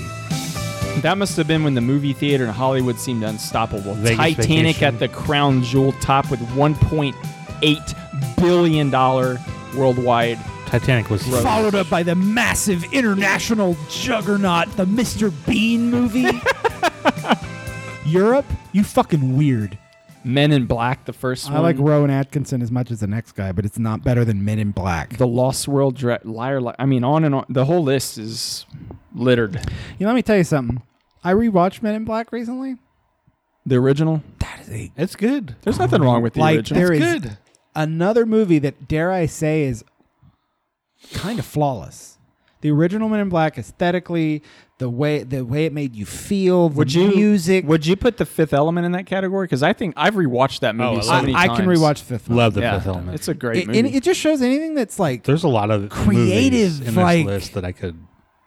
[SPEAKER 2] That must have been when the movie theater in Hollywood seemed unstoppable.
[SPEAKER 3] Vegas
[SPEAKER 2] Titanic
[SPEAKER 3] Vacation.
[SPEAKER 2] at the crown jewel top with 1.8 billion dollar worldwide.
[SPEAKER 3] Titanic was
[SPEAKER 2] Gross.
[SPEAKER 8] Followed up by the massive international juggernaut, the Mr. Bean
[SPEAKER 5] (laughs)
[SPEAKER 8] movie. Europe, you fucking weird.
[SPEAKER 2] Men in Black, the first
[SPEAKER 5] I
[SPEAKER 2] one.
[SPEAKER 5] like Rowan Atkinson as much as the next guy, but it's not better than Men in Black.
[SPEAKER 2] the Lost World, Dra- Liar, Li- I mean, on and on. The whole list is littered.
[SPEAKER 5] You know, let me tell you something. I rewatched Men in Black recently.
[SPEAKER 2] The original.
[SPEAKER 3] It's good.
[SPEAKER 2] There's nothing wrong with the
[SPEAKER 5] like
[SPEAKER 2] original.
[SPEAKER 5] there is
[SPEAKER 3] good.
[SPEAKER 5] another movie that dare I say is kind of flawless. The original Men in Black aesthetically, the way the way it made you feel, the
[SPEAKER 2] would you
[SPEAKER 5] music.
[SPEAKER 2] Would you put the Fifth Element in that category? Because I think I've rewatched that movie
[SPEAKER 3] Oh, I
[SPEAKER 2] so
[SPEAKER 3] love
[SPEAKER 2] many
[SPEAKER 5] I, I
[SPEAKER 2] times.
[SPEAKER 5] can rewatch Fifth. Element.
[SPEAKER 3] Love the
[SPEAKER 2] Yeah,
[SPEAKER 3] Fifth Element.
[SPEAKER 2] It's a great
[SPEAKER 5] It,
[SPEAKER 2] movie.
[SPEAKER 5] and it just shows anything that's like
[SPEAKER 3] There's a lot of
[SPEAKER 5] Creative,
[SPEAKER 3] movies in
[SPEAKER 5] like-
[SPEAKER 3] this list that I could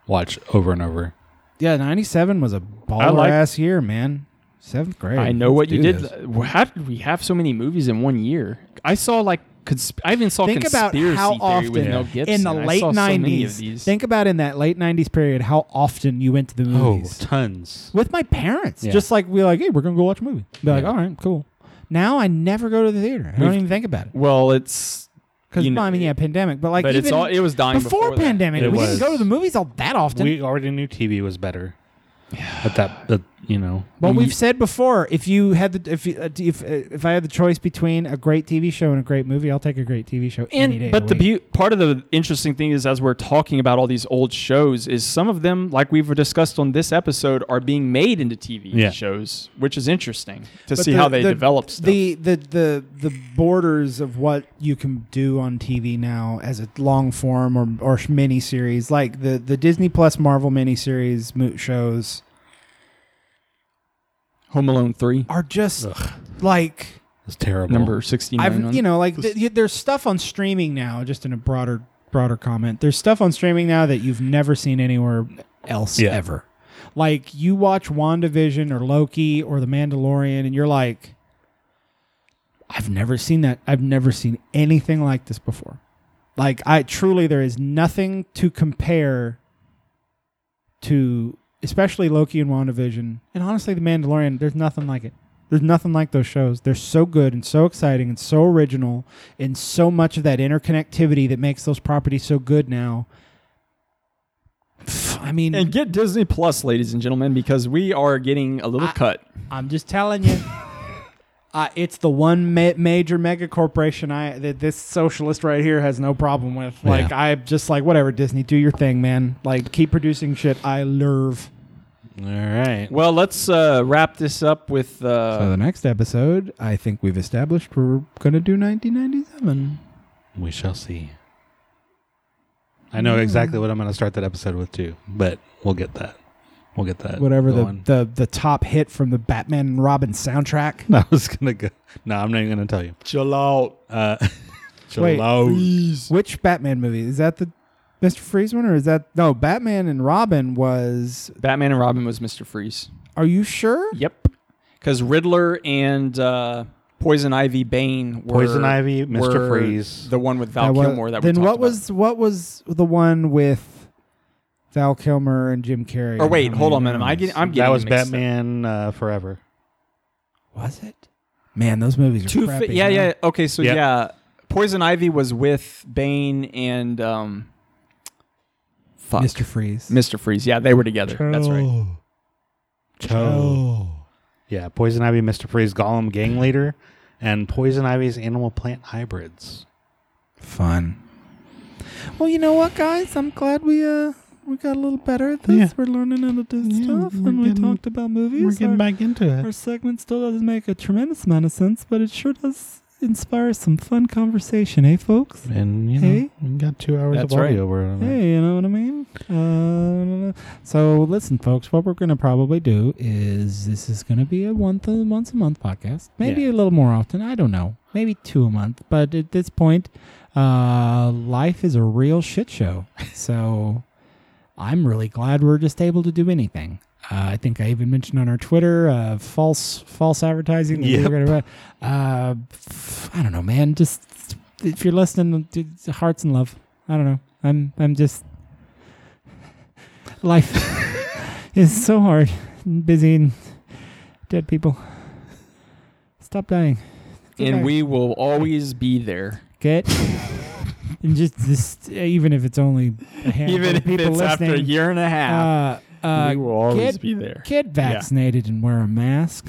[SPEAKER 3] watch over and over.
[SPEAKER 5] Yeah, '97 was a baller
[SPEAKER 2] like-
[SPEAKER 5] ass year, man. Seventh grade.
[SPEAKER 2] I know what
[SPEAKER 5] Let's
[SPEAKER 2] you
[SPEAKER 5] do
[SPEAKER 2] did.
[SPEAKER 5] this.
[SPEAKER 2] Wh- How did we have so many movies in one year? I saw like consp- I even saw
[SPEAKER 5] Think about
[SPEAKER 2] conspiracy
[SPEAKER 5] how
[SPEAKER 2] theory with
[SPEAKER 5] often
[SPEAKER 2] Mel Gibson.
[SPEAKER 5] in the
[SPEAKER 2] I
[SPEAKER 5] late
[SPEAKER 2] saw so many of
[SPEAKER 5] '90s.
[SPEAKER 2] these.
[SPEAKER 5] think about in that late '90s period how often you went to the
[SPEAKER 3] Oh,
[SPEAKER 5] movies
[SPEAKER 3] tons.
[SPEAKER 5] with my parents.
[SPEAKER 3] Yeah.
[SPEAKER 5] Just like we like, hey, we're gonna go watch a movie. Be like,
[SPEAKER 3] Yeah.
[SPEAKER 5] all right, cool. Now I never go to the theater. I don't
[SPEAKER 2] We've-
[SPEAKER 5] even think about it.
[SPEAKER 2] Well, it's
[SPEAKER 5] Because
[SPEAKER 2] you know-
[SPEAKER 5] I mean, yeah, pandemic, but like
[SPEAKER 2] But
[SPEAKER 5] even
[SPEAKER 2] it's all- it was dying before that.
[SPEAKER 5] pandemic.
[SPEAKER 3] It
[SPEAKER 5] we
[SPEAKER 3] was.
[SPEAKER 5] didn't go to the movies all that often.
[SPEAKER 3] We already knew TV was better. But that, that you know,
[SPEAKER 5] Well, we've said before, if you had the if you- uh, if uh, if I had the choice between a great TV show and a great movie, I'll take a great TV show any day.
[SPEAKER 2] And, but
[SPEAKER 5] of
[SPEAKER 2] the
[SPEAKER 5] week.
[SPEAKER 2] beau- part of the interesting thing is, as we're talking about all these old shows, is some of them, like we've discussed on this episode, are being made into TV
[SPEAKER 5] Yeah.
[SPEAKER 2] shows, which is interesting to
[SPEAKER 5] But
[SPEAKER 2] see
[SPEAKER 5] the-
[SPEAKER 2] how they
[SPEAKER 5] the-
[SPEAKER 2] develop stuff.
[SPEAKER 5] The, the the the borders of what you can do on TV now as a long form or or mini series, like the the Disney Plus Marvel miniseries mo- shows.
[SPEAKER 2] Home Alone three
[SPEAKER 5] are just like
[SPEAKER 3] it's terrible.
[SPEAKER 2] Number sixty
[SPEAKER 5] I've,
[SPEAKER 2] nine.
[SPEAKER 5] you know, like th- y- there's stuff on streaming now. Just in a broader broader comment, there's stuff on streaming now that you've never seen anywhere else
[SPEAKER 26] Yeah.
[SPEAKER 5] ever. Like you watch WandaVision or Loki or The Mandalorian, and you're like, I've never seen that. I've never seen anything like this before. Like I truly, there is nothing to compare to, especially Loki and WandaVision, and honestly, The Mandalorian. There's nothing like it. There's nothing like those shows. They're so good and so exciting and so original, and so much of that interconnectivity that makes those properties so good now. I mean,
[SPEAKER 2] and get Disney Plus, ladies and gentlemen, because we are getting a little cut.
[SPEAKER 5] I'm just telling (laughs) you. Uh, it's the one ma- major mega corporation I that this socialist right here has no problem with. Like I'm just like whatever Disney, do your thing, man. Like keep producing shit. I love.
[SPEAKER 3] All right.
[SPEAKER 2] Well, let's uh, wrap this up with. Uh,
[SPEAKER 5] So the next episode, I think we've established we're gonna do 1997.
[SPEAKER 3] we shall see. I know exactly what I'm going to start that episode with too, but we'll get that. We'll get that.
[SPEAKER 5] Whatever the,
[SPEAKER 3] going. (laughs)
[SPEAKER 5] the the top hit from the Batman and Robin (laughs) soundtrack.
[SPEAKER 3] No, I was gonna go. No, I'm not even gonna tell you.
[SPEAKER 2] Chill out.
[SPEAKER 3] Uh, (laughs) chill
[SPEAKER 5] Wait,
[SPEAKER 3] out.
[SPEAKER 5] Which Batman movie is that? The Mister Freeze one, or is that no? Batman and Robin was.
[SPEAKER 2] Batman and Robin was Mister Freeze.
[SPEAKER 5] Are you sure?
[SPEAKER 2] Yep. Because Riddler and uh, Poison Ivy Bane were
[SPEAKER 3] Poison Ivy, Mr.
[SPEAKER 2] were
[SPEAKER 3] Freeze.
[SPEAKER 2] the one with Val
[SPEAKER 5] wa-
[SPEAKER 2] Kilmer that we
[SPEAKER 5] then
[SPEAKER 2] talked
[SPEAKER 5] what
[SPEAKER 2] about.
[SPEAKER 5] was what was the one with Val Kilmer and Jim Carrey?
[SPEAKER 2] Or wait,
[SPEAKER 5] How
[SPEAKER 2] hold
[SPEAKER 5] many
[SPEAKER 2] on a minute.
[SPEAKER 5] of
[SPEAKER 2] I
[SPEAKER 5] those?
[SPEAKER 2] get, I'm getting
[SPEAKER 3] That was
[SPEAKER 2] mixed up.
[SPEAKER 3] Batman uh, Forever.
[SPEAKER 5] Was it? Man, those movies are
[SPEAKER 2] Two
[SPEAKER 5] crappy.
[SPEAKER 2] fi- yeah,
[SPEAKER 5] huh?
[SPEAKER 2] yeah. Okay, so
[SPEAKER 3] Yep.
[SPEAKER 2] yeah, Poison Ivy was with Bane and um, fuck,
[SPEAKER 5] Mr. Freeze.
[SPEAKER 2] Mr. Freeze. Yeah, they were together. That's right.
[SPEAKER 3] Toe. Yeah, Poison Ivy, Mr. Freeze, Gollum, Gang Leader, and Poison Ivy's Animal Plant Hybrids.
[SPEAKER 5] Fun. Well, you know what, guys? I'm glad we uh we got a little better at this. We're learning how to do stuff, and we talked about movies.
[SPEAKER 4] we're getting
[SPEAKER 5] Our-
[SPEAKER 4] back into it.
[SPEAKER 5] Our segment still doesn't make a tremendous amount of sense, but it sure does inspire some fun conversation, eh, folks?
[SPEAKER 3] And you know,
[SPEAKER 5] Hey.
[SPEAKER 3] we got two hours
[SPEAKER 2] That's
[SPEAKER 3] of audio.
[SPEAKER 2] right.
[SPEAKER 3] We're on
[SPEAKER 5] Hey, you know what I mean? Uh, so listen, folks. What we're gonna probably do is this is gonna be a once a, once a month podcast. Maybe a little more often. I don't know. Maybe two a month. But at this point, uh, life is a real shit show. So I'm really glad we're just able to do anything. Uh, I think I even mentioned on our Twitter uh, false false advertising. that we were gonna run. uh, f- I don't know, man. Just if you're listening, d- d- hearts and love. I don't know. I'm I'm just (laughs) life is so hard, and busy, and dead people. Stop dying. Get
[SPEAKER 2] And
[SPEAKER 5] back.
[SPEAKER 2] we will always be there.
[SPEAKER 5] get and just just uh, even if it's only a handful
[SPEAKER 2] Even
[SPEAKER 5] of
[SPEAKER 2] if
[SPEAKER 5] people
[SPEAKER 2] it's after a
[SPEAKER 5] listening,
[SPEAKER 2] year and a half,
[SPEAKER 5] uh, uh,
[SPEAKER 2] we will always
[SPEAKER 5] get-
[SPEAKER 2] be there.
[SPEAKER 5] Get
[SPEAKER 2] Yeah.
[SPEAKER 5] vaccinated and wear a mask,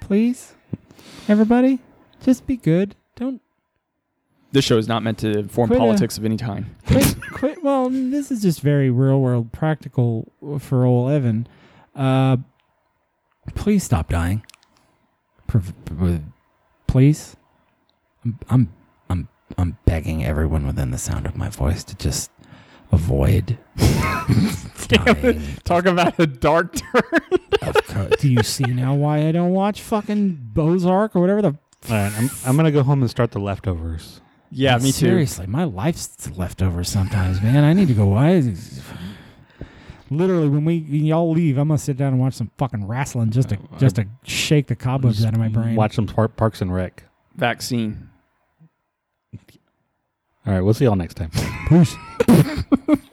[SPEAKER 5] please. Everybody, just be good. Don't
[SPEAKER 2] This show is not meant to inform
[SPEAKER 5] Quit, uh,
[SPEAKER 2] politics of any kind.
[SPEAKER 5] quit, quit. Well, this is just very real world practical for old Evan. Uh, please stop dying. Prov- prov- Please.
[SPEAKER 27] I'm, I'm, I'm, I'm begging everyone within the sound of my voice to just avoid.
[SPEAKER 2] Talk about a dark turn.
[SPEAKER 5] Do you see now why I don't watch fucking Bozark or whatever the
[SPEAKER 3] All right, I'm, I'm gonna go home and start the leftovers.
[SPEAKER 2] Yeah, me too.
[SPEAKER 27] Seriously, my life's left over sometimes, man. I need to go. Why?
[SPEAKER 5] Literally, when we when y'all leave, I'm gonna sit down and watch some fucking wrestling just to
[SPEAKER 2] Uh,
[SPEAKER 5] just to shake the cobwebs out of my brain.
[SPEAKER 3] Watch some Par- Parks and Rec.
[SPEAKER 2] Vaccine.
[SPEAKER 3] All right, we'll see y'all next time.
[SPEAKER 5] Peace.